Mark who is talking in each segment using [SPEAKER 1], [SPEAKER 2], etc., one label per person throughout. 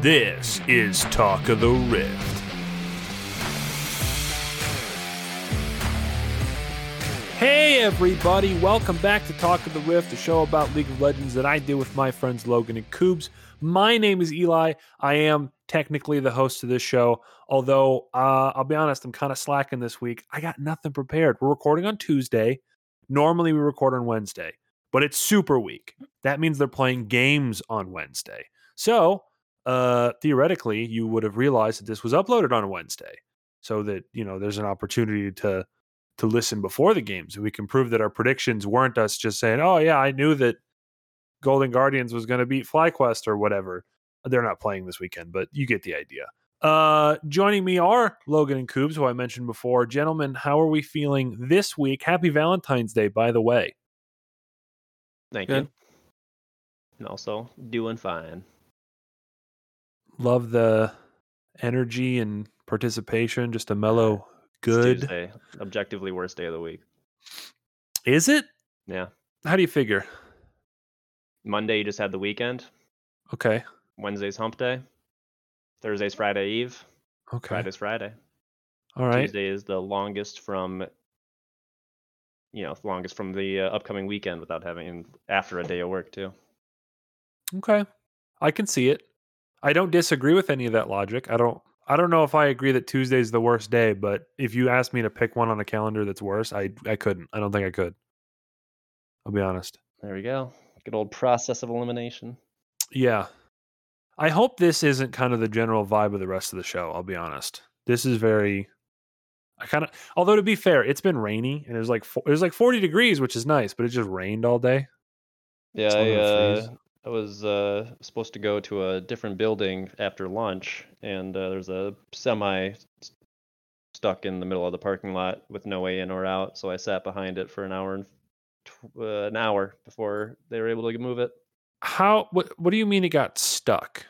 [SPEAKER 1] This is Talk of the Rift.
[SPEAKER 2] Hey, everybody, welcome back to Talk of the Rift, the show about League of Legends that I do with my friends Logan and Coobs. My name is Eli. I am technically the host of this show, although uh, I'll be honest, I'm kind of slacking this week. I got nothing prepared. We're recording on Tuesday. Normally, we record on Wednesday, but it's Super Week. That means they're playing games on Wednesday. So, uh, theoretically, you would have realized that this was uploaded on a Wednesday, so that you know there's an opportunity to to listen before the games. We can prove that our predictions weren't us just saying, "Oh yeah, I knew that Golden Guardians was going to beat FlyQuest or whatever." They're not playing this weekend, but you get the idea. Uh, joining me are Logan and Coobs, who I mentioned before. Gentlemen, how are we feeling this week? Happy Valentine's Day, by the way.
[SPEAKER 3] Thank
[SPEAKER 2] Good.
[SPEAKER 3] you. And also doing fine.
[SPEAKER 2] Love the energy and participation. Just a mellow,
[SPEAKER 3] It's
[SPEAKER 2] good.
[SPEAKER 3] Tuesday, objectively worst day of the week.
[SPEAKER 2] Is it?
[SPEAKER 3] Yeah.
[SPEAKER 2] How do you figure?
[SPEAKER 3] Monday you just had the weekend.
[SPEAKER 2] Okay.
[SPEAKER 3] Wednesday's hump day. Thursday's Friday Eve.
[SPEAKER 2] Okay.
[SPEAKER 3] Friday's Friday.
[SPEAKER 2] All right.
[SPEAKER 3] Tuesday is the longest from you know, longest from the uh, upcoming weekend without having after a day of work too.
[SPEAKER 2] Okay. I can see it. I don't disagree with any of that logic. I don't I don't know if I agree that Tuesday's the worst day, but if you asked me to pick one on a calendar that's worse, I I couldn't. I don't think I could. I'll be honest.
[SPEAKER 3] There we go. Good old process of elimination.
[SPEAKER 2] Yeah. I hope this isn't kind of the general vibe of the rest of the show, I'll be honest. This is very I kind of although to be fair, it's been rainy and it was like fo- it was like 40 degrees, which is nice, but it just rained all day.
[SPEAKER 3] Yeah,
[SPEAKER 2] Someone
[SPEAKER 3] I,
[SPEAKER 2] would
[SPEAKER 3] uh,
[SPEAKER 2] freeze.
[SPEAKER 3] I was uh, supposed to go to a different building after lunch, and uh, there's a semi s- stuck in the middle of the parking lot with no way in or out. So I sat behind it for an hour and tw- uh, an hour before they were able to move it.
[SPEAKER 2] How what what do you mean it got stuck?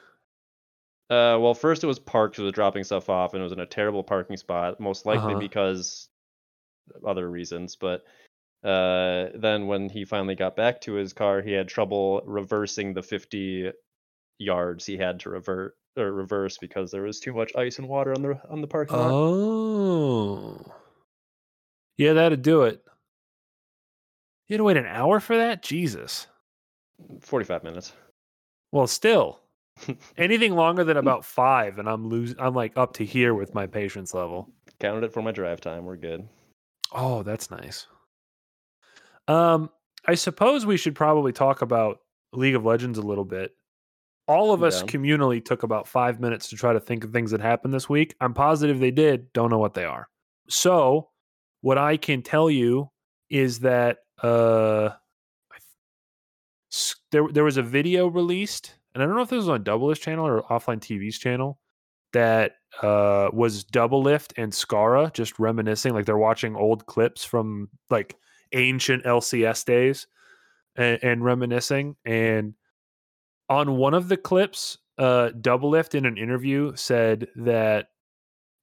[SPEAKER 3] Uh, well, first it was parked, it was dropping stuff off, and it was in a terrible parking spot, most likely
[SPEAKER 2] Uh-huh.
[SPEAKER 3] because of other reasons. But uh, then when he finally got back to his car, he had trouble reversing the 50 yards he had to revert or reverse because there was too much ice and water on the on the parking lot.
[SPEAKER 2] Oh. Yeah, that'd do it. You had to wait an hour for that? Jesus. Oh.
[SPEAKER 3] 45 minutes.
[SPEAKER 2] Well, still. Anything longer than about five, and I'm losing I'm like up to here with my patience level.
[SPEAKER 3] Counted it for my drive time. We're good.
[SPEAKER 2] Oh, that's nice. Um, I suppose we should probably talk about League of Legends a little bit. All of us
[SPEAKER 3] Yeah.
[SPEAKER 2] communally took about five minutes to try to think of things that happened this week. I'm positive they did. Don't know what they are. So, what I can tell you is that uh, I th- s- there there was a video released, and I don't know if this was on Double Lift channel or Offline TV's channel that uh, was Double Lift and Skara just reminiscing, like they're watching old clips from like ancient LCS days and, and reminiscing. And on one of the clips, uh, Double Lift in an interview said that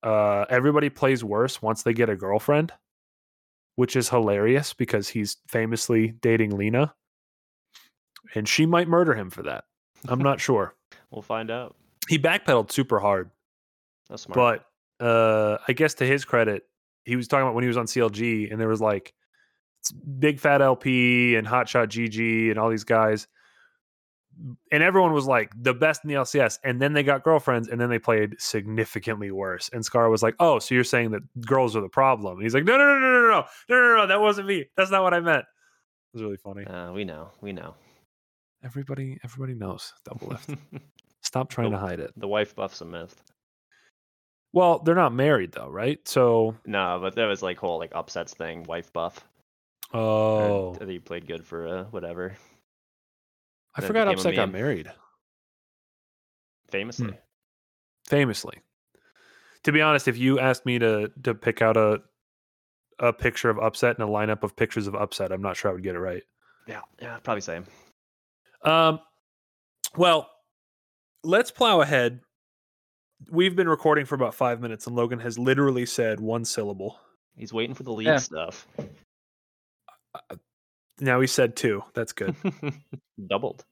[SPEAKER 2] uh, everybody plays worse once they get a girlfriend, which is hilarious because he's famously dating Lena, and she might murder him for that. I'm not sure.
[SPEAKER 3] We'll find out.
[SPEAKER 2] He backpedaled super hard.
[SPEAKER 3] That's smart.
[SPEAKER 2] But uh, I guess to his credit, he was talking about when he was on CLG, and there was like s- big fat LP and Hotshot GG and all these guys, and everyone was like the best in the LCS. And then they got girlfriends, and then they played significantly worse. And Scar was like, "Oh, so you're saying that girls are the problem?" And he's like, "No, no, no, no, no, no, no, no, no, that wasn't me. That's not what I meant." It was really funny.
[SPEAKER 3] uh, we know. We know.
[SPEAKER 2] Everybody, everybody knows double lift. Stop trying to
[SPEAKER 3] Nope.
[SPEAKER 2] hide it.
[SPEAKER 3] the wife buff's a myth.
[SPEAKER 2] Well, they're not married though, right? So,
[SPEAKER 3] No, but that was like whole like upsets thing, wife buff. or
[SPEAKER 2] oh,
[SPEAKER 3] that he played good for uh, whatever.
[SPEAKER 2] I
[SPEAKER 3] Then it
[SPEAKER 2] forgot
[SPEAKER 3] became a
[SPEAKER 2] Upset got
[SPEAKER 3] meme.
[SPEAKER 2] married, Hmm.
[SPEAKER 3] Famously,
[SPEAKER 2] famously. To be honest, if you asked me to to pick out a a picture of Upset and a lineup of pictures of Upset, I'm not sure I would get it right.
[SPEAKER 3] yeah, yeah, probably same.
[SPEAKER 2] Um, well, let's plow ahead. We've been recording for about five minutes, and Logan has literally said one syllable.
[SPEAKER 3] He's waiting for the league
[SPEAKER 2] Yeah.
[SPEAKER 3] stuff.
[SPEAKER 2] Now he said two. That's good.
[SPEAKER 3] Doubled.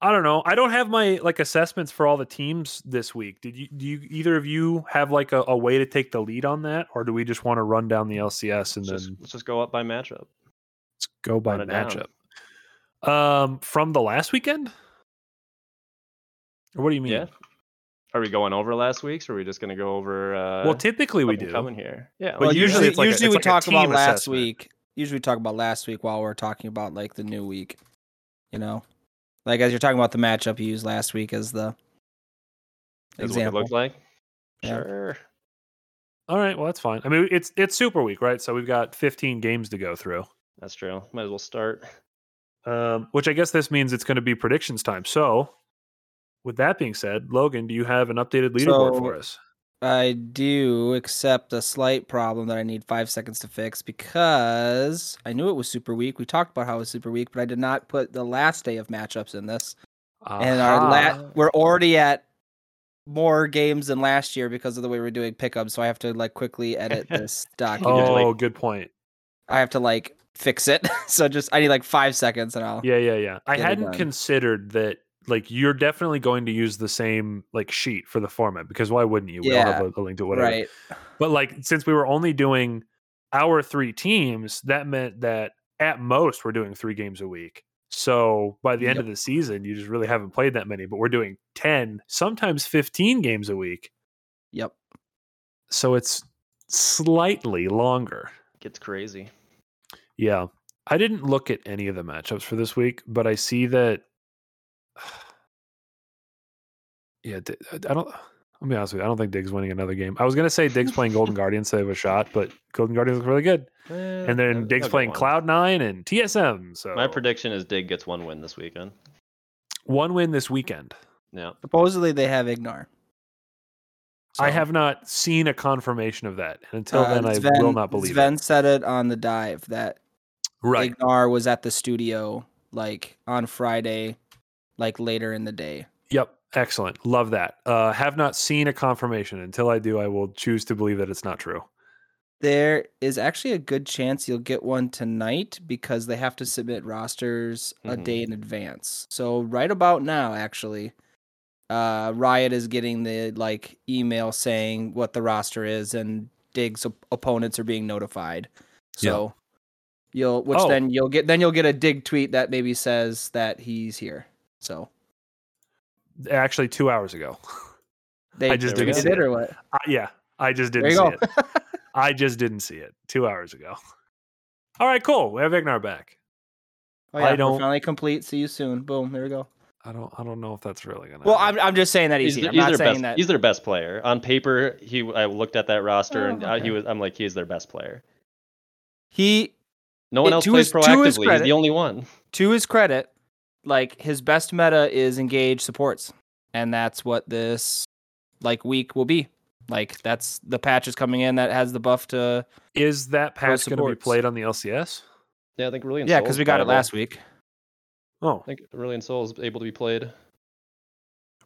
[SPEAKER 2] I don't know. I don't have my like assessments for all the teams this week. Did you? Do you either of you have like a, a way to take the lead on that, or do we just want to run down the LCS and
[SPEAKER 3] Let's just,
[SPEAKER 2] then
[SPEAKER 3] let's just go up by matchup.
[SPEAKER 2] let's go by
[SPEAKER 3] run it down.
[SPEAKER 2] matchup? Um, from the last weekend. Or what do you mean?
[SPEAKER 3] Yeah. Are we going over last week's, or are we just going to go over? Uh,
[SPEAKER 2] well, typically we
[SPEAKER 3] up and
[SPEAKER 2] do.
[SPEAKER 3] Coming here, yeah.
[SPEAKER 1] But
[SPEAKER 3] well,
[SPEAKER 1] you- usually it's like a-
[SPEAKER 4] usually
[SPEAKER 1] it's
[SPEAKER 4] we
[SPEAKER 1] like a
[SPEAKER 4] talk about
[SPEAKER 1] team
[SPEAKER 4] last
[SPEAKER 1] assessment.
[SPEAKER 4] week. Usually we talk about last week while we're talking about like the new week. You know, like as you're talking about the matchup you used last week as the
[SPEAKER 3] is what it
[SPEAKER 4] example.
[SPEAKER 3] looked like.
[SPEAKER 4] Yeah.
[SPEAKER 3] Sure.
[SPEAKER 2] All right, well that's fine. I mean, it's it's Super Week, right? So we've got 15 games to go through,
[SPEAKER 3] That's true. Might as well start.
[SPEAKER 2] um, which I guess this means it's going to be predictions time. So, with that being said, Logan, do you have an updated leaderboard
[SPEAKER 4] So-
[SPEAKER 2] for us?
[SPEAKER 4] I do, except a slight problem that I need five seconds to fix because I knew it was super weak. We talked about how it was super weak, but I did not put the last day of matchups in this. And our
[SPEAKER 2] Aha.
[SPEAKER 4] la- we're already at more games than last year because of the way we're doing pickups. So I have to like quickly edit this document.
[SPEAKER 2] oh,
[SPEAKER 3] like-
[SPEAKER 2] good point.
[SPEAKER 4] I have to like fix it. so just I need like five seconds and I'll.
[SPEAKER 2] Yeah, yeah, yeah. I
[SPEAKER 4] Oh, Get it
[SPEAKER 2] hadn't
[SPEAKER 4] done.
[SPEAKER 2] considered that. Like, you're definitely going to use the same like sheet for the format because why wouldn't you? We all have
[SPEAKER 4] Yeah,
[SPEAKER 2] a, a link to whatever.
[SPEAKER 4] right.
[SPEAKER 2] But like, since we were only doing our three teams, that meant that at most we're doing three games a week. So by the end of
[SPEAKER 4] Yep.
[SPEAKER 2] the season, you just really haven't played that many, but we're doing 10, sometimes 15 games a week.
[SPEAKER 4] Yep.
[SPEAKER 2] So it's slightly longer.
[SPEAKER 3] Gets crazy.
[SPEAKER 2] Yeah. I didn't look at any of the matchups for this week, but I see that. Yeah, Di- I don't. I'll be honest with you. I don't think Diggs winning another game. I was gonna say Diggs playing Golden Guardians to have a shot, but Golden Guardians look really good.
[SPEAKER 3] Eh,
[SPEAKER 2] And then Diggs playing Cloud Nine and TSM. So
[SPEAKER 3] My prediction is Dig gets one win this weekend.
[SPEAKER 2] one win this weekend.
[SPEAKER 3] Yeah.
[SPEAKER 4] Supposedly they have Ignar.
[SPEAKER 2] I
[SPEAKER 4] So,
[SPEAKER 2] have not seen a confirmation of that. And until
[SPEAKER 4] uh,
[SPEAKER 2] then, I
[SPEAKER 4] Sven-
[SPEAKER 2] will not believe
[SPEAKER 4] Sven
[SPEAKER 2] it.
[SPEAKER 4] said it on the dive that
[SPEAKER 2] Right.
[SPEAKER 4] Ignar was at the studio like on Friday, like later in the day.
[SPEAKER 2] Yep. Excellent. Love that. Uh, have not seen a confirmation. Until I do, I will choose to believe that it's not true.
[SPEAKER 4] There is actually a good chance you'll get one tonight because they have to submit rosters a
[SPEAKER 2] Mm-hmm.
[SPEAKER 3] Mhm.
[SPEAKER 4] day in advance. So right about now, actually, uh, Riot is getting the like email saying what the roster is and Diggs op- opponents are being notified.
[SPEAKER 2] Yeah.
[SPEAKER 4] So you'll which
[SPEAKER 2] Oh.
[SPEAKER 4] then you'll get then you'll get a dig tweet that maybe says that he's here. So
[SPEAKER 2] Actually, two hours ago.
[SPEAKER 4] they
[SPEAKER 2] I just
[SPEAKER 3] There we
[SPEAKER 4] tweeted
[SPEAKER 3] go.
[SPEAKER 4] it or what?
[SPEAKER 2] I, yeah. I just
[SPEAKER 4] There
[SPEAKER 2] didn't
[SPEAKER 4] you
[SPEAKER 2] see
[SPEAKER 4] go.
[SPEAKER 2] it. I just didn't see it two hours ago. All right. Cool. We have Ignar back.
[SPEAKER 4] Oh,
[SPEAKER 2] I
[SPEAKER 4] yeah, I
[SPEAKER 2] don't-
[SPEAKER 4] don't finally complete. See you soon. Boom. There we go.
[SPEAKER 2] I don't. I don't know if that's really gonna.
[SPEAKER 4] Well,
[SPEAKER 2] happen.
[SPEAKER 4] I'm, I'm just saying that he's,
[SPEAKER 3] He's,
[SPEAKER 4] here.
[SPEAKER 3] their-
[SPEAKER 4] I'm
[SPEAKER 3] he's
[SPEAKER 4] not
[SPEAKER 3] their best.
[SPEAKER 4] saying that.
[SPEAKER 3] He's their best player on paper. He I looked at that roster
[SPEAKER 4] Oh,
[SPEAKER 3] and uh,
[SPEAKER 4] okay.
[SPEAKER 3] he was. I'm like, he's their best player.
[SPEAKER 4] He,
[SPEAKER 3] No one
[SPEAKER 4] And
[SPEAKER 3] else
[SPEAKER 4] to
[SPEAKER 3] plays
[SPEAKER 4] his- to his
[SPEAKER 3] proactively. He's
[SPEAKER 4] credit-
[SPEAKER 3] the only one.
[SPEAKER 4] to his credit, like his best meta is engage supports, and that's what this like week will be. Like that's the patch is coming in that has the buff to
[SPEAKER 2] Is that patch going to be
[SPEAKER 4] supports.
[SPEAKER 2] played on the LCS?
[SPEAKER 3] Yeah, I think really.
[SPEAKER 4] yeah because we got it last week.
[SPEAKER 2] Oh,
[SPEAKER 3] I think really and Soul is able to be played.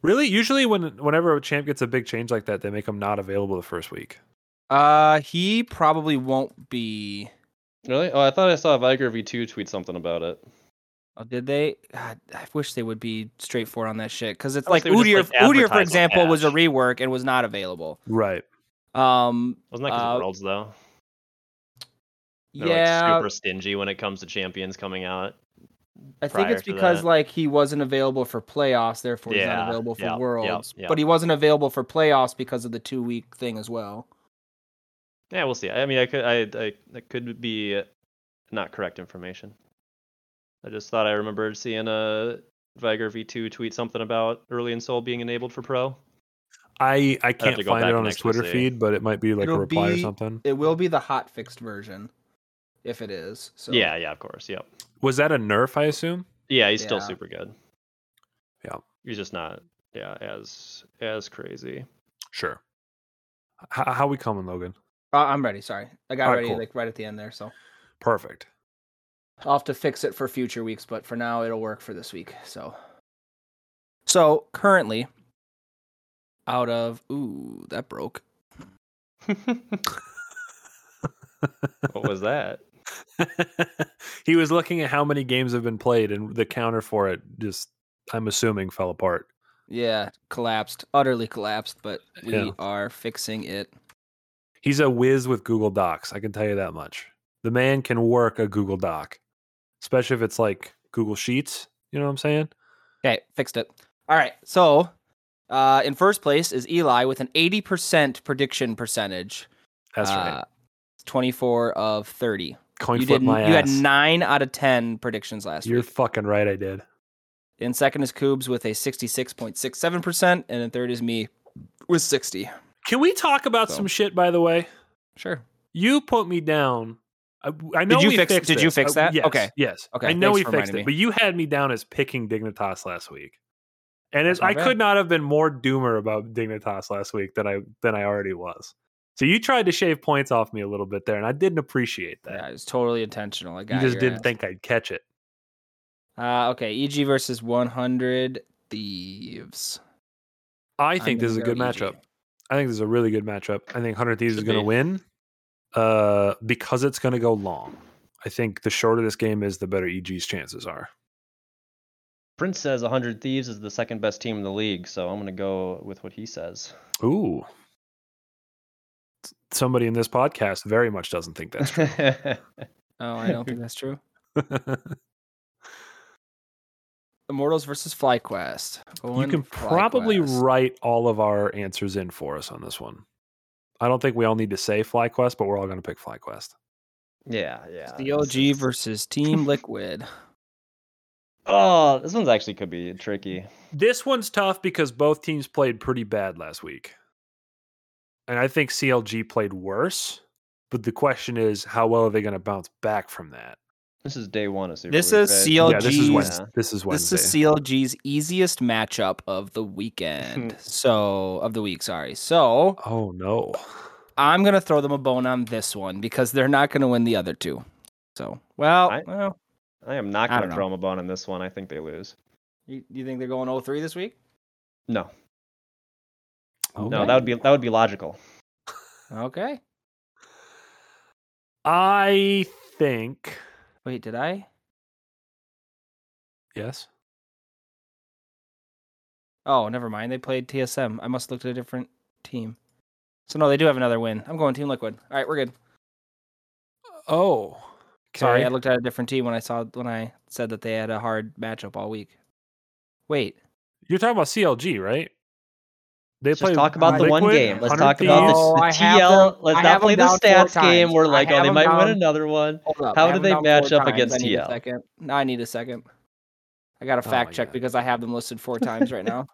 [SPEAKER 2] Really? Usually, when whenever a champ gets a big change like that, they make them not available the first week.
[SPEAKER 4] Uh, he probably won't be.
[SPEAKER 3] Really? Oh, I thought I saw Viger V2 tweet something about it.
[SPEAKER 4] Oh, did they? God, I wish they would be straightforward on that shit because it's
[SPEAKER 3] I wish
[SPEAKER 4] like
[SPEAKER 3] they would
[SPEAKER 4] Udyr.
[SPEAKER 3] just, like,
[SPEAKER 4] Udyr,
[SPEAKER 3] advertise
[SPEAKER 4] for
[SPEAKER 3] the
[SPEAKER 4] example, was a
[SPEAKER 3] patch.
[SPEAKER 4] rework and was not available.
[SPEAKER 2] Right.
[SPEAKER 4] Um,
[SPEAKER 3] Wasn't that 'cause
[SPEAKER 4] Uh,
[SPEAKER 3] of Worlds though? They're
[SPEAKER 4] yeah,
[SPEAKER 3] like super stingy when it comes to champions coming out.
[SPEAKER 4] I think
[SPEAKER 3] prior
[SPEAKER 4] it's
[SPEAKER 3] to
[SPEAKER 4] because
[SPEAKER 3] that.
[SPEAKER 4] like he wasn't available for playoffs, therefore he's
[SPEAKER 3] Yeah,
[SPEAKER 4] not available for
[SPEAKER 3] yeah, yeah,
[SPEAKER 4] worlds.
[SPEAKER 3] yeah.
[SPEAKER 4] But he wasn't available for playoffs because of the two week thing as well.
[SPEAKER 3] Yeah, we'll see. I mean, I could, I, I, that could be uh, not correct information. I just thought I remembered seeing a Viger V2 tweet something about early and soul being enabled for pro.
[SPEAKER 2] I I
[SPEAKER 3] to
[SPEAKER 2] can't
[SPEAKER 3] go
[SPEAKER 2] find
[SPEAKER 3] back
[SPEAKER 2] it on
[SPEAKER 3] and
[SPEAKER 2] his
[SPEAKER 3] actually
[SPEAKER 2] Twitter
[SPEAKER 3] see.
[SPEAKER 2] feed, but it might be like a
[SPEAKER 4] It'll
[SPEAKER 2] reply or
[SPEAKER 4] be-
[SPEAKER 2] something.
[SPEAKER 4] It will be the hot fixed version, if it is. So
[SPEAKER 3] Yeah, yeah, of course, yep.
[SPEAKER 2] Was that a nerf? I assume.
[SPEAKER 3] Yeah, he's still
[SPEAKER 4] Yeah.
[SPEAKER 3] super good.
[SPEAKER 2] Yeah.
[SPEAKER 3] he's just not, yeah, as as crazy.
[SPEAKER 2] Sure. H- how we coming, Logan?
[SPEAKER 4] Uh, I'm ready. Sorry, I got
[SPEAKER 2] Alright,
[SPEAKER 4] ready
[SPEAKER 2] cool.
[SPEAKER 4] like right at the end there. So
[SPEAKER 2] Perfect.
[SPEAKER 4] I'll have to fix it for future weeks, but for now it'll work for this week. So, so currently, out of ooh that broke.
[SPEAKER 3] What was that?
[SPEAKER 2] he was looking at how many games have been played, and the counter for it just I'm assuming fell apart.
[SPEAKER 4] Yeah, collapsed, utterly collapsed, but we
[SPEAKER 2] Yeah.
[SPEAKER 4] are fixing it.
[SPEAKER 2] He's a whiz with Google Docs. I can tell you that much. The man can work a Google Doc, especially if it's like Google Sheets. You know what I'm saying?
[SPEAKER 4] Okay, fixed it. All right. So, uh, in first place is Eli with an 80% prediction percentage.
[SPEAKER 2] That's right.
[SPEAKER 4] Uh, 24 of 30.
[SPEAKER 2] Coin
[SPEAKER 4] you
[SPEAKER 2] flip
[SPEAKER 4] did
[SPEAKER 2] my
[SPEAKER 4] you had
[SPEAKER 2] ass.
[SPEAKER 4] 9 out of 10 predictions last
[SPEAKER 2] You're
[SPEAKER 4] week.
[SPEAKER 2] fucking right. I did.
[SPEAKER 4] In second is Coobs with a 66.67% and in third is me with 60.
[SPEAKER 2] Can we talk about
[SPEAKER 4] So-
[SPEAKER 2] some shit? By the way,
[SPEAKER 4] Sure.
[SPEAKER 2] you put me down. I, I know
[SPEAKER 4] you
[SPEAKER 2] we
[SPEAKER 4] fix-
[SPEAKER 2] fixed
[SPEAKER 4] did you
[SPEAKER 2] this.
[SPEAKER 4] fix
[SPEAKER 2] I-
[SPEAKER 4] that?
[SPEAKER 2] yes,
[SPEAKER 4] Okay.
[SPEAKER 2] Yes.
[SPEAKER 4] Okay,
[SPEAKER 2] I know
[SPEAKER 4] thanks
[SPEAKER 2] we
[SPEAKER 4] for
[SPEAKER 2] fixed
[SPEAKER 4] reminding
[SPEAKER 2] it,
[SPEAKER 4] me.
[SPEAKER 2] but you had me down as picking Dignitas last week, and it's,
[SPEAKER 4] That's
[SPEAKER 2] I
[SPEAKER 4] not
[SPEAKER 2] could not have been more doomer about Dignitas last week than I than I already was. So you tried to shave points off me a little bit there, and I didn't appreciate
[SPEAKER 4] Yeah,
[SPEAKER 2] that.
[SPEAKER 4] it was totally intentional. I got
[SPEAKER 2] you just
[SPEAKER 4] your
[SPEAKER 2] didn't
[SPEAKER 4] ass.
[SPEAKER 2] think I'd catch it.
[SPEAKER 4] Uh, okay, EG versus 100 Thieves.
[SPEAKER 2] I
[SPEAKER 4] I'm
[SPEAKER 2] think this
[SPEAKER 4] gonna
[SPEAKER 2] is a
[SPEAKER 4] go E
[SPEAKER 2] good
[SPEAKER 4] EG.
[SPEAKER 2] matchup. I think this is a really good matchup. I think Hunter Thieves is
[SPEAKER 3] Should
[SPEAKER 2] going to
[SPEAKER 3] be.
[SPEAKER 2] win uh, because it's going to go long. I think the shorter this game is, the better EG's chances are.
[SPEAKER 3] Prince says 100 Thieves is the second best team in the league, so I'm going to go with what he says.
[SPEAKER 2] Ooh. S- Somebody in this podcast very much doesn't think that's true.
[SPEAKER 4] Oh, I don't think that's true. Immortals versus FlyQuest.
[SPEAKER 2] you
[SPEAKER 4] Going
[SPEAKER 2] can probably
[SPEAKER 4] FlyQuest.
[SPEAKER 2] write all of our answers in for us on this one. I don't think we all need to say FlyQuest, but we're all going to pick FlyQuest.
[SPEAKER 3] yeah, yeah.
[SPEAKER 4] the OG
[SPEAKER 3] this is-
[SPEAKER 4] versus Team Liquid.
[SPEAKER 3] Oh, this one's actually could be tricky.
[SPEAKER 2] This one's tough because both teams played pretty bad last week. And I think CLG played worse, but the question is how well are they going to bounce back from that?
[SPEAKER 3] This is day one of Super
[SPEAKER 4] This
[SPEAKER 3] League,
[SPEAKER 4] is
[SPEAKER 3] right? Uh-huh.
[SPEAKER 4] CLG
[SPEAKER 2] yeah, this is
[SPEAKER 4] LG's
[SPEAKER 3] uh,
[SPEAKER 2] Wednesday. This is
[SPEAKER 4] This
[SPEAKER 2] Wednesday.
[SPEAKER 4] is CLG's easiest matchup of the weekend. so of the week, sorry. So
[SPEAKER 2] oh no.
[SPEAKER 4] I'm gonna throw them a bone on this one because they're not gonna win the other two. So well,
[SPEAKER 3] I-
[SPEAKER 4] well,
[SPEAKER 3] I am not
[SPEAKER 4] I
[SPEAKER 3] going
[SPEAKER 4] don't
[SPEAKER 3] to throw him a bone on this one. I think they lose.
[SPEAKER 4] you, you think they're going 0-3 this week?
[SPEAKER 3] No,
[SPEAKER 2] Oh,
[SPEAKER 3] no, that would be that would be logical.
[SPEAKER 4] Okay.
[SPEAKER 2] I think
[SPEAKER 4] Wait, did I?
[SPEAKER 2] yes.
[SPEAKER 4] Oh, never mind. They played TSM. I must looked at a different team. So no, they do have another win. I'm going Team Liquid. All right, we're good.
[SPEAKER 2] Oh,
[SPEAKER 4] Sorry, I looked at a different team when I saw when I said that they had a hard matchup all week. Wait,
[SPEAKER 2] You're talking about CLG, right? They
[SPEAKER 3] Let's just talk about the one
[SPEAKER 2] Liquid,
[SPEAKER 3] game. Let's
[SPEAKER 2] 100
[SPEAKER 3] talk
[SPEAKER 2] Thieves.
[SPEAKER 3] about this.
[SPEAKER 4] Oh,
[SPEAKER 3] the
[SPEAKER 4] I have
[SPEAKER 3] TL.
[SPEAKER 4] them-
[SPEAKER 3] Let's
[SPEAKER 4] I have
[SPEAKER 3] not play
[SPEAKER 4] them
[SPEAKER 3] the
[SPEAKER 4] down four
[SPEAKER 3] stats game.
[SPEAKER 4] times.
[SPEAKER 3] We're
[SPEAKER 4] I
[SPEAKER 3] like, oh,
[SPEAKER 4] have
[SPEAKER 3] they
[SPEAKER 4] them
[SPEAKER 3] might
[SPEAKER 4] down-
[SPEAKER 3] win another one.
[SPEAKER 4] hold up.
[SPEAKER 3] How
[SPEAKER 4] I
[SPEAKER 3] do
[SPEAKER 4] have
[SPEAKER 3] they
[SPEAKER 4] them down
[SPEAKER 3] match
[SPEAKER 4] four
[SPEAKER 3] up against
[SPEAKER 4] I need a
[SPEAKER 3] TL?
[SPEAKER 4] second. No, I need a second. I got to
[SPEAKER 2] Oh
[SPEAKER 4] fact
[SPEAKER 2] my
[SPEAKER 4] check
[SPEAKER 2] God.
[SPEAKER 4] because I have them listed four times right now.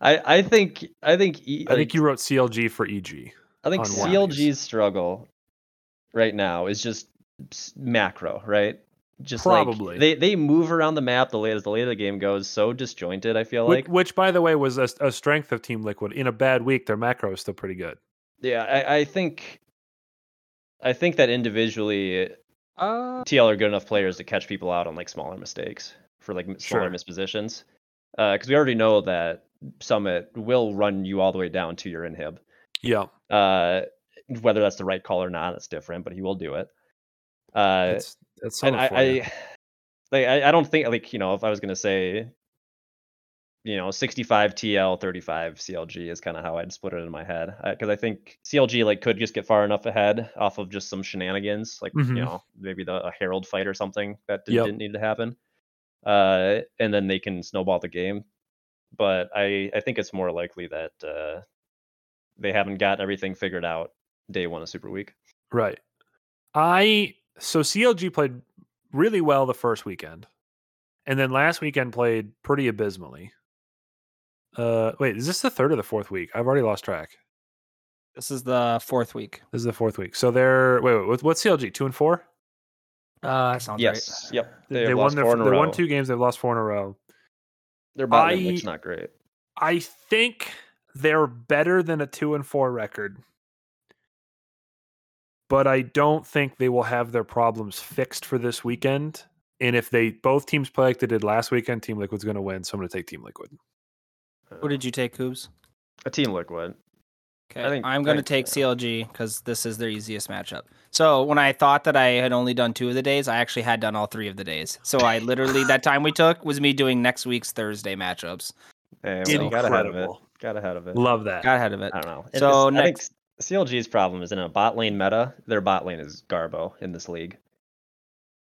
[SPEAKER 3] I, I think I think e,
[SPEAKER 2] I
[SPEAKER 3] like,
[SPEAKER 2] think you wrote CLG for E EG.
[SPEAKER 3] I think
[SPEAKER 2] on one of
[SPEAKER 3] CLG's struggle right now is just s- macro, right? Just
[SPEAKER 2] Probably.
[SPEAKER 3] like they they move around the map the late as the later the game goes, so disjointed. I feel
[SPEAKER 2] Which,
[SPEAKER 3] like
[SPEAKER 2] which, by the way, was a, a strength of Team Liquid. In a bad week, their macro is still pretty good.
[SPEAKER 3] yeah, I, I think I think that individually
[SPEAKER 4] Uh,
[SPEAKER 3] TL are good enough players to catch people out on like smaller mistakes for like m- smaller
[SPEAKER 2] Sure.
[SPEAKER 3] mispositions, because we already know that Summit will run you all the way down to your inhib.
[SPEAKER 2] Yeah,
[SPEAKER 3] Uh, whether that's the right call or not, it's different, but he will do it. Uh,
[SPEAKER 2] that's that's
[SPEAKER 3] and
[SPEAKER 2] solid
[SPEAKER 3] I,
[SPEAKER 2] for
[SPEAKER 3] I,
[SPEAKER 2] ya.
[SPEAKER 3] like, I, I don't think like you know if I was gonna say, you know, 65 TL, 35 CLG is kind of how I'd split it in my head because I think CLG like could just get far enough ahead off of just some shenanigans, like
[SPEAKER 2] Mhm.
[SPEAKER 3] you know maybe the a Herald fight or something that did,
[SPEAKER 2] Yep.
[SPEAKER 3] didn't need to happen, uh, and then they can snowball the game. But I, I think it's more likely that uh, they haven't got everything figured out day one of Super Week.
[SPEAKER 2] Right. I so CLG played really well the first weekend, and then last weekend played pretty abysmally. Uh, wait, is this the third or the fourth week? I've already lost track.
[SPEAKER 4] this is the fourth week.
[SPEAKER 2] This is the fourth week. So they're wait, wait what- what's CLG? Two and four.
[SPEAKER 4] Uh, that sounds
[SPEAKER 3] Yes.
[SPEAKER 4] right.
[SPEAKER 3] Yep.
[SPEAKER 2] They,
[SPEAKER 3] They, have
[SPEAKER 2] won
[SPEAKER 3] lost
[SPEAKER 2] their
[SPEAKER 3] four in a
[SPEAKER 2] they
[SPEAKER 3] row.
[SPEAKER 2] won two games. They've lost four in a row.
[SPEAKER 3] Their bot lane
[SPEAKER 2] I-
[SPEAKER 3] looks not great.
[SPEAKER 2] I think they're better than a two and four record, but I don't think they will have their problems fixed for this weekend. And if they both teams play like they did last weekend, Team Liquid's
[SPEAKER 3] Uh,
[SPEAKER 2] going to win. So I'm going to take Team Liquid.
[SPEAKER 4] What did you take, Coobs?
[SPEAKER 3] A team liquid.
[SPEAKER 4] Okay,
[SPEAKER 3] I think-
[SPEAKER 4] I'm going to
[SPEAKER 3] I-
[SPEAKER 4] take CLG because this is their easiest matchup. So when I thought that I had only done two of the days, I actually had done all three of the days. So I literally that time we took was me doing next week's Thursday matchups.
[SPEAKER 3] Hey, well,
[SPEAKER 2] Incredible.
[SPEAKER 3] got ahead of it. Got ahead of it.
[SPEAKER 2] Love that.
[SPEAKER 4] Got ahead of it.
[SPEAKER 3] I don't know.
[SPEAKER 4] So
[SPEAKER 3] It's- I think
[SPEAKER 4] next-
[SPEAKER 3] CLG's problem is in a bot lane meta. Their bot lane is Garbo in this league.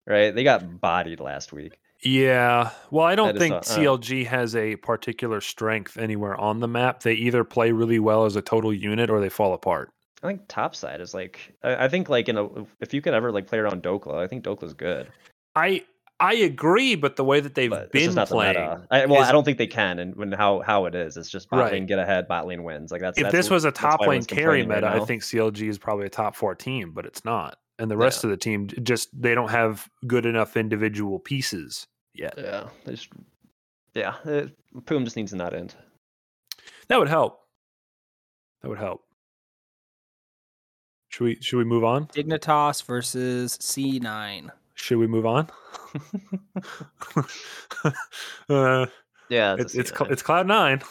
[SPEAKER 3] Right? They got bodied last week.
[SPEAKER 2] Yeah. Well, I
[SPEAKER 3] That
[SPEAKER 2] don't
[SPEAKER 3] is
[SPEAKER 2] think
[SPEAKER 3] not- uh.
[SPEAKER 2] CLG has a particular strength anywhere on the map. They either play really well as a total unit or they fall apart.
[SPEAKER 3] I think topside is like I, I think like in a if you could ever like play around Dokla, I think Dokla's good.
[SPEAKER 2] I I agree, but the way that they've
[SPEAKER 3] But it's
[SPEAKER 2] been
[SPEAKER 3] just not
[SPEAKER 2] playing.
[SPEAKER 3] the meta. I, well,
[SPEAKER 2] is-
[SPEAKER 3] I don't think they can and when how how it is. It's just bot
[SPEAKER 2] Right.
[SPEAKER 3] lane get ahead, bot lane wins. Like that's
[SPEAKER 2] if
[SPEAKER 3] that's
[SPEAKER 2] this
[SPEAKER 3] what-
[SPEAKER 2] was a
[SPEAKER 3] that's why
[SPEAKER 2] top lane
[SPEAKER 3] everyone's
[SPEAKER 2] carry
[SPEAKER 3] complaining right
[SPEAKER 2] meta, I
[SPEAKER 3] now.
[SPEAKER 2] think CLG is probably a top four team, but it's not. And the rest of the team j- just they don't have good enough individual pieces yet.
[SPEAKER 3] Yeah. They just, yeah. It, Poom just needs to not end.
[SPEAKER 2] That would help. That would help. Should we should we move on?
[SPEAKER 4] Dignitas versus C9.
[SPEAKER 2] Should we move on? uh,
[SPEAKER 3] Yeah.
[SPEAKER 2] it's it's, cl- it's cloud nine.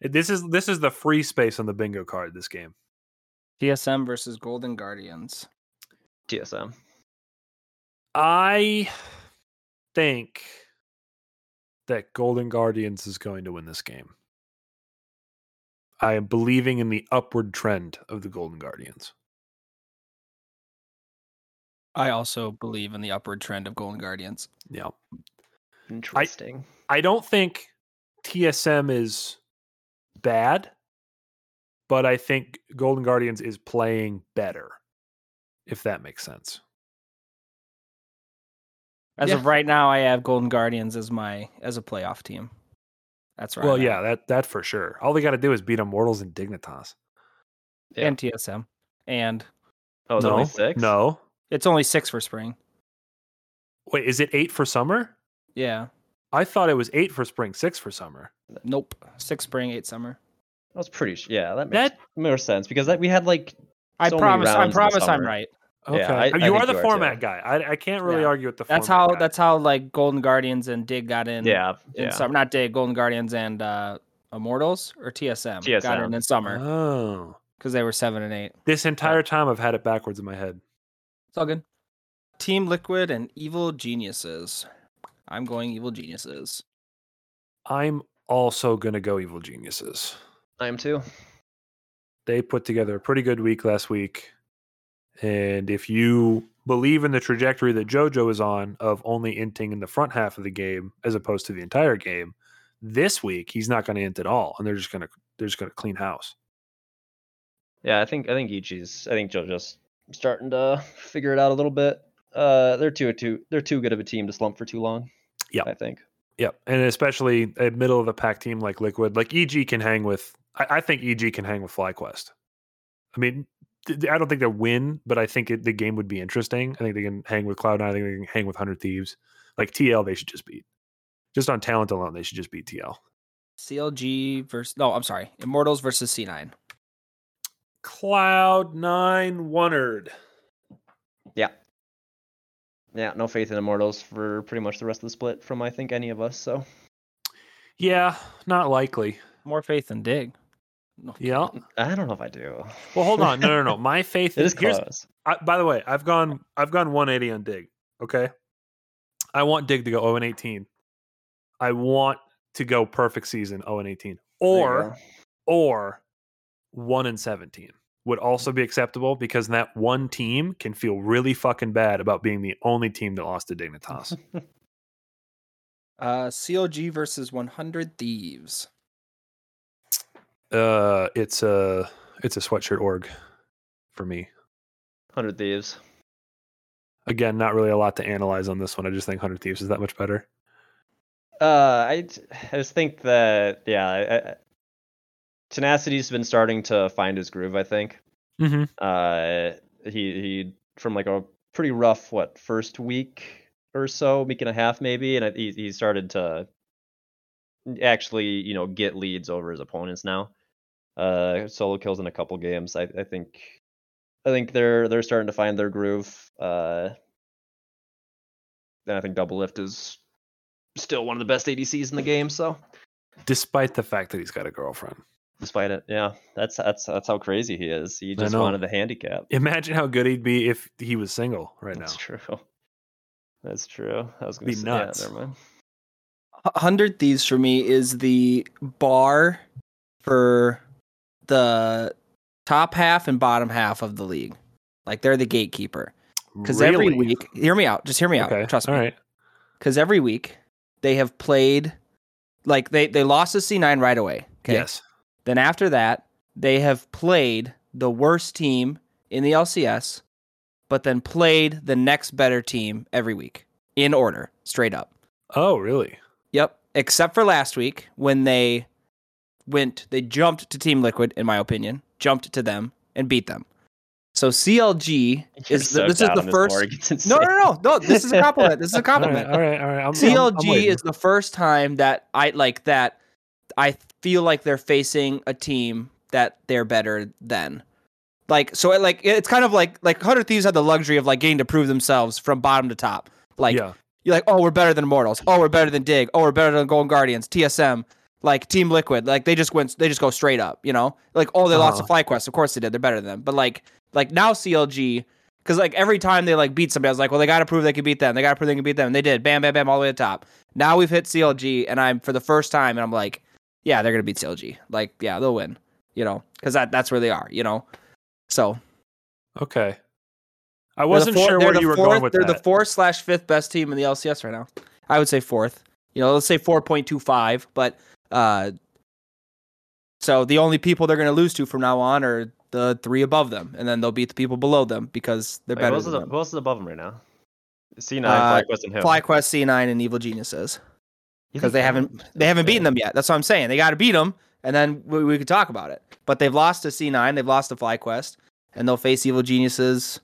[SPEAKER 2] It- This is this is the free space on the bingo card. This game.
[SPEAKER 4] TSM versus Golden Guardians.
[SPEAKER 3] TSM.
[SPEAKER 2] I think that Golden Guardians is going to win this game. I am believing in the upward trend of the Golden Guardians.
[SPEAKER 4] I also believe in the upward trend of Golden Guardians.
[SPEAKER 2] Yeah.
[SPEAKER 3] Interesting.
[SPEAKER 2] I don't think TSM is bad, but I think Golden Guardians is playing better, if that makes sense.
[SPEAKER 4] As
[SPEAKER 3] Yeah.
[SPEAKER 4] of right now, I have Golden Guardians as my as a playoff team. That's right.
[SPEAKER 2] Well, yeah, that that for sure. All they got to do is beat Immortals and Dignitas.
[SPEAKER 3] Yeah.
[SPEAKER 4] and TSM, and
[SPEAKER 3] oh, it's
[SPEAKER 2] no,
[SPEAKER 3] only six.
[SPEAKER 2] no.
[SPEAKER 4] it's only six for spring.
[SPEAKER 2] Wait, is it eight for summer?
[SPEAKER 4] Yeah.
[SPEAKER 2] I thought it was eight for spring, six for summer.
[SPEAKER 4] Nope. Six spring, eight summer.
[SPEAKER 3] That was pretty. Sh- yeah, that makes more sense because that we had like.
[SPEAKER 4] I
[SPEAKER 3] so many
[SPEAKER 4] promise. I
[SPEAKER 3] rounds in the
[SPEAKER 4] promise. I'm
[SPEAKER 3] summer.
[SPEAKER 4] right.
[SPEAKER 2] Okay, Uh,
[SPEAKER 3] I- I
[SPEAKER 2] you
[SPEAKER 3] think
[SPEAKER 2] are the
[SPEAKER 3] you are, too.
[SPEAKER 2] format guy. I, I can't really
[SPEAKER 4] Yeah.
[SPEAKER 2] argue with the.
[SPEAKER 4] That's how.
[SPEAKER 2] format guy.
[SPEAKER 4] That's how. Like Golden Guardians and Dig got in.
[SPEAKER 3] Yeah,
[SPEAKER 4] In
[SPEAKER 3] yeah.
[SPEAKER 4] summer, not Dig. Golden Guardians and uh Immortals or TSM, got in
[SPEAKER 3] TSM.
[SPEAKER 4] in summer
[SPEAKER 2] Oh,
[SPEAKER 4] because they were seven and eight.
[SPEAKER 2] this entire time I've had it backwards in my head.
[SPEAKER 4] It's all good. Team Liquid and Evil Geniuses. I'm going Evil Geniuses.
[SPEAKER 2] I'm also gonna go evil geniuses.
[SPEAKER 3] I am too.
[SPEAKER 2] They put together a pretty good week last week, and if you believe in the trajectory that JoJo is on of only inting in the front half of the game as opposed to the entire game, this week he's not going to int at all, and they're just gonna they're just gonna clean house.
[SPEAKER 3] Yeah, I think I think Ichi's. I think JoJo's starting to figure it out a little bit. Uh, they're too too they're too good of a team to slump for too long.
[SPEAKER 2] Yeah.
[SPEAKER 3] I think.
[SPEAKER 2] Yep. And especially a middle of the pack team like Liquid, like EG can hang with, I, I think EG can hang with FlyQuest. I mean, th- th- I don't think they'll win, but I think it, the game would be interesting. I think they can hang with Cloud9. I think they can hang with 100 Thieves. Like TL, they should just beat. Just on talent alone, they should just beat TL.
[SPEAKER 4] CLG versus no, I'm sorry. Immortals versus C9.
[SPEAKER 2] Cloud9 oneered.
[SPEAKER 3] Yeah, no faith in Immortals for pretty much the rest of the split from I think any of us. So
[SPEAKER 2] Yeah, not likely.
[SPEAKER 4] More faith than Dig. No,
[SPEAKER 2] Yeah.
[SPEAKER 3] I don't know if I do.
[SPEAKER 2] Well, hold on. No, no, no. My faith
[SPEAKER 3] it is
[SPEAKER 2] is here's,
[SPEAKER 3] close.
[SPEAKER 2] I, by the way, I've gone I've gone 180 on Dig. Okay, I want Dig to go 0 and 18. I want to go perfect season 0 and 18,
[SPEAKER 3] There you
[SPEAKER 2] or or 1 and 17 would
[SPEAKER 3] Mm.
[SPEAKER 2] also be acceptable because that one team can feel really fucking bad about being the only team that lost to Dignitas.
[SPEAKER 3] go.
[SPEAKER 4] Uh, CLG versus 100 Thieves.
[SPEAKER 2] uh, it's a it's a sweatshirt org for me.
[SPEAKER 3] Hundred thieves.
[SPEAKER 2] Again, not really a lot to analyze on this one. I just think Hundred Thieves is that much better.
[SPEAKER 3] Uh, I j- I just think that yeah, I, I, Tenacity's been starting to find his groove. I think.
[SPEAKER 2] Mm-hmm.
[SPEAKER 3] Uh, he he from like a pretty rough what first week or so, week and a half maybe, and I, he he started to actually you know get leads over his opponents now. Uh, solo kills in a couple games. I I think I think they're they're starting to find their groove. Uh, and I think double lift is still one of the best ADCs in the game. So
[SPEAKER 2] Despite the fact that he's got a girlfriend.
[SPEAKER 3] Despite it, yeah, that's that's that's how crazy he is. He
[SPEAKER 2] I
[SPEAKER 3] just
[SPEAKER 2] know.
[SPEAKER 3] wanted the handicap.
[SPEAKER 2] Imagine how good he'd be if he was single right now.
[SPEAKER 3] That's true. That's true. I was gonna
[SPEAKER 2] Be
[SPEAKER 3] say,
[SPEAKER 2] nuts.
[SPEAKER 3] Yeah, never mind.
[SPEAKER 4] 100 Thieves for me is the bar for the top half and bottom half of the league. Like they're the gatekeeper. Because every
[SPEAKER 2] Really?
[SPEAKER 4] week, hear me out. Just hear me out.
[SPEAKER 2] okay,
[SPEAKER 4] Trust me.
[SPEAKER 2] All right.
[SPEAKER 4] Because every week they have played, like they, they lost to C9 right away. Okay.
[SPEAKER 2] Yes.
[SPEAKER 4] Then after that, they have played the worst team in the LCS, but then played the next better team every week in order, straight up.
[SPEAKER 2] Oh, really?
[SPEAKER 4] Yep. Except for last week when they went, they jumped to Team Liquid, in my opinion, jumped to them and beat them. So CLG
[SPEAKER 3] You're
[SPEAKER 4] is the,
[SPEAKER 3] so
[SPEAKER 4] this is
[SPEAKER 3] down
[SPEAKER 4] the
[SPEAKER 3] on
[SPEAKER 4] first.
[SPEAKER 3] org. It's
[SPEAKER 4] No, no,
[SPEAKER 3] insane.
[SPEAKER 4] no, no. This is a compliment. This is a
[SPEAKER 2] All right.
[SPEAKER 4] compliment.
[SPEAKER 2] All right. All right. I'm- I'm- I'm
[SPEAKER 4] CLG
[SPEAKER 2] waiting.
[SPEAKER 4] is the first time that I like that I feel like they're facing a team that they're better than. Like so it- like it's kind of like like Hunter Thieves had the luxury of like getting to prove themselves from bottom to top. Like
[SPEAKER 2] yeah.
[SPEAKER 4] you're like, oh, we're better than Immortals. Oh, we're better than Dig. Oh, we're better than Golden Guardians. TSM, like Team Liquid, like they just went, they just go straight up. You know, like oh, they lost to FlyQuest. Of course they did. They're better than them. But like, like now CLG, because like every time they like beat somebody, I was like, well, they got to prove they can beat them. They got to prove they can beat them. And they did. Bam, bam, bam, all the way to the top. Now we've hit CLG, and I'm for the first time, and I'm like, yeah, they're gonna beat CLG. Like, yeah, they'll win. You know, because that that's where they are. You know, so
[SPEAKER 2] Okay. I
[SPEAKER 4] they're the
[SPEAKER 2] wasn't
[SPEAKER 4] four-
[SPEAKER 2] sure
[SPEAKER 4] they're
[SPEAKER 2] where
[SPEAKER 4] the
[SPEAKER 2] you were
[SPEAKER 4] fourth-
[SPEAKER 2] going with
[SPEAKER 4] they're
[SPEAKER 2] that.
[SPEAKER 4] the fourth slash fifth best team in the LCS right now. I would say fourth. You know, let's say four point two five, but uh, so the only people they're going to lose to from now on are the three above them, and then they'll beat the people below them because they're
[SPEAKER 3] Wait,
[SPEAKER 4] better
[SPEAKER 3] what's,
[SPEAKER 4] than
[SPEAKER 3] the,
[SPEAKER 4] them.
[SPEAKER 3] what's above him right now? C9,
[SPEAKER 4] Uh,
[SPEAKER 3] FlyQuest, and who?
[SPEAKER 4] FlyQuest, C nine, and Evil Geniuses
[SPEAKER 3] You think
[SPEAKER 4] because they
[SPEAKER 3] Fly-
[SPEAKER 4] haven't they haven't beaten them yet. That's what I'm saying. They got to beat them, and then we, we could talk about it. But they've lost to C nine, they've lost to FlyQuest, and they'll face Evil Geniuses,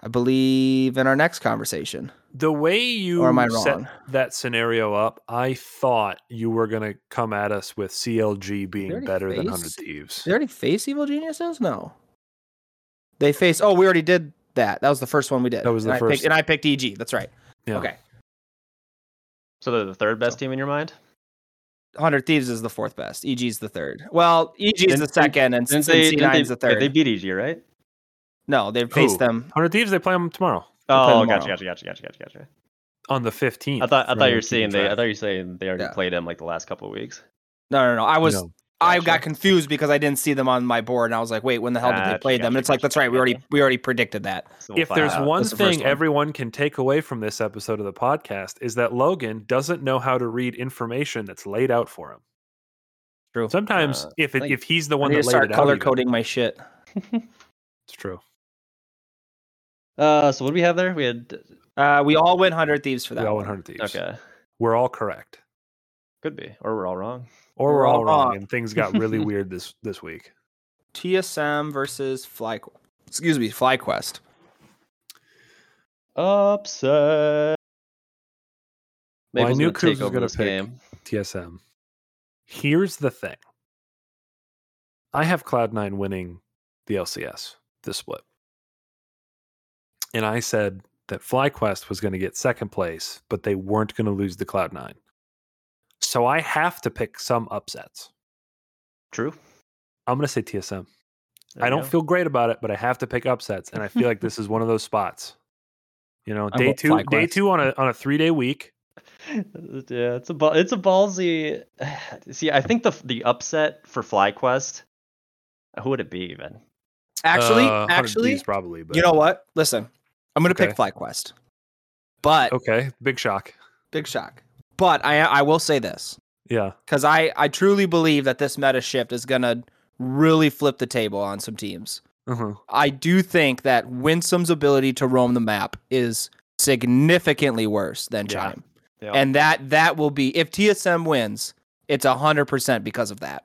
[SPEAKER 4] I believe, in our next conversation.
[SPEAKER 2] The way you
[SPEAKER 4] Or am I
[SPEAKER 2] set
[SPEAKER 4] wrong?
[SPEAKER 2] that scenario up, I thought you were going to come at us with CLG being
[SPEAKER 4] already
[SPEAKER 2] better than 100
[SPEAKER 4] faced-
[SPEAKER 2] Thieves.
[SPEAKER 4] Did they already face evil geniuses? No. They face. Oh, we already did that. That was the first one we did.
[SPEAKER 2] That was the
[SPEAKER 4] and I
[SPEAKER 2] first.
[SPEAKER 4] picked, and I picked EG. That's right.
[SPEAKER 2] Yeah.
[SPEAKER 4] Okay.
[SPEAKER 3] So they're the third best team in your mind?
[SPEAKER 4] Hundred Thieves is the fourth best. EG is the third. Well, EG is
[SPEAKER 3] Didn't-
[SPEAKER 4] the second, and
[SPEAKER 3] Didn't
[SPEAKER 4] C
[SPEAKER 3] didn't
[SPEAKER 4] nine is the
[SPEAKER 3] they-
[SPEAKER 4] third.
[SPEAKER 3] They beat EG, right?
[SPEAKER 4] no, they've faced them.
[SPEAKER 2] 100 Thieves, they play them tomorrow
[SPEAKER 4] play
[SPEAKER 3] Oh,
[SPEAKER 4] tomorrow.
[SPEAKER 3] gotcha, gotcha, gotcha, gotcha, gotcha, gotcha.
[SPEAKER 2] on the 15th.
[SPEAKER 3] I thought I
[SPEAKER 2] for
[SPEAKER 3] thought you
[SPEAKER 2] anyone
[SPEAKER 3] were
[SPEAKER 2] keeping
[SPEAKER 3] saying they I
[SPEAKER 2] track.
[SPEAKER 3] thought you were saying they already
[SPEAKER 4] Yeah.
[SPEAKER 3] played him like the last couple of weeks.
[SPEAKER 4] No, no, no. I was.
[SPEAKER 2] No.
[SPEAKER 4] I
[SPEAKER 3] Gotcha.
[SPEAKER 4] got confused because I didn't see them on my board, and I was like, "Wait, when the hell did they
[SPEAKER 3] Gotcha,
[SPEAKER 4] play them?" And
[SPEAKER 3] gotcha,
[SPEAKER 4] it's like,
[SPEAKER 3] gotcha,
[SPEAKER 4] "That's right. We already
[SPEAKER 3] gotcha.
[SPEAKER 4] we already predicted that."
[SPEAKER 3] So we'll
[SPEAKER 2] if
[SPEAKER 3] find
[SPEAKER 2] there's
[SPEAKER 3] out.
[SPEAKER 2] one
[SPEAKER 4] That's the first
[SPEAKER 2] thing
[SPEAKER 4] one.
[SPEAKER 2] everyone can take away from this episode of the podcast is that Logan doesn't know how to read information that's laid out for him.
[SPEAKER 4] True.
[SPEAKER 2] Sometimes
[SPEAKER 3] Uh,
[SPEAKER 2] if it,
[SPEAKER 3] like,
[SPEAKER 2] if he's the
[SPEAKER 4] I
[SPEAKER 2] one
[SPEAKER 4] need to
[SPEAKER 2] that laid
[SPEAKER 4] start
[SPEAKER 2] it out,
[SPEAKER 4] color
[SPEAKER 2] even,
[SPEAKER 4] coding my shit.
[SPEAKER 2] it's true.
[SPEAKER 3] Uh, so what do we have there? We had
[SPEAKER 4] Uh, we all went hundred thieves for that.
[SPEAKER 2] We all
[SPEAKER 4] one.
[SPEAKER 2] 100 Thieves.
[SPEAKER 3] okay,
[SPEAKER 2] We're all correct,
[SPEAKER 3] could be, or we're all wrong.
[SPEAKER 2] or we're,
[SPEAKER 4] We're
[SPEAKER 2] all
[SPEAKER 4] all
[SPEAKER 2] wrong,
[SPEAKER 4] wrong.
[SPEAKER 2] and things got really weird this this week.
[SPEAKER 4] TSM versus Fly. Excuse me, FlyQuest.
[SPEAKER 3] Upset.
[SPEAKER 2] Well, I
[SPEAKER 3] Maple's
[SPEAKER 2] knew
[SPEAKER 3] gonna
[SPEAKER 2] Cruz
[SPEAKER 3] take
[SPEAKER 2] was
[SPEAKER 3] over
[SPEAKER 2] gonna
[SPEAKER 3] this
[SPEAKER 2] pick-
[SPEAKER 3] game.
[SPEAKER 2] TSM. Here's the thing. I have Cloud9 winning the LCS this split. And I said that FlyQuest was going to get second place, but they weren't going to lose the Cloud9. So I have to pick some upsets.
[SPEAKER 3] True.
[SPEAKER 2] I'm going to say TSM.
[SPEAKER 3] There
[SPEAKER 2] I
[SPEAKER 3] you
[SPEAKER 2] don't
[SPEAKER 3] go.
[SPEAKER 2] feel great about it, but I have to pick upsets, and I feel like this is one of those spots. You know,
[SPEAKER 4] I
[SPEAKER 2] day
[SPEAKER 4] want
[SPEAKER 2] two, day
[SPEAKER 4] FlyQuest.
[SPEAKER 2] two on a on a three day week.
[SPEAKER 3] yeah, it's a ba- it's a ballsy. See, I think the the upset for FlyQuest. Who would it be even?
[SPEAKER 4] Actually,
[SPEAKER 2] Uh, 100
[SPEAKER 4] actually,
[SPEAKER 2] Thieves probably. But
[SPEAKER 4] you know what? Listen, I'm gonna pick
[SPEAKER 2] Okay.
[SPEAKER 4] FlyQuest, but
[SPEAKER 2] okay, big shock.
[SPEAKER 4] big shock. But I I will say this
[SPEAKER 2] Yeah,
[SPEAKER 4] because I I truly believe that this meta shift is gonna really flip the table on some teams.
[SPEAKER 2] uh-huh.
[SPEAKER 4] I do think that Winsome's ability to roam the map is significantly worse than
[SPEAKER 2] Yeah.
[SPEAKER 4] Chime,
[SPEAKER 3] Yeah.
[SPEAKER 4] and that that will be if TSM wins, it's hundred percent because of that.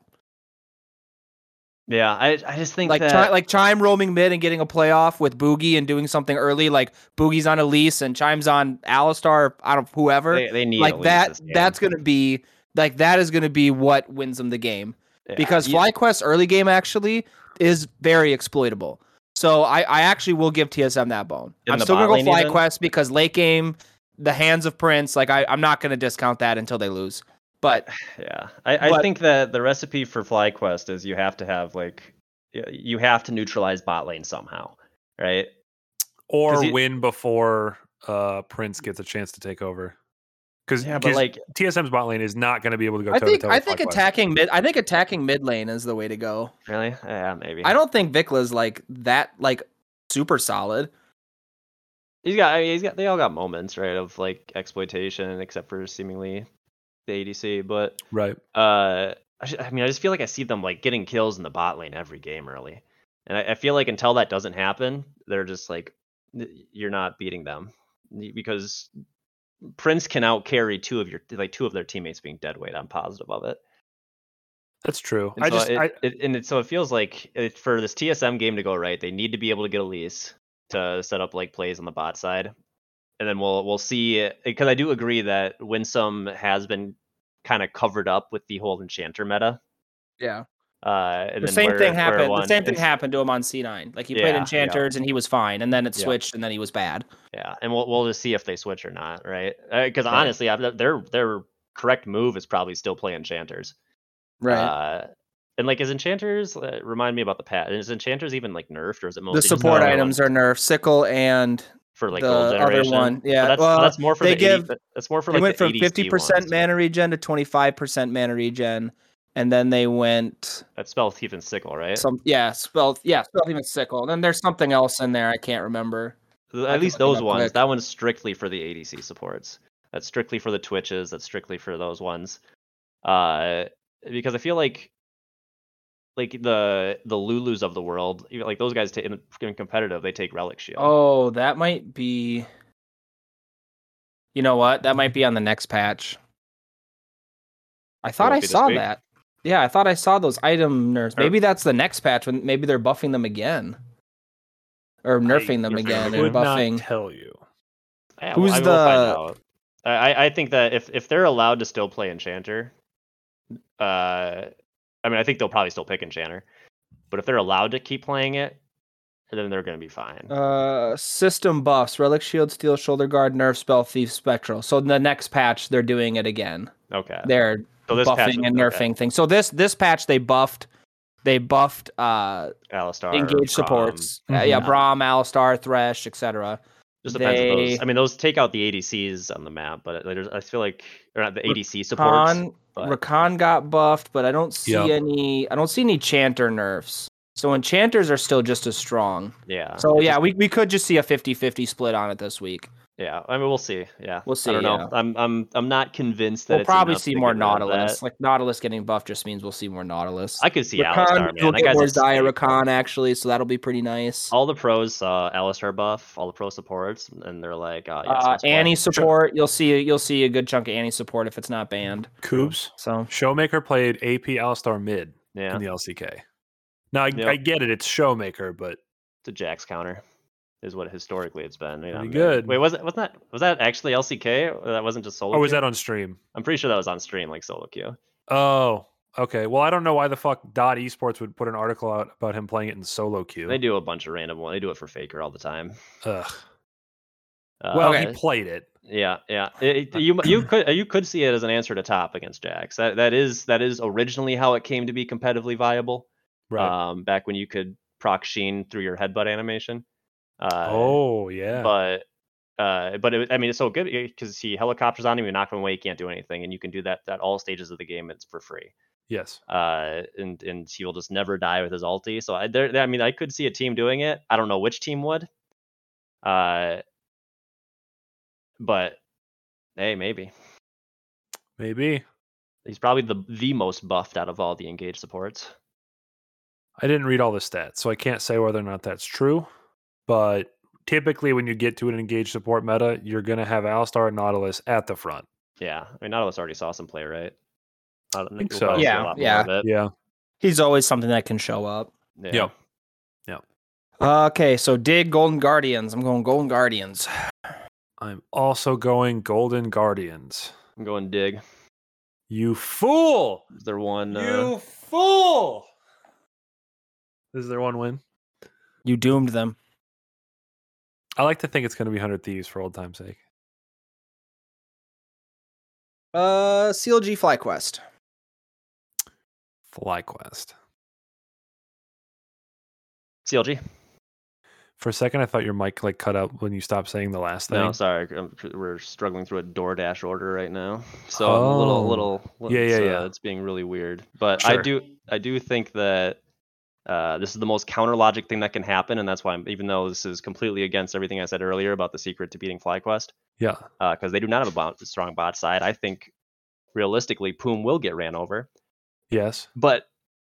[SPEAKER 3] yeah, I I just think
[SPEAKER 4] like
[SPEAKER 3] that
[SPEAKER 4] chi- like chime roaming mid and getting a playoff with Boogie and doing something early, like Boogie's on Elise and Chime's on Alistar, I don't whoever.
[SPEAKER 3] they, they need
[SPEAKER 4] like
[SPEAKER 3] at least
[SPEAKER 4] that
[SPEAKER 3] this game.
[SPEAKER 4] that's gonna be like that is gonna be what wins them the game.
[SPEAKER 3] Yeah,
[SPEAKER 4] Because
[SPEAKER 3] you-
[SPEAKER 4] FlyQuest early game actually is very exploitable. So I, I actually will give TSM that bone.
[SPEAKER 3] In
[SPEAKER 4] I'm
[SPEAKER 3] the
[SPEAKER 4] still gonna
[SPEAKER 3] bot
[SPEAKER 4] go
[SPEAKER 3] lane even?
[SPEAKER 4] FlyQuest because late game, the hands of Prince, like I, I'm not gonna discount that until they lose. But
[SPEAKER 3] Yeah, I, I
[SPEAKER 4] But-
[SPEAKER 3] think that the recipe for FlyQuest is you have to have like y- you have to neutralize bot lane somehow, right?
[SPEAKER 2] or
[SPEAKER 3] 'Cause you-
[SPEAKER 2] win before uh, Prince gets a chance to take over. Because
[SPEAKER 3] Yeah, but like
[SPEAKER 2] TSM's bot lane is not going to be able to go.
[SPEAKER 4] I think
[SPEAKER 2] toe-to-toe
[SPEAKER 4] I
[SPEAKER 2] with
[SPEAKER 4] think
[SPEAKER 2] FlyQuest.
[SPEAKER 4] attacking mid I think attacking mid lane is the way to go.
[SPEAKER 3] really, yeah, maybe.
[SPEAKER 4] I don't think Vikla's like that like super solid.
[SPEAKER 3] He's got. I mean, he's got. They all got moments, right, of like exploitation, except for seemingly the ADC. But
[SPEAKER 2] right.
[SPEAKER 3] uh, I, ju- I mean, I just feel like I see them like getting kills in the bot lane every game early, and I, I feel like until that doesn't happen, they're just like n- you're not beating them N- because Prince can out carry two of your like two of their teammates being dead weight. I'm positive of it.
[SPEAKER 2] That's true.
[SPEAKER 3] And
[SPEAKER 2] I
[SPEAKER 3] so
[SPEAKER 2] just
[SPEAKER 3] it,
[SPEAKER 2] I,
[SPEAKER 3] it, and it, so it feels like it, for this TSM game to go right, they need to be able to get Elise to set up like plays on the bot side, and then we'll we'll see. Because I do agree that Winsome has been kind of covered up with the whole Enchanter meta.
[SPEAKER 4] Yeah.
[SPEAKER 3] Uh, and
[SPEAKER 4] The
[SPEAKER 3] then
[SPEAKER 4] same
[SPEAKER 3] where-
[SPEAKER 4] thing
[SPEAKER 3] where
[SPEAKER 4] happened. The
[SPEAKER 3] one-
[SPEAKER 4] same thing
[SPEAKER 3] and-
[SPEAKER 4] happened to him on C9. Like he
[SPEAKER 3] Yeah,
[SPEAKER 4] played
[SPEAKER 3] yeah.
[SPEAKER 4] enchanters and he was fine and then it
[SPEAKER 3] Yeah.
[SPEAKER 4] switched and then he was bad.
[SPEAKER 3] Yeah, and we'll we'll just see if they switch or not, right? Because
[SPEAKER 4] Right.
[SPEAKER 3] honestly, I've, their their correct move is probably still play Enchanters. Uh, and like, is Enchanters uh, remind me about the pat? Is Enchanters even like nerfed, or is it mostly
[SPEAKER 4] the
[SPEAKER 3] just
[SPEAKER 4] support
[SPEAKER 3] other
[SPEAKER 4] items
[SPEAKER 3] ones?
[SPEAKER 4] are nerfed. Sickle and
[SPEAKER 3] for like
[SPEAKER 4] the
[SPEAKER 3] old
[SPEAKER 4] other
[SPEAKER 3] generation.
[SPEAKER 4] one.
[SPEAKER 3] But
[SPEAKER 4] Yeah,
[SPEAKER 3] that's,
[SPEAKER 4] well,
[SPEAKER 3] that's more for
[SPEAKER 4] they
[SPEAKER 3] the 80,
[SPEAKER 4] give-
[SPEAKER 3] but that's more for
[SPEAKER 4] they
[SPEAKER 3] like
[SPEAKER 4] went
[SPEAKER 3] the
[SPEAKER 4] from 50%
[SPEAKER 3] 50%
[SPEAKER 4] mana regen to 25% mana regen and then they went
[SPEAKER 3] That's spell thief and sickle, right?
[SPEAKER 4] some yeah, spell yeah, spell even sickle. And then there's something else in there I can't remember.
[SPEAKER 3] Th-
[SPEAKER 4] I
[SPEAKER 3] At
[SPEAKER 4] can
[SPEAKER 3] least
[SPEAKER 4] look it
[SPEAKER 3] those
[SPEAKER 4] up
[SPEAKER 3] ones.
[SPEAKER 4] quick.
[SPEAKER 3] That one's strictly for the ADC supports. That's strictly for the Twitches. That's strictly for those ones. Uh, because I feel like like the the Lulus of the world, even like those guys ta- in, in competitive, they take relic shield.
[SPEAKER 4] Oh, that might be. You know what? That might be on the next patch. I thought
[SPEAKER 3] won't
[SPEAKER 4] I
[SPEAKER 3] be this
[SPEAKER 4] saw
[SPEAKER 3] week? Er
[SPEAKER 4] that. Yeah, I thought I saw those item nerfs.
[SPEAKER 3] Or-
[SPEAKER 4] Maybe that's the next patch when maybe they're buffing them again, or nerfing them
[SPEAKER 3] nerfing
[SPEAKER 4] again,
[SPEAKER 3] them
[SPEAKER 4] or
[SPEAKER 2] would not
[SPEAKER 4] buffing.
[SPEAKER 2] tell you.
[SPEAKER 3] Yeah,
[SPEAKER 4] Who's
[SPEAKER 3] I will find
[SPEAKER 4] the-
[SPEAKER 3] out. I I- I think that if if they're allowed to still play enchanter, uh, I mean I think they'll probably still pick enchanter, but if they're allowed to keep playing it, then they're gonna be fine.
[SPEAKER 4] Uh, system buffs: relic shield, steel shoulder guard, nerf spell, thief, spectral. So the next patch they're doing it again.
[SPEAKER 3] okay,
[SPEAKER 4] They're
[SPEAKER 3] so this patch
[SPEAKER 4] buffing
[SPEAKER 3] was-
[SPEAKER 4] and
[SPEAKER 3] okay,
[SPEAKER 4] nerfing things. So this this patch they buffed, they buffed uh
[SPEAKER 3] Alistar, um, Braum,
[SPEAKER 4] engage supports. Uh,
[SPEAKER 2] Mhm.
[SPEAKER 3] Yeah.
[SPEAKER 4] yeah, Braum, Alistar, Thresh, etc.
[SPEAKER 3] Just depends. on
[SPEAKER 4] they-
[SPEAKER 3] those. I mean, those take out the ADCs on the map, but like, there's, I feel like or not the ADC supports.
[SPEAKER 4] Rakan,
[SPEAKER 3] but-
[SPEAKER 4] Rakan got buffed, but I don't see
[SPEAKER 2] Yep.
[SPEAKER 4] any. I don't see any Chanter nerfs. So enchanters are still just as strong.
[SPEAKER 3] yeah.
[SPEAKER 4] So
[SPEAKER 3] it
[SPEAKER 4] yeah,
[SPEAKER 3] Uh, just-
[SPEAKER 4] we, we could just see a 50-50 split on it this week.
[SPEAKER 3] yeah. I mean, we'll see. Yeah,
[SPEAKER 4] We'll see,
[SPEAKER 3] I don't
[SPEAKER 4] yeah.
[SPEAKER 3] know. I'm I'm I'm not convinced that
[SPEAKER 4] We'll
[SPEAKER 3] it's
[SPEAKER 4] probably
[SPEAKER 3] enough
[SPEAKER 4] see
[SPEAKER 3] to
[SPEAKER 4] more
[SPEAKER 3] get rid of that.
[SPEAKER 4] Nautilus. Like Nautilus getting buffed just means we'll see more Nautilus.
[SPEAKER 3] I could see Alistar,
[SPEAKER 4] Rakan,
[SPEAKER 3] man.
[SPEAKER 4] you'll
[SPEAKER 3] That
[SPEAKER 4] get
[SPEAKER 3] guy's
[SPEAKER 4] more
[SPEAKER 3] a
[SPEAKER 4] Zaya
[SPEAKER 3] snake.
[SPEAKER 4] Rakan actually, so that'll be pretty nice.
[SPEAKER 3] all the pros saw Alistar buff, all the pro supports, and they're like, oh, yes,
[SPEAKER 4] Uh,
[SPEAKER 3] let's play."
[SPEAKER 4] Annie support, you'll see you'll see a good chunk of Annie support if it's not banned.
[SPEAKER 2] Coops
[SPEAKER 4] So
[SPEAKER 2] Showmaker played AP Alistar mid
[SPEAKER 3] Yeah,
[SPEAKER 2] in the LCK. Now I,
[SPEAKER 3] Yep.
[SPEAKER 2] I get it. It's Showmaker, but
[SPEAKER 3] it's a Jax counter, is what historically it's been. You know,
[SPEAKER 2] Pretty
[SPEAKER 3] mid.
[SPEAKER 2] good.
[SPEAKER 3] Wait, was it? Was that? Was that actually LCK? Or that wasn't just solo.
[SPEAKER 2] oh, was
[SPEAKER 3] queue?
[SPEAKER 2] that on stream?
[SPEAKER 3] I'm pretty sure that was on stream, like solo queue.
[SPEAKER 2] Oh, okay. Well, I don't know why the fuck Dot Esports would put an article out about him playing it in solo queue.
[SPEAKER 3] They do a bunch of random one. They do it for Faker all the time.
[SPEAKER 2] Ugh.
[SPEAKER 3] Uh,
[SPEAKER 2] Well,
[SPEAKER 4] Okay.
[SPEAKER 2] he played it.
[SPEAKER 3] yeah, yeah. It- it- you m- you could you could see it as an answer to top against Jax. That that is that is originally how it came to be competitively viable.
[SPEAKER 2] Right.
[SPEAKER 3] Um, back when you could proc Sheen through your headbutt animation. Uh,
[SPEAKER 2] oh yeah.
[SPEAKER 3] but uh, but it, I mean, it's so good because he helicopters on him, you knock him away, he can't do anything, and you can do that at all stages of the game. It's for free,
[SPEAKER 2] yes.
[SPEAKER 3] uh, and and he will just never die with his ulti. So I, there, I mean, I could see a team doing it. I don't know which team would, uh, but hey, maybe
[SPEAKER 2] Maybe.
[SPEAKER 3] he's probably the the most buffed out of all the engaged supports.
[SPEAKER 2] I didn't read all the stats, so I can't say whether or not that's true. But typically, when you get to an engaged support meta, you're going to have Alistar and Nautilus at the front.
[SPEAKER 3] Yeah, I mean, Nautilus already saw some play, right? I don't
[SPEAKER 2] Think
[SPEAKER 3] we'll
[SPEAKER 2] so.
[SPEAKER 3] probably see a
[SPEAKER 4] Yeah,
[SPEAKER 3] lot more
[SPEAKER 4] yeah.
[SPEAKER 3] of it.
[SPEAKER 2] Yeah.
[SPEAKER 4] he's always something that can show up.
[SPEAKER 3] yeah,
[SPEAKER 2] Yep.
[SPEAKER 4] Okay, so dig Golden Guardians. I'm going Golden Guardians.
[SPEAKER 2] I'm also going Golden Guardians.
[SPEAKER 3] I'm going dig.
[SPEAKER 2] You fool!
[SPEAKER 3] Is there one? Uh,
[SPEAKER 2] You fool! Is there one win?
[SPEAKER 4] You doomed them.
[SPEAKER 2] I like to think it's going to be 100 Thieves for old time's sake.
[SPEAKER 4] Uh, CLG FlyQuest.
[SPEAKER 2] FlyQuest.
[SPEAKER 3] CLG.
[SPEAKER 2] For a second, I thought your mic like cut out when you stopped saying the last thing.
[SPEAKER 3] No, sorry, I'm- we're struggling through a DoorDash order right now, so I'm a little,
[SPEAKER 2] Oh.
[SPEAKER 3] little,
[SPEAKER 2] Yeah, yeah,
[SPEAKER 3] it's, uh,
[SPEAKER 2] yeah.
[SPEAKER 3] It's being really weird, but I
[SPEAKER 2] Sure.
[SPEAKER 3] do, I do think that uh, this is the most counter logic thing that can happen, and that's why, I'm, even though this is completely against everything I said earlier about the secret to beating FlyQuest,
[SPEAKER 2] yeah.
[SPEAKER 3] because they do not have a bot, strong bot side, I think realistically, Poom will get ran over.
[SPEAKER 2] Yes.
[SPEAKER 3] But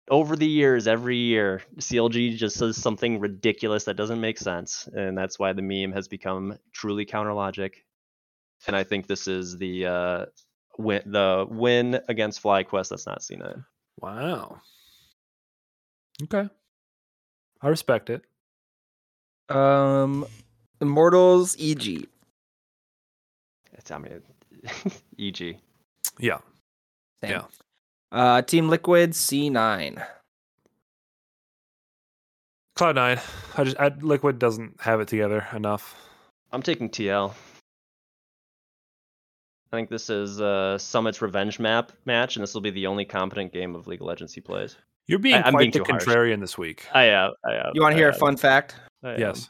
[SPEAKER 3] over the years, every year, CLG just says something ridiculous that doesn't make sense, and that's why the meme has become truly counter logic. And I think this is the uh, win, the win against FlyQuest that's not C9.
[SPEAKER 2] Wow. Okay. I respect it.
[SPEAKER 4] Um, Immortals E EG.
[SPEAKER 3] It's, I mean, E EG.
[SPEAKER 2] Yeah.
[SPEAKER 4] Same.
[SPEAKER 2] Yeah.
[SPEAKER 4] Uh, Team Liquid C9.
[SPEAKER 2] Cloud nine. I just I, Liquid doesn't have it together enough.
[SPEAKER 3] I'm taking TL. I think this is uh, Summit's revenge map match, and this will be the only competent game of League of Legends he plays.
[SPEAKER 2] You're being
[SPEAKER 3] I'm
[SPEAKER 2] quite
[SPEAKER 3] being
[SPEAKER 2] the
[SPEAKER 3] too harsh.
[SPEAKER 2] contrarian this week.
[SPEAKER 3] I am. I am.
[SPEAKER 4] You want
[SPEAKER 3] I
[SPEAKER 4] to hear a
[SPEAKER 3] am,
[SPEAKER 4] fun fact?
[SPEAKER 3] I um, am.
[SPEAKER 2] yes.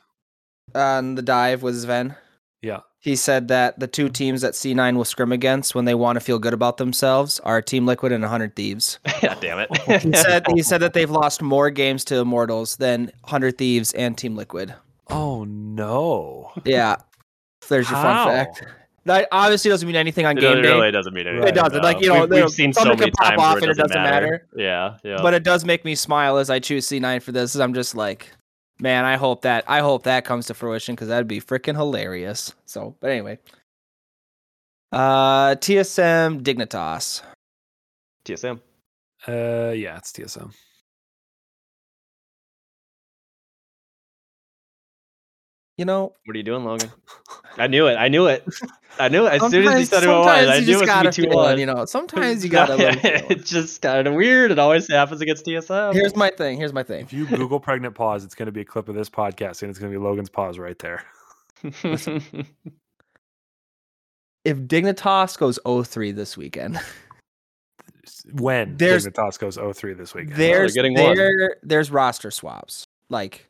[SPEAKER 4] On the dive was Sven.
[SPEAKER 2] Yeah.
[SPEAKER 4] He said that the two teams that C9 will scrim against when they want to feel good about themselves are Team Liquid and 100 Thieves.
[SPEAKER 3] God damn it.
[SPEAKER 4] He said he said that they've lost more games to Immortals than 100 Thieves and Team Liquid.
[SPEAKER 2] Oh no.
[SPEAKER 4] Yeah. There's your
[SPEAKER 2] How?
[SPEAKER 4] fun fact. That obviously doesn't mean anything on
[SPEAKER 3] It
[SPEAKER 4] game
[SPEAKER 3] doesn't- it
[SPEAKER 4] day,
[SPEAKER 3] really doesn't mean anything.
[SPEAKER 4] doesn't,
[SPEAKER 3] no.
[SPEAKER 4] like, you know,
[SPEAKER 3] we've,
[SPEAKER 4] there-
[SPEAKER 3] we've seen so
[SPEAKER 4] something
[SPEAKER 3] many
[SPEAKER 4] can pop
[SPEAKER 3] times
[SPEAKER 4] off
[SPEAKER 3] where it
[SPEAKER 4] and it
[SPEAKER 3] doesn't,
[SPEAKER 4] doesn't
[SPEAKER 3] matter. Yeah, yeah.
[SPEAKER 4] but it does make me smile as I choose C9 for this. I'm just like, man, I hope that I hope that comes to fruition because that'd be freaking hilarious. So, but anyway, uh, TSM Dignitas.
[SPEAKER 3] TSM.
[SPEAKER 2] Uh yeah, it's TSM.
[SPEAKER 4] You know,
[SPEAKER 3] What are you doing, Logan? I knew it. I knew it. I knew it. As soon as you
[SPEAKER 4] sometimes-
[SPEAKER 3] said it was,
[SPEAKER 4] sometimes
[SPEAKER 3] I
[SPEAKER 4] you
[SPEAKER 3] knew
[SPEAKER 4] just
[SPEAKER 3] it was
[SPEAKER 4] gotta
[SPEAKER 3] gonna be two
[SPEAKER 4] feel it,
[SPEAKER 3] one.
[SPEAKER 4] You know, sometimes you gotta. let it feel it.
[SPEAKER 3] it's just kind of weird. It always happens against TSM.
[SPEAKER 4] Here's my thing. Here's my thing.
[SPEAKER 2] If you Google pregnant pause, it's gonna be a clip of this podcast and it's gonna be Logan's pause right there.
[SPEAKER 4] If Dignitas goes 03 this weekend,
[SPEAKER 2] When
[SPEAKER 4] There's-
[SPEAKER 2] Dignitas goes 03 this weekend.
[SPEAKER 4] there's
[SPEAKER 3] getting one.
[SPEAKER 4] there, there's roster swaps. Like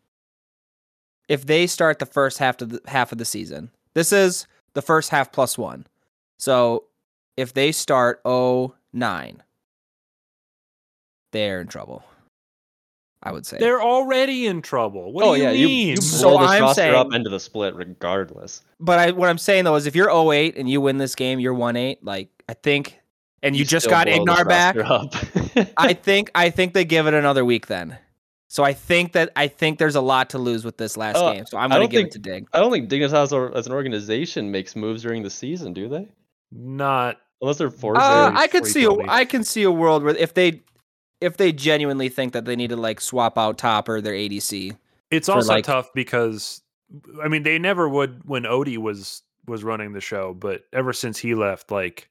[SPEAKER 4] if they start the first half of the half of the season, this is the first half plus one. So if they start 09, they're in trouble. I would say.
[SPEAKER 2] They're already in trouble. What
[SPEAKER 3] oh
[SPEAKER 2] do you
[SPEAKER 3] yeah, you,
[SPEAKER 2] mean?
[SPEAKER 3] you blow
[SPEAKER 4] So
[SPEAKER 3] this
[SPEAKER 4] I'm
[SPEAKER 3] roster up
[SPEAKER 4] saying-
[SPEAKER 3] into the split regardless.
[SPEAKER 4] but I, what I'm saying though is if you're 08 and you win this game, you're 1 8. Like I think, and you, just
[SPEAKER 3] still
[SPEAKER 4] got
[SPEAKER 3] blow this
[SPEAKER 4] Ignar back.
[SPEAKER 3] roster up.
[SPEAKER 4] I think I think they give it another week then. So I think that I think there's a lot to lose with this last
[SPEAKER 3] Uh,
[SPEAKER 4] game. So I'm
[SPEAKER 3] I
[SPEAKER 4] gonna
[SPEAKER 3] don't
[SPEAKER 4] give
[SPEAKER 3] think-
[SPEAKER 4] it to Dig.
[SPEAKER 3] I don't think Dignitas or- as an organization makes moves during the season, do they?
[SPEAKER 2] Not
[SPEAKER 3] Unless they're forced.
[SPEAKER 4] Uh,
[SPEAKER 2] very
[SPEAKER 4] I could see a,
[SPEAKER 2] frequently.
[SPEAKER 4] I can see a world where if they if they genuinely think that they need to like swap out top or their ADC.
[SPEAKER 2] It's
[SPEAKER 4] for,
[SPEAKER 2] also
[SPEAKER 4] like-
[SPEAKER 2] tough because I mean they never would when Odie was was running the show, but ever since he left, like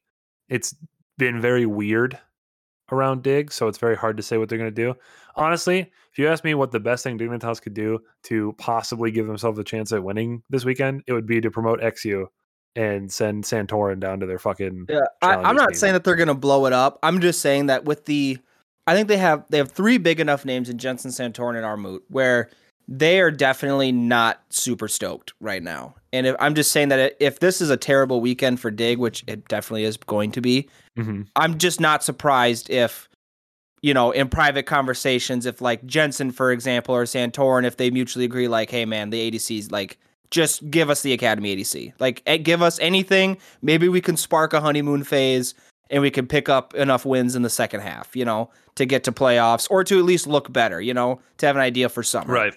[SPEAKER 2] it's been very weird around Dig, so it's very hard to say what they're gonna do. Honestly, if you ask me what the best thing Dignitas could do to possibly give themselves a chance at winning this weekend, it would be to promote XU and send Santorin down to their fucking
[SPEAKER 4] Yeah, I, I'm
[SPEAKER 2] Challenges
[SPEAKER 4] not
[SPEAKER 2] team.
[SPEAKER 4] saying that they're gonna blow it up. I'm just saying that with the, I think they have they have three big enough names in Jensen Santorin and Armut where they are definitely not super stoked right now. And if, I'm just saying that i- if this is a terrible weekend for Dig, which it definitely is going to be,
[SPEAKER 2] Mhm.
[SPEAKER 4] I'm just not surprised if, you know, in private conversations, if like Jensen, for example, or Santorin, if they mutually agree, like, hey, man, the ADC's like, just give us the Academy ADC. Like, eh, give us anything. Maybe we can spark a honeymoon phase and we can pick up enough wins in the second half, you know, to get to playoffs or to at least look better, you know, to have an idea for summer.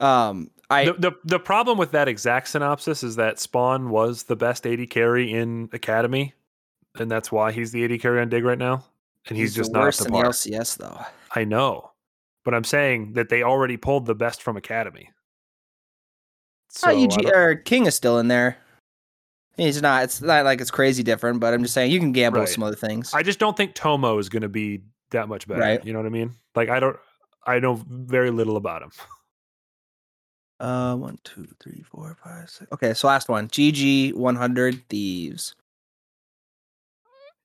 [SPEAKER 4] Um, I,
[SPEAKER 2] the, the the problem with that exact synopsis is that Spawn was the best AD carry in Academy, and that's why he's the AD carry on Dig right now, and he's, just
[SPEAKER 4] the
[SPEAKER 2] not up
[SPEAKER 4] worst
[SPEAKER 2] to
[SPEAKER 4] in
[SPEAKER 2] par.
[SPEAKER 4] the LCS though.
[SPEAKER 2] I know, but I'm saying that they already pulled the best from Academy. So
[SPEAKER 4] Ah,
[SPEAKER 2] I
[SPEAKER 4] UG,
[SPEAKER 2] don't-
[SPEAKER 4] or King is still in there. He's not. It's not like it's crazy different, but I'm just saying you can gamble with
[SPEAKER 2] Right.
[SPEAKER 4] some other things.
[SPEAKER 2] I just don't think Tomo is going to be that much better.
[SPEAKER 4] Right.
[SPEAKER 2] You know what I mean? Like I don't, I know very little about him.
[SPEAKER 4] Uh, one, two, three, four, five, six. Okay, so last one. GG 100 Thieves.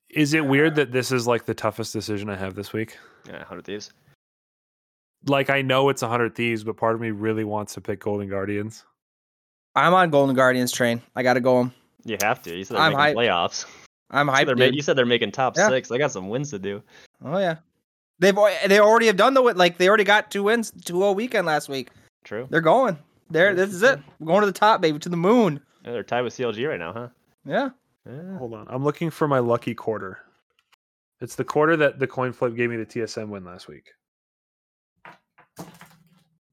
[SPEAKER 2] Is it weird that this is like the toughest decision I have this week?
[SPEAKER 3] Yeah, Hundred Thieves.
[SPEAKER 2] Like I know it's 100 Thieves, but part of me really wants to pick Golden Guardians.
[SPEAKER 4] I'm on Golden Guardians train. I gotta go 'em.
[SPEAKER 3] You have to. You said they're
[SPEAKER 4] I'm
[SPEAKER 3] making playoffs.
[SPEAKER 4] I'm
[SPEAKER 3] So
[SPEAKER 4] hyped.
[SPEAKER 3] they're ma-
[SPEAKER 4] dude.
[SPEAKER 3] you said they're making top
[SPEAKER 4] Yeah.
[SPEAKER 3] six. They got some wins to do.
[SPEAKER 4] Oh yeah, they've al- they already have done the win. Like they already got two wins, two all weekend last week.
[SPEAKER 3] True.
[SPEAKER 4] They're going. There,
[SPEAKER 3] Yes,
[SPEAKER 4] this is it. We're going to the top, baby, to the moon.
[SPEAKER 3] Yeah, they're tied with CLG right now, huh?
[SPEAKER 4] Yeah.
[SPEAKER 3] Yeah.
[SPEAKER 2] Hold on. I'm looking for my lucky quarter. It's the quarter that the coin flip gave me the TSM win last week.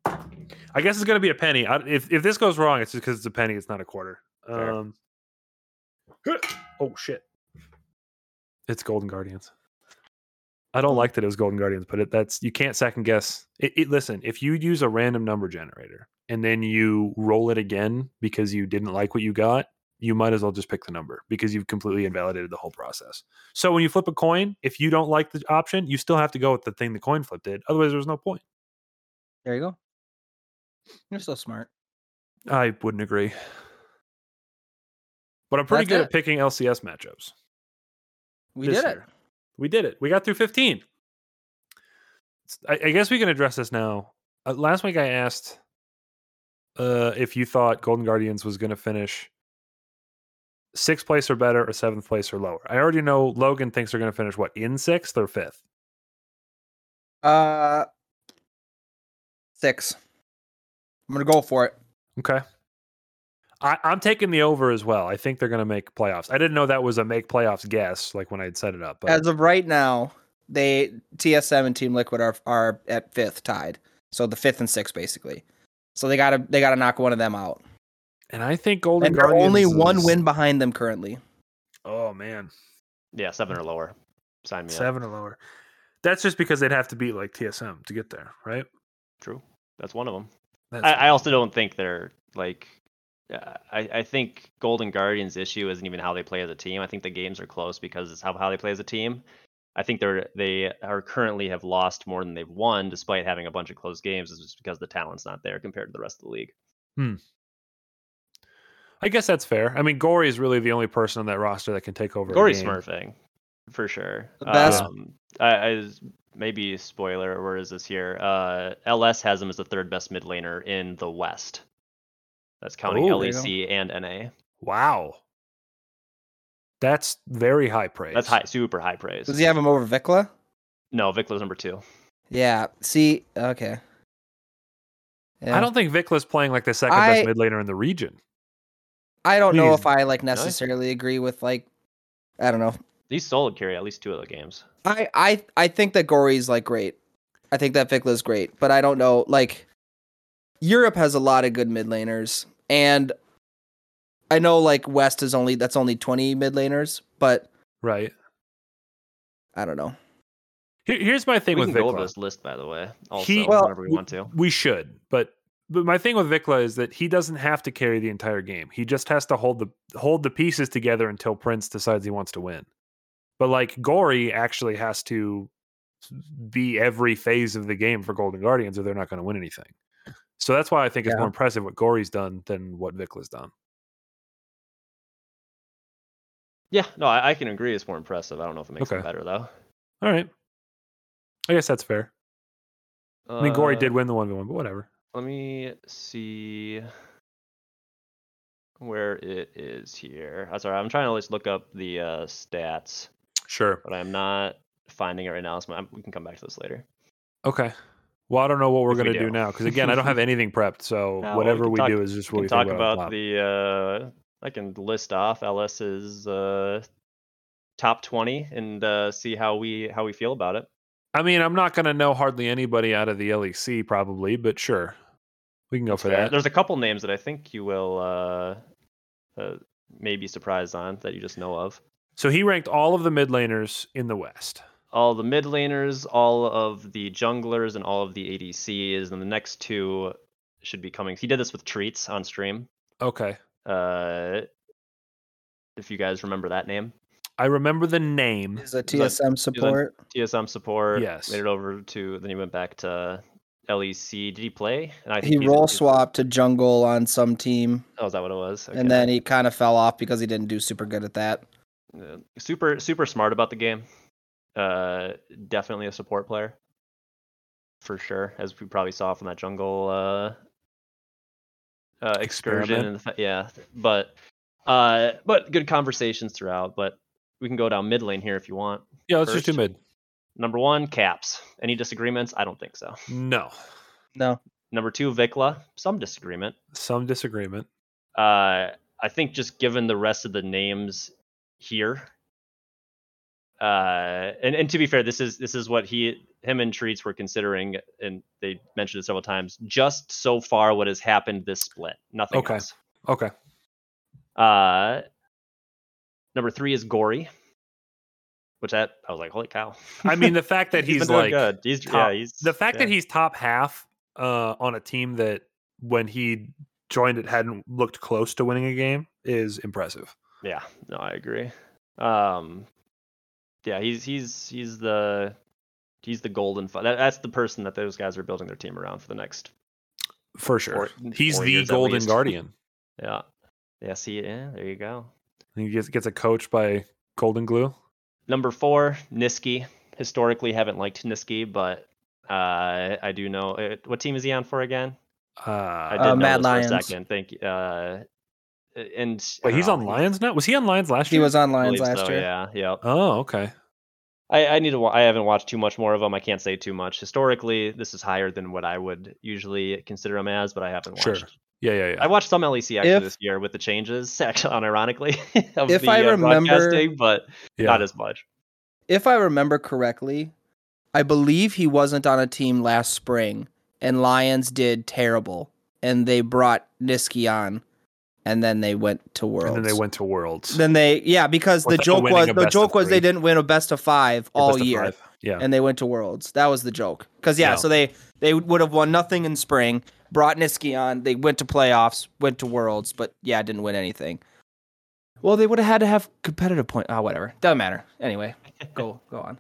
[SPEAKER 2] I guess it's going to be a penny. I, if if this goes wrong, it's just because it's a penny. It's not a quarter.
[SPEAKER 3] Fair.
[SPEAKER 2] Um, oh shit! It's Golden Guardians. I
[SPEAKER 3] Hmm.
[SPEAKER 2] don't like that it was Golden Guardians, but it, that's you can't second guess. It, it, listen, if you use a random number generator and then you roll it again because you didn't like what you got, you might as well just pick the number because you've completely invalidated the whole process. So when you flip a coin, if you don't like the option, you still have to go with the thing the coin flip did. Otherwise, there's no point.
[SPEAKER 4] There you go. You're so smart.
[SPEAKER 2] I wouldn't agree. But I'm pretty
[SPEAKER 4] That's
[SPEAKER 2] good
[SPEAKER 4] it.
[SPEAKER 2] at picking LCS matchups.
[SPEAKER 4] We
[SPEAKER 2] This
[SPEAKER 4] did
[SPEAKER 2] year. We did it. We got through 15. S- I, I guess we can address this now. Uh, last week I asked uh, if you thought Golden Guardians was going to finish sixth place or better or seventh place or lower. I already know Logan thinks they're going to finish what in sixth or fifth.
[SPEAKER 4] it. Uh, six. I'm gonna go for it.
[SPEAKER 2] Okay. I, I'm taking the over as well. I think they're going to make playoffs. I didn't know that was a make playoffs guess, like when I had set it up. But
[SPEAKER 4] As of right now, they TSM and Team Liquid are are at fifth tied. So the fifth and sixth basically. So they gotta they gotta knock one of them out.
[SPEAKER 2] and I think Golden
[SPEAKER 4] and they're
[SPEAKER 2] Guardians
[SPEAKER 4] only one
[SPEAKER 2] is-
[SPEAKER 4] win behind them currently.
[SPEAKER 2] Oh man,
[SPEAKER 3] Yeah, seven or lower. Sign me up.
[SPEAKER 2] seven or lower. That's just because they'd have to beat like TSM to get there, right?
[SPEAKER 3] True. That's one of them.
[SPEAKER 2] That's
[SPEAKER 3] I, I also don't think they're like. uh, I, I think Golden Guardians' issue isn't even how they play as a team. I think the games are close because it's how how they play as a team. I think they're they are currently have lost more than they've won, despite having a bunch of close games. Is just because the talent's not there compared to the rest of the league.
[SPEAKER 2] I guess that's fair. I mean, Gory is really the only person on that roster that can take over. a
[SPEAKER 3] Gory
[SPEAKER 2] game.
[SPEAKER 3] smurfing, for sure.
[SPEAKER 4] The best-
[SPEAKER 3] Um, I, I maybe spoiler. Where is this here? Uh, LS has him as the third best mid laner in the West. That's counting
[SPEAKER 2] Ooh,
[SPEAKER 4] there you go.
[SPEAKER 3] LEC and NA.
[SPEAKER 2] Wow, that's very high praise.
[SPEAKER 3] That's high, super high praise.
[SPEAKER 4] Does he have him over Vikla?
[SPEAKER 3] No, Vikla's number two.
[SPEAKER 4] Yeah. See. Okay. Yeah.
[SPEAKER 2] I don't think Vikla's playing like the second
[SPEAKER 4] I-
[SPEAKER 2] best mid laner in the region.
[SPEAKER 4] I don't know
[SPEAKER 2] Please.
[SPEAKER 4] if I like necessarily agree with like. I don't know.
[SPEAKER 3] He's solid carry at least two of the games.
[SPEAKER 4] I I I think that Gory's like great. I think that Vikla's great, but I don't know. Like, Europe has a lot of good mid laners, and I know like West is only that's only twenty mid laners, but
[SPEAKER 2] Right.
[SPEAKER 4] I don't know.
[SPEAKER 2] Here, here's my thing
[SPEAKER 3] we
[SPEAKER 2] with
[SPEAKER 3] can go over
[SPEAKER 2] Vikla.
[SPEAKER 3] this list, by the way, also
[SPEAKER 2] He-
[SPEAKER 4] Well,
[SPEAKER 3] whenever we want to.
[SPEAKER 2] We should, but but my thing with Vikla is that he doesn't have to carry the entire game. He just has to hold the hold the pieces together until Prince decides he wants to win. But like Gory actually has to be every phase of the game for Golden Guardians, or they're not going to win anything. So that's why I think it's
[SPEAKER 4] Yeah.
[SPEAKER 2] more impressive what Gory's done than what Vikla's done.
[SPEAKER 3] Yeah, no, I, I can agree. It's more impressive. I don't know if it makes
[SPEAKER 2] Okay.
[SPEAKER 3] it better though.
[SPEAKER 2] All right, I guess that's fair.
[SPEAKER 3] Uh,
[SPEAKER 2] I mean, Gory did win the one v one, but whatever.
[SPEAKER 3] Let me see where it is here. I'm sorry, I'm trying to just look up the uh, stats,
[SPEAKER 2] Sure.
[SPEAKER 3] but I'm not finding it right now. So I'm- we can come back to this later.
[SPEAKER 2] Okay. Well, I don't know what we're
[SPEAKER 3] If we
[SPEAKER 2] going to do
[SPEAKER 3] do.
[SPEAKER 2] now because again, I don't have anything prepped. So
[SPEAKER 3] No, we
[SPEAKER 2] whatever
[SPEAKER 3] can
[SPEAKER 2] we
[SPEAKER 3] talk-
[SPEAKER 2] do is just what
[SPEAKER 3] We
[SPEAKER 2] we
[SPEAKER 3] can
[SPEAKER 2] think
[SPEAKER 3] talk
[SPEAKER 2] about.
[SPEAKER 3] about
[SPEAKER 2] off the top.
[SPEAKER 3] the. Uh, I can list off LS's uh, top 20 and uh, see how we how we feel about it.
[SPEAKER 2] I mean, I'm not going to know hardly anybody out of the LEC probably, but sure, we can go for
[SPEAKER 3] Fair.
[SPEAKER 2] that.
[SPEAKER 3] There's a couple names that I think you will uh, uh, may be surprised on that you just know of.
[SPEAKER 2] So he ranked all of the mid laners in the West.
[SPEAKER 3] All the mid laners, all of the junglers, and all of the ADCs, and the next two should be coming. He did this with treats on stream.
[SPEAKER 2] Okay,
[SPEAKER 3] Uh, if you guys remember that name,
[SPEAKER 2] I remember the name.
[SPEAKER 4] Is a
[SPEAKER 3] Mm-hmm. He's on-
[SPEAKER 4] TSM support?
[SPEAKER 3] TSM support.
[SPEAKER 2] Yes.
[SPEAKER 3] Made it over to. Then he went back to LEC. Did he play? And I
[SPEAKER 4] He
[SPEAKER 3] he's-
[SPEAKER 4] roll
[SPEAKER 3] he's-
[SPEAKER 4] swapped to jungle on some team,
[SPEAKER 3] Oh, is that what it was? Okay.
[SPEAKER 4] and then he kind of fell off because he didn't do super good at that.
[SPEAKER 3] uh, super super smart about the game. Uh, definitely a support player for sure, as we probably saw from that jungle uh, uh, excursion.
[SPEAKER 2] Experiment.
[SPEAKER 3] And the, fa- yeah, but uh, but good conversations throughout. But we can go down mid lane here if you want.
[SPEAKER 2] Yeah, let's just do
[SPEAKER 3] First.
[SPEAKER 2] mid.
[SPEAKER 3] Number one, caps. Any disagreements? I don't think so.
[SPEAKER 2] No,
[SPEAKER 4] No.
[SPEAKER 3] Number two, Vikla. Some disagreement.
[SPEAKER 2] some disagreement.
[SPEAKER 3] Uh, I think just given the rest of the names here, uh, and and to be fair, this is this is what he him and Treats were considering, and they mentioned it several times. Just so far, what has happened this split, nothing
[SPEAKER 2] Okay.
[SPEAKER 3] else.
[SPEAKER 2] Okay,
[SPEAKER 3] Uh, number three is Gory, which that I was like, holy cow!
[SPEAKER 2] I mean the fact that
[SPEAKER 3] He's
[SPEAKER 2] he's,
[SPEAKER 3] been
[SPEAKER 2] like
[SPEAKER 3] doing good. He's,
[SPEAKER 2] top-
[SPEAKER 3] yeah, he's
[SPEAKER 2] the fact
[SPEAKER 3] yeah.
[SPEAKER 2] that he's top half uh, on a team that when he joined it hadn't looked close to winning a game is impressive.
[SPEAKER 3] Yeah, no, I agree. Um, yeah, he's he's he's the he's the golden. Fi- that, that's the person that those guys are building their team around for the next.
[SPEAKER 2] For sure,
[SPEAKER 3] Four-
[SPEAKER 2] he's
[SPEAKER 3] four
[SPEAKER 2] the
[SPEAKER 3] years at
[SPEAKER 2] golden
[SPEAKER 3] least.
[SPEAKER 2] guardian.
[SPEAKER 3] Yeah, yeah. See, yeah, there you go.
[SPEAKER 2] He gets gets a coach by golden glue.
[SPEAKER 3] Number four, Niski. Historically, haven't liked Niski, but uh, I do know uh, what team is he on for again.
[SPEAKER 2] Uh,
[SPEAKER 3] I
[SPEAKER 2] I
[SPEAKER 3] did
[SPEAKER 4] Uh,
[SPEAKER 3] know
[SPEAKER 4] Mad
[SPEAKER 3] this for a
[SPEAKER 4] Lions.
[SPEAKER 3] second. Thank you. Uh, and
[SPEAKER 2] Wait, he's
[SPEAKER 3] oh,
[SPEAKER 2] on Lions now. Was he on Lions last
[SPEAKER 4] He
[SPEAKER 2] year?
[SPEAKER 4] was on
[SPEAKER 3] I
[SPEAKER 4] Lions
[SPEAKER 3] believe
[SPEAKER 4] last
[SPEAKER 3] so,
[SPEAKER 4] year.
[SPEAKER 3] Yeah, yep.
[SPEAKER 2] Oh, okay.
[SPEAKER 3] I, I need to. wa- I haven't watched too much more of them. I can't say too much. Historically, this is higher than what I would usually consider them as, but I haven't watched.
[SPEAKER 2] Sure. Yeah, yeah, yeah.
[SPEAKER 3] I watched some LEC actually
[SPEAKER 4] If-
[SPEAKER 3] this year with the changes, actually, unironically, of
[SPEAKER 4] If
[SPEAKER 3] the,
[SPEAKER 4] I
[SPEAKER 3] uh,
[SPEAKER 4] remember-
[SPEAKER 3] broadcasting, but
[SPEAKER 2] yeah.
[SPEAKER 3] not as much.
[SPEAKER 4] If I remember correctly, I believe he wasn't on a team last spring, and Lions did terrible, and they brought Niski on, and then they went to Worlds.
[SPEAKER 2] and then they went to Worlds.
[SPEAKER 4] Then they- yeah, because the
[SPEAKER 2] Without
[SPEAKER 4] joke
[SPEAKER 2] winning
[SPEAKER 4] was
[SPEAKER 2] a
[SPEAKER 4] the
[SPEAKER 2] best
[SPEAKER 4] joke
[SPEAKER 2] of
[SPEAKER 4] was
[SPEAKER 2] three.
[SPEAKER 4] they didn't win a best of five
[SPEAKER 2] Or
[SPEAKER 4] all
[SPEAKER 2] best of
[SPEAKER 4] year,
[SPEAKER 2] five. Yeah.
[SPEAKER 4] and they went to Worlds. That was the joke. Because yeah,
[SPEAKER 2] Yeah.
[SPEAKER 4] so they they would have won nothing in spring, brought Niski on, they went to playoffs, went to Worlds, but yeah, didn't win anything. Well, they would have had to have competitive point. Oh, whatever, doesn't matter. Anyway, go go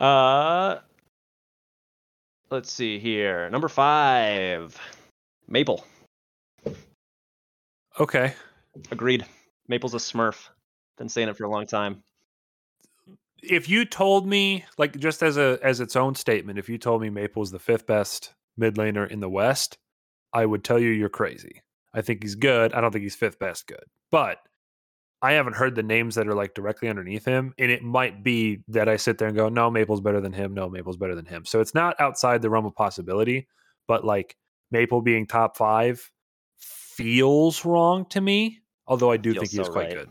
[SPEAKER 4] on.
[SPEAKER 3] Uh, let's see here. Number five, Maple.
[SPEAKER 2] okay.
[SPEAKER 3] Agreed. Maple's a Smurf. Been saying it for a long time.
[SPEAKER 2] If you told me, like, just as a as its own statement, if you told me Maple's the fifth best mid laner in the West, I would tell you you're crazy. I think he's good. I don't think he's fifth best good, but I haven't heard the names that are like directly underneath him, and it might be that I sit there and go, "No, Maple's better than him. No, Maple's better than him." So it's not outside the realm of possibility, but like Maple being top five feels wrong to me. Although I do
[SPEAKER 3] Feels
[SPEAKER 2] think he is
[SPEAKER 3] so
[SPEAKER 2] quite
[SPEAKER 3] right.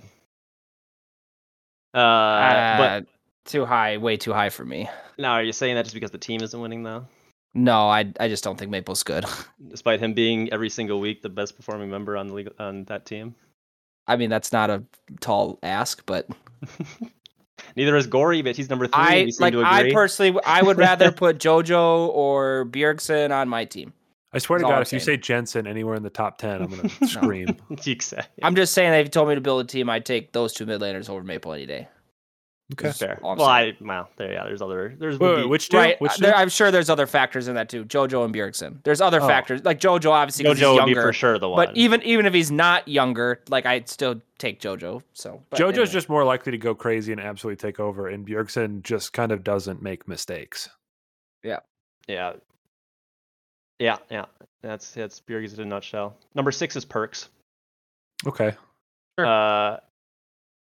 [SPEAKER 2] good.
[SPEAKER 3] Uh, but
[SPEAKER 4] too high, way too high for me.
[SPEAKER 3] now, are you saying that just because the team isn't winning though?
[SPEAKER 4] No, I I just don't think Maple's good.
[SPEAKER 3] Despite him being every single week the best performing member on the league, on that team.
[SPEAKER 4] I mean, that's not a tall ask, but
[SPEAKER 3] Neither is Gory, but he's number three. and
[SPEAKER 4] I
[SPEAKER 3] we seem
[SPEAKER 4] like
[SPEAKER 3] to
[SPEAKER 4] I
[SPEAKER 3] agree.
[SPEAKER 4] personally I would rather put JoJo or Bjergsen on my team.
[SPEAKER 2] I swear to
[SPEAKER 4] That's all
[SPEAKER 2] God,
[SPEAKER 4] I'm
[SPEAKER 2] if you say
[SPEAKER 4] saying.
[SPEAKER 2] Jensen anywhere in the top ten, I'm gonna scream.
[SPEAKER 3] exactly.
[SPEAKER 4] I'm just saying that if you told me to build a team, I'd take those two mid laners over Maple any day.
[SPEAKER 2] Okay.
[SPEAKER 3] fair.
[SPEAKER 4] all I'm
[SPEAKER 3] Well, I well, there yeah, there's other there's
[SPEAKER 2] Wait,
[SPEAKER 3] would
[SPEAKER 2] wait,
[SPEAKER 3] be-
[SPEAKER 2] which two?
[SPEAKER 4] right?
[SPEAKER 2] Which
[SPEAKER 4] uh,
[SPEAKER 2] two?
[SPEAKER 4] there- I'm sure there's other factors in that too. JoJo and Bjergsen. There's other
[SPEAKER 2] Oh.
[SPEAKER 4] factors like JoJo obviously 'cause
[SPEAKER 3] JoJo
[SPEAKER 4] he's
[SPEAKER 3] would be
[SPEAKER 4] younger.
[SPEAKER 3] for sure the one.
[SPEAKER 4] But even even if he's not younger, like I'd still take JoJo. So but
[SPEAKER 2] JoJo's
[SPEAKER 4] anyway.
[SPEAKER 2] just more likely to go crazy and absolutely take over, and Bjergsen just kind of doesn't make mistakes.
[SPEAKER 3] yeah, yeah, yeah. That's that's Bjergis in a nutshell. Number six is perks.
[SPEAKER 2] Okay.
[SPEAKER 4] Sure.
[SPEAKER 3] Uh,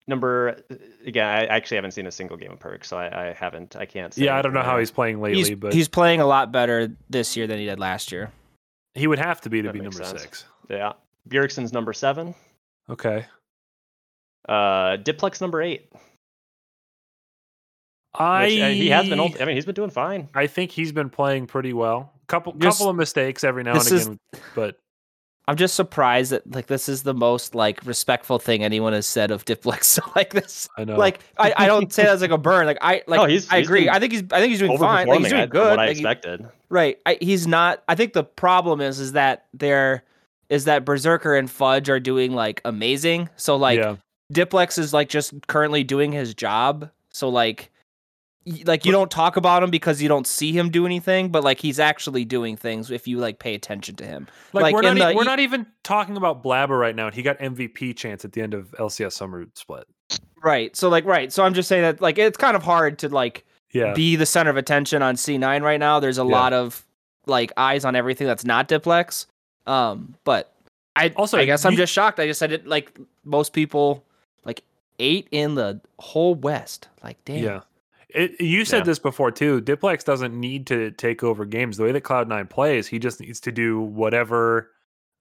[SPEAKER 3] number again, I actually haven't seen a single game of perks, so I, I haven't. I can't. Say
[SPEAKER 2] yeah, I don't know
[SPEAKER 3] anything
[SPEAKER 2] how
[SPEAKER 3] there.
[SPEAKER 2] he's playing lately,
[SPEAKER 4] he's,
[SPEAKER 2] but
[SPEAKER 4] he's playing a lot better this year than he did last year.
[SPEAKER 2] he would have to be to
[SPEAKER 3] That
[SPEAKER 2] be
[SPEAKER 3] makes
[SPEAKER 2] number
[SPEAKER 3] sense.
[SPEAKER 2] six.
[SPEAKER 3] Yeah, Bjergsen's number seven.
[SPEAKER 2] Okay.
[SPEAKER 3] Uh, Diplex number eight. which,
[SPEAKER 2] I
[SPEAKER 3] uh, he has been. ult- I mean, he's been doing fine.
[SPEAKER 2] I think he's been playing pretty well. Couple
[SPEAKER 4] Just-
[SPEAKER 2] couple of mistakes every now and
[SPEAKER 4] This is
[SPEAKER 2] again, but
[SPEAKER 4] I'm just surprised that like this is the most like respectful thing anyone has said of Diplex. So like this,
[SPEAKER 2] I know.
[SPEAKER 4] like I, I don't say that's like a burn. Like I like
[SPEAKER 3] Oh. No, he's-
[SPEAKER 4] I
[SPEAKER 3] he's
[SPEAKER 4] agree.
[SPEAKER 3] been
[SPEAKER 4] I think he's I think he's doing fine. Like,
[SPEAKER 3] Overperforming
[SPEAKER 4] he's doing
[SPEAKER 3] I- from
[SPEAKER 4] good.
[SPEAKER 3] what I
[SPEAKER 4] Like, he-
[SPEAKER 3] expected.
[SPEAKER 4] right. I, he's not. I think the problem is is that they're is that Berserker and Fudge are doing like amazing. So like
[SPEAKER 2] yeah.
[SPEAKER 4] Diplex is like just currently doing his job. So like y- like you don't talk about him because you don't see him do anything, but like he's actually doing things if you like pay attention to him.
[SPEAKER 2] Like,
[SPEAKER 4] like,
[SPEAKER 2] we're not
[SPEAKER 4] in
[SPEAKER 2] e-
[SPEAKER 4] the-
[SPEAKER 2] we're not even talking about Blabber right now. and He got MVP chance at the end of LCS summer split.
[SPEAKER 4] Right. So like right. So I'm just saying that like it's kind of hard to like
[SPEAKER 2] Yeah.
[SPEAKER 4] be the center of attention on C9 right now. There's a
[SPEAKER 2] Yeah.
[SPEAKER 4] lot of like eyes on everything that's not Diplex. Um, but I
[SPEAKER 2] Also,
[SPEAKER 4] also I guess I'm
[SPEAKER 2] you-
[SPEAKER 4] just shocked. I just said it like most people like eight in the whole West. Like damn.
[SPEAKER 2] Yeah. It, you said
[SPEAKER 3] Yeah.
[SPEAKER 2] this before too. Diplex doesn't need to take over games. The way that Cloud Nine plays, he just needs to do whatever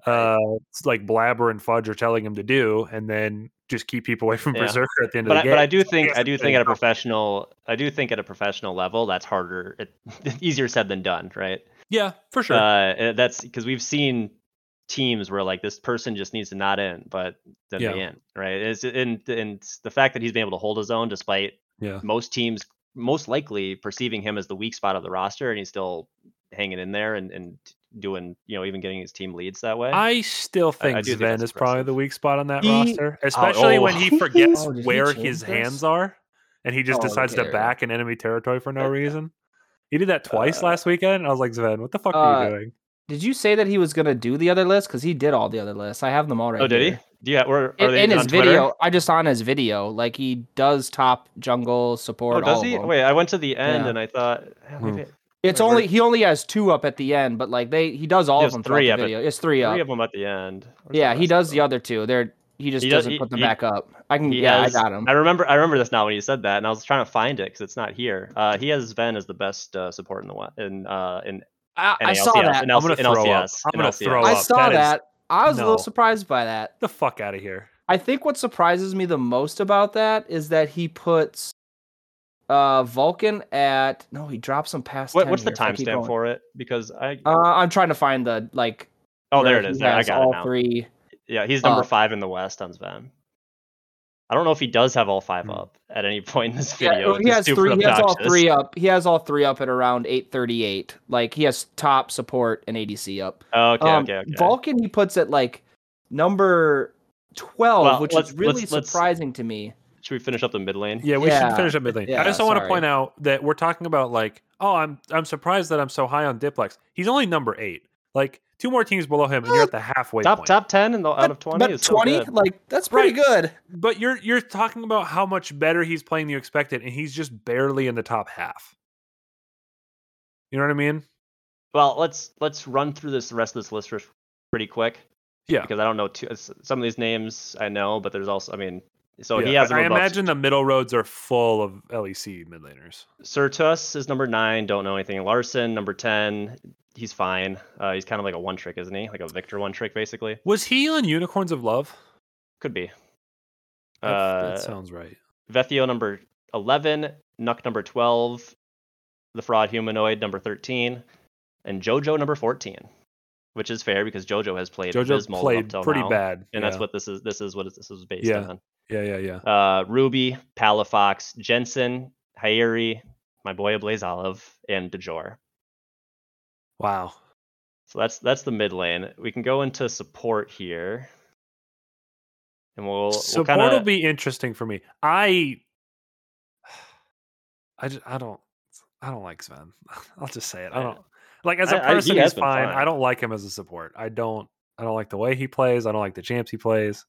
[SPEAKER 2] uh it's like Blabber and Fudge are telling him to do, and then just keep people away from
[SPEAKER 3] Yeah.
[SPEAKER 2] Berserker at the end
[SPEAKER 3] But
[SPEAKER 2] of
[SPEAKER 3] I,
[SPEAKER 2] the
[SPEAKER 3] but I
[SPEAKER 2] game.
[SPEAKER 3] do think
[SPEAKER 2] Yes,
[SPEAKER 3] I do
[SPEAKER 2] it's
[SPEAKER 3] think at a
[SPEAKER 2] enough.
[SPEAKER 3] professional I do think at a professional level that's harder it, easier said than done right
[SPEAKER 2] yeah, for sure.
[SPEAKER 3] uh, and that's because we've seen teams where like this person just needs to not in but then
[SPEAKER 2] Yeah.
[SPEAKER 3] they in right it's, and and it's the fact that he's been able to hold his own despite
[SPEAKER 2] yeah.
[SPEAKER 3] most teams most likely perceiving him as the weak spot of the roster and he's still hanging in there and, and doing you know even getting his team leads that way
[SPEAKER 2] I still
[SPEAKER 3] I- I
[SPEAKER 2] think
[SPEAKER 3] do think
[SPEAKER 2] Sven
[SPEAKER 3] that's
[SPEAKER 2] is probably the
[SPEAKER 3] impressive.
[SPEAKER 2] weak spot on that
[SPEAKER 4] He-
[SPEAKER 2] roster, especially when he
[SPEAKER 3] oh.
[SPEAKER 2] forgets
[SPEAKER 4] Oh, did he
[SPEAKER 2] where
[SPEAKER 4] change
[SPEAKER 2] his
[SPEAKER 4] this?
[SPEAKER 2] hands are, and he just
[SPEAKER 4] Oh,
[SPEAKER 2] decides to
[SPEAKER 4] there.
[SPEAKER 2] back in enemy territory for no reason. He did that twice
[SPEAKER 3] Uh,
[SPEAKER 2] last weekend. I was like, Sven, what the fuck are
[SPEAKER 4] uh,
[SPEAKER 2] you doing?
[SPEAKER 4] Did you say that he was gonna do the other list? Because he did all the other lists. I have them all right.
[SPEAKER 3] oh did
[SPEAKER 4] here.
[SPEAKER 3] he yeah or are
[SPEAKER 4] In,
[SPEAKER 3] they
[SPEAKER 4] in his
[SPEAKER 3] on Twitter?
[SPEAKER 4] video, I just saw in his video, like he does top jungle support.
[SPEAKER 3] oh does
[SPEAKER 4] all
[SPEAKER 3] he
[SPEAKER 4] Of them.
[SPEAKER 3] wait i went to the end
[SPEAKER 4] Yeah.
[SPEAKER 3] and i thought "Ah,
[SPEAKER 2] Hmm.
[SPEAKER 3] maybe
[SPEAKER 4] It's
[SPEAKER 3] Wait, where-
[SPEAKER 4] only he only has two up at the end, but like they he does all of
[SPEAKER 3] There's
[SPEAKER 4] them throughout
[SPEAKER 3] three
[SPEAKER 4] the
[SPEAKER 3] up at-
[SPEAKER 4] video. It's three up.
[SPEAKER 3] three of them at the end Where's
[SPEAKER 4] yeah, he
[SPEAKER 3] rest
[SPEAKER 4] does
[SPEAKER 3] of
[SPEAKER 4] the
[SPEAKER 3] them?
[SPEAKER 4] other two. They're he just
[SPEAKER 3] He does-
[SPEAKER 4] doesn't
[SPEAKER 3] he-
[SPEAKER 4] put them
[SPEAKER 3] he-
[SPEAKER 4] back up. I can
[SPEAKER 3] He
[SPEAKER 4] yeah,
[SPEAKER 3] has-
[SPEAKER 4] I got him.
[SPEAKER 3] I remember. I remember this now when you said that, and I was trying to find it because it's not here. Uh, he has Sven as the best uh, support in the wa- in uh, in
[SPEAKER 4] I, I saw
[SPEAKER 3] NALCS,
[SPEAKER 4] that.
[SPEAKER 3] in
[SPEAKER 2] I'm gonna
[SPEAKER 3] LCS,
[SPEAKER 2] throw up.
[SPEAKER 3] in
[SPEAKER 2] I'm gonna
[SPEAKER 3] LCS.
[SPEAKER 2] throw
[SPEAKER 4] I
[SPEAKER 2] up.
[SPEAKER 4] saw
[SPEAKER 2] That is-
[SPEAKER 4] that. I was a
[SPEAKER 2] no.
[SPEAKER 4] little surprised by that.
[SPEAKER 2] the fuck out of here.
[SPEAKER 4] I think what surprises me the most about that is that he puts uh Vulcan at no, he drops him past.
[SPEAKER 3] What,
[SPEAKER 4] 10
[SPEAKER 3] what's the
[SPEAKER 4] here if I keep
[SPEAKER 3] timestamp
[SPEAKER 4] going.
[SPEAKER 3] for it? Because I
[SPEAKER 4] Uh, I'm trying to find the like.
[SPEAKER 3] oh there
[SPEAKER 4] where
[SPEAKER 3] it is.
[SPEAKER 4] he
[SPEAKER 3] There, I
[SPEAKER 4] has
[SPEAKER 3] got it
[SPEAKER 4] all
[SPEAKER 3] now.
[SPEAKER 4] three.
[SPEAKER 3] Yeah, he's number
[SPEAKER 4] up.
[SPEAKER 3] five in the West on Sven. I don't know if he does have all five
[SPEAKER 2] Hmm.
[SPEAKER 3] up at any point in this
[SPEAKER 4] Yeah,
[SPEAKER 3] video.
[SPEAKER 4] he
[SPEAKER 3] which is
[SPEAKER 4] has
[SPEAKER 3] super
[SPEAKER 4] three. He has all
[SPEAKER 3] obnoxious.
[SPEAKER 4] three up. He has all three up at around eight thirty eight. Like he has top support and ADC up.
[SPEAKER 3] Oh, okay,
[SPEAKER 4] Um,
[SPEAKER 3] okay, okay.
[SPEAKER 4] Vulcan he puts at like number twelve,
[SPEAKER 3] Well,
[SPEAKER 4] which
[SPEAKER 3] let's-
[SPEAKER 4] is really
[SPEAKER 3] let's- let's-
[SPEAKER 4] surprising to me.
[SPEAKER 3] Should we finish up the mid lane?
[SPEAKER 2] Yeah, we should
[SPEAKER 4] Yeah.
[SPEAKER 2] finish up mid lane. I
[SPEAKER 4] Yeah,
[SPEAKER 2] also want to
[SPEAKER 4] sorry.
[SPEAKER 2] point out that we're talking about like, oh, I'm I'm surprised that I'm so high on Diplex. He's only number eight. Like two more teams below him, and you're at the halfway
[SPEAKER 3] Top
[SPEAKER 2] point.
[SPEAKER 3] top ten in the, out of twenty. is so good.
[SPEAKER 4] like that's pretty
[SPEAKER 2] Right.
[SPEAKER 4] good.
[SPEAKER 2] But you're you're talking about how much better he's playing than you expected, and he's just barely in the top half. You know what I mean?
[SPEAKER 3] Well, let's let's run through this the rest of this list re- pretty quick.
[SPEAKER 2] Yeah.
[SPEAKER 3] Because I don't know too, s- some of these names I know, but there's also I mean, so he
[SPEAKER 2] Yeah.
[SPEAKER 3] has.
[SPEAKER 2] I, I
[SPEAKER 3] above-
[SPEAKER 2] imagine the middle roads are full of E LEC mid laners.
[SPEAKER 3] Surtus is number nine. Don't know anything. Larson number ten. He's fine. Uh, he's kind of like a one trick, isn't he? Like a Victor one trick, basically.
[SPEAKER 2] Was he on Unicorns of Love?
[SPEAKER 3] Could be.
[SPEAKER 2] That's-
[SPEAKER 3] Uh,
[SPEAKER 2] that sounds right.
[SPEAKER 3] Vethio number eleven. Nuck number twelve. The fraud humanoid number thirteen, and JoJo number fourteen, which is fair because JoJo has played
[SPEAKER 2] JoJo
[SPEAKER 3] abysmal up
[SPEAKER 2] played
[SPEAKER 3] till
[SPEAKER 2] pretty
[SPEAKER 3] now.
[SPEAKER 2] bad,
[SPEAKER 3] and
[SPEAKER 2] yeah.
[SPEAKER 3] that's what this is. This is what this is based
[SPEAKER 2] Yeah.
[SPEAKER 3] on.
[SPEAKER 2] Yeah, yeah, yeah.
[SPEAKER 3] Uh, Ruby, Palafox, Jensen, Hayeri, my boy Blaze Olive, and Dejor.
[SPEAKER 2] Wow.
[SPEAKER 3] So that's that's the mid lane. We can go into support here, and we'll, we'll
[SPEAKER 2] support
[SPEAKER 3] kind
[SPEAKER 2] will
[SPEAKER 3] of
[SPEAKER 2] be interesting for me. I, I just I don't I don't like Sven. I'll just say it. I
[SPEAKER 3] I-
[SPEAKER 2] don't like as a
[SPEAKER 3] I- I- he
[SPEAKER 2] person he's
[SPEAKER 3] has been
[SPEAKER 2] fine. I
[SPEAKER 3] fine.
[SPEAKER 2] don't like him as a support. I don't I don't like the way he plays. I don't like the champs he plays.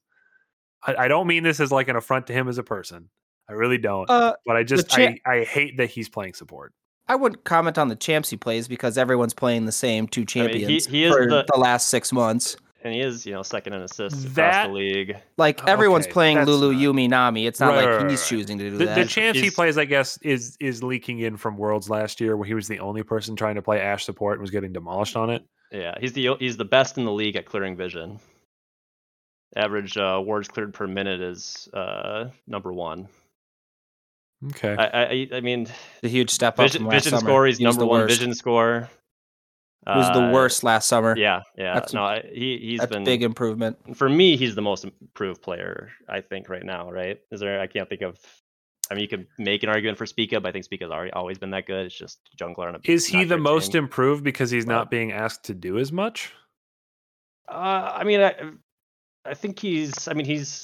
[SPEAKER 2] I, I don't mean this as like an affront to him as a person. I really don't.
[SPEAKER 4] Uh,
[SPEAKER 2] but I just
[SPEAKER 4] cha-
[SPEAKER 2] I, I hate that he's playing support.
[SPEAKER 4] I wouldn't comment on the champs he plays because everyone's playing the same
[SPEAKER 3] I
[SPEAKER 4] two
[SPEAKER 3] mean,
[SPEAKER 4] champions
[SPEAKER 3] he- he is
[SPEAKER 4] for
[SPEAKER 3] the-
[SPEAKER 4] the... last six months.
[SPEAKER 3] and he is you know second in assists across
[SPEAKER 2] That-
[SPEAKER 3] the league.
[SPEAKER 4] Like
[SPEAKER 2] Okay,
[SPEAKER 4] everyone's playing
[SPEAKER 2] that's
[SPEAKER 4] Lulu,
[SPEAKER 2] not-
[SPEAKER 4] Yumi, Nami. It's not
[SPEAKER 2] Right,
[SPEAKER 4] like
[SPEAKER 2] right, right,
[SPEAKER 4] he's
[SPEAKER 2] right.
[SPEAKER 4] choosing to do
[SPEAKER 2] The,
[SPEAKER 4] that.
[SPEAKER 2] the chance he
[SPEAKER 3] he's-
[SPEAKER 2] plays, I guess, is is leaking in from Worlds last year, where he was the only person trying to play Ash support and was getting demolished on it.
[SPEAKER 3] Yeah, he's the he's the best in the league at clearing vision. Average uh, wards cleared per minute is uh, number one.
[SPEAKER 2] Okay,
[SPEAKER 3] I I, I- I mean,
[SPEAKER 4] the huge step up
[SPEAKER 3] vision,
[SPEAKER 4] from last
[SPEAKER 3] vision
[SPEAKER 4] summer.
[SPEAKER 3] score. He's
[SPEAKER 4] He was
[SPEAKER 3] number
[SPEAKER 4] the
[SPEAKER 3] one
[SPEAKER 4] worst.
[SPEAKER 3] vision score.
[SPEAKER 4] He was the
[SPEAKER 3] Uh,
[SPEAKER 4] worst last summer.
[SPEAKER 3] Yeah, yeah.
[SPEAKER 4] That's a-
[SPEAKER 3] no, I, he he's
[SPEAKER 4] That's a
[SPEAKER 3] been
[SPEAKER 4] big improvement.
[SPEAKER 3] for me. He's the most improved player I think right now. Right? Is there? I can't think of. I mean, you could make an argument for Speak Up. I think Speak Up's already always been that good. It's just jungler on a.
[SPEAKER 2] Is he
[SPEAKER 3] not
[SPEAKER 2] the
[SPEAKER 3] great
[SPEAKER 2] most
[SPEAKER 3] team.
[SPEAKER 2] improved because he's
[SPEAKER 3] Well-
[SPEAKER 2] not being asked to do as much?
[SPEAKER 3] uh, I mean, I, I think he's. I mean, he's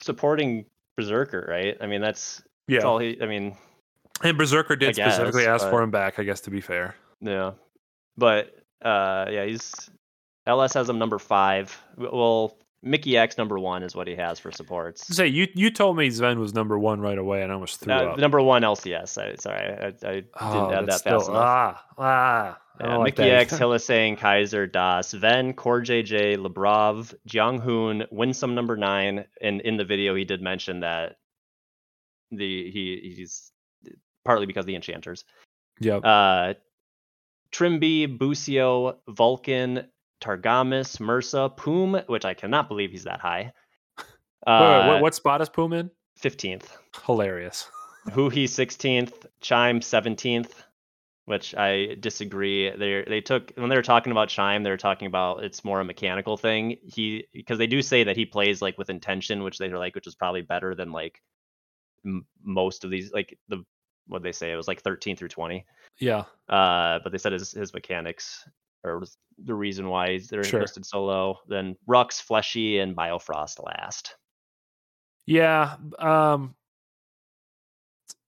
[SPEAKER 3] supporting Berserker, right? I mean, that's, that's all he. I mean,
[SPEAKER 2] And Berserker did
[SPEAKER 3] I
[SPEAKER 2] specifically
[SPEAKER 3] guess,
[SPEAKER 2] ask for
[SPEAKER 3] but-
[SPEAKER 2] him back, I guess, to be fair.
[SPEAKER 3] Yeah, but uh, yeah, he's LS has him number five. W- We'll Mickey X number one is what he has for supports.
[SPEAKER 2] Say you you told me Zven was number one right away, and I almost threw
[SPEAKER 3] Uh,
[SPEAKER 2] up.
[SPEAKER 3] number one LCS. I, sorry, I, I didn't
[SPEAKER 2] Oh,
[SPEAKER 3] add that
[SPEAKER 2] that's
[SPEAKER 3] fast
[SPEAKER 2] still,
[SPEAKER 3] enough.
[SPEAKER 2] ah ah. I
[SPEAKER 3] Yeah,
[SPEAKER 2] don't like
[SPEAKER 3] Mickey
[SPEAKER 2] that.
[SPEAKER 3] X, Hillisang, Kaiser, Das, Ven, Core JJ, Lebrov, Jiang Hoon, Winsome number nine. And in the video, he did mention that the he he's partly because of the enchanters.
[SPEAKER 2] Yep.
[SPEAKER 3] Uh, Trimby, Busio, Vulcan, Targamas, Mursa, Poom, which I cannot believe he's that high.
[SPEAKER 2] Wait, wait,
[SPEAKER 3] Uh,
[SPEAKER 2] what, what spot is Poom in?
[SPEAKER 3] 15th.
[SPEAKER 2] Hilarious.
[SPEAKER 3] Who he 16th, Chime 17th, which I disagree. They they took when they were talking about Chime, they were talking about it's more a mechanical thing. He because they do say that he plays like with intention, which they were like, which is probably better than like m- most of these like the what they say it was like 13 through 20.
[SPEAKER 2] Yeah.
[SPEAKER 3] Uh, but they said his his mechanics or the reason why he's- they're
[SPEAKER 2] Sure.
[SPEAKER 3] listed so low. Then Rux, Fleshy, and Biofrost last.
[SPEAKER 2] Yeah. Um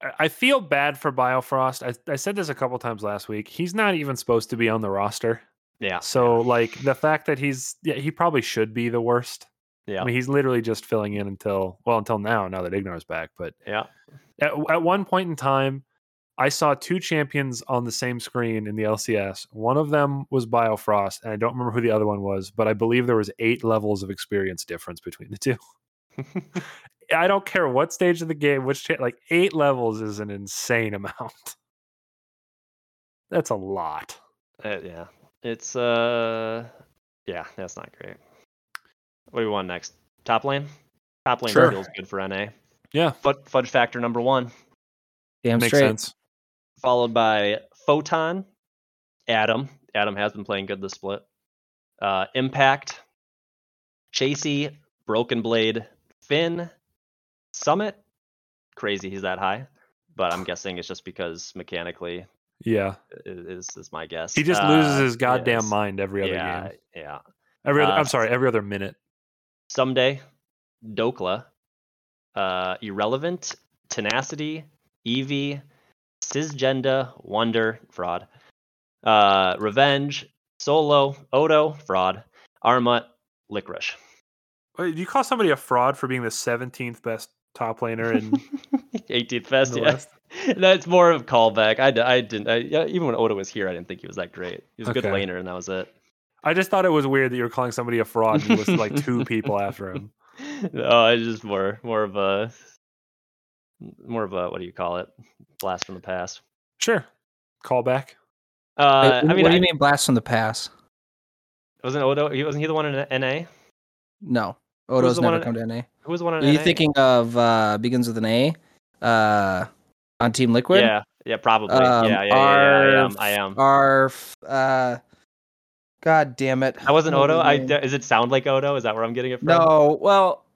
[SPEAKER 2] I- I feel bad for Biofrost. I, I said this a couple times last week. He's not even supposed to be on the roster.
[SPEAKER 3] Ah, Yeah.
[SPEAKER 2] So like the fact that he's yeah, he probably should be the worst.
[SPEAKER 3] Yeah.
[SPEAKER 2] I mean, he's literally just filling in until well until now, now that Ignar's back. But
[SPEAKER 3] Yeah.
[SPEAKER 2] at, at one point in time, I saw two champions on the same screen in the LCS. One of them was Biofrost, and I don't remember who the other one was, but I believe there was eight levels of experience difference between the two. I don't care what stage of the game, which cha- like eight levels is an insane amount. That's a lot.
[SPEAKER 3] Uh, yeah, it's uh, yeah, that's not great. What do we want next? Top lane. Top lane
[SPEAKER 2] Sure.
[SPEAKER 3] feels good for NA.
[SPEAKER 2] Yeah.
[SPEAKER 3] Fud- Fudge Factor number one,
[SPEAKER 4] Damn
[SPEAKER 2] Makes
[SPEAKER 4] straight.
[SPEAKER 2] sense.
[SPEAKER 3] followed by Photon, Adam. Adam has been playing good this split. Uh, Impact, Chasey, Broken Blade, Finn, Summit. Crazy, he's that high, but I'm guessing it's just because mechanically
[SPEAKER 2] Yeah.
[SPEAKER 3] i- is is my guess.
[SPEAKER 2] He just loses
[SPEAKER 3] Uh,
[SPEAKER 2] his goddamn
[SPEAKER 3] yes.
[SPEAKER 2] mind every other
[SPEAKER 3] Yeah,
[SPEAKER 2] game.
[SPEAKER 3] yeah.
[SPEAKER 2] Every other,
[SPEAKER 3] uh,
[SPEAKER 2] I'm sorry, every other minute.
[SPEAKER 3] Someday, Dokla, uh, Irrelevant, Tenacity, Eevee, Cisgenda, Wonder, Fraud, uh, Revenge, Solo, Odo, Fraud, Armut, Licorice.
[SPEAKER 2] Wait, do you call somebody a fraud for being the 17th best top laner in
[SPEAKER 3] 18th Fest,
[SPEAKER 2] the
[SPEAKER 3] yeah.
[SPEAKER 2] West?
[SPEAKER 3] That's more of a callback. I, d- I didn't, I, yeah, even when Odo was here, I didn't think he was that great. He was a good
[SPEAKER 2] Okay.
[SPEAKER 3] laner, and that was it.
[SPEAKER 2] I just thought it was weird that you were calling somebody a fraud and you listed like two people after him.
[SPEAKER 3] No, Oh, it's just more, more of a, more of a, what do you call it? Blast from the past.
[SPEAKER 2] Sure. Callback.
[SPEAKER 4] Wait,
[SPEAKER 3] Uh,
[SPEAKER 4] wh-
[SPEAKER 3] I mean,
[SPEAKER 4] what do
[SPEAKER 3] I-
[SPEAKER 4] you mean blast from the past?
[SPEAKER 3] Wasn't Odo? He wasn't he the one in NA?
[SPEAKER 4] No. Odo's
[SPEAKER 3] the one
[SPEAKER 4] never
[SPEAKER 3] in-
[SPEAKER 4] come to NA.
[SPEAKER 3] Who was the one in
[SPEAKER 4] Are you
[SPEAKER 3] NA?
[SPEAKER 4] thinking of uh begins with an A? Uh on Team Liquid?
[SPEAKER 3] Yeah, yeah, probably.
[SPEAKER 4] Um,
[SPEAKER 3] yeah, yeah, yeah, yeah,
[SPEAKER 4] our-
[SPEAKER 3] I am. I am.
[SPEAKER 4] Our f- uh God damn it.
[SPEAKER 3] I wasn't
[SPEAKER 4] What
[SPEAKER 3] Odo.
[SPEAKER 4] his
[SPEAKER 3] I
[SPEAKER 4] name?
[SPEAKER 3] is it sound like Odo? Is that where I'm getting it from?
[SPEAKER 4] No, well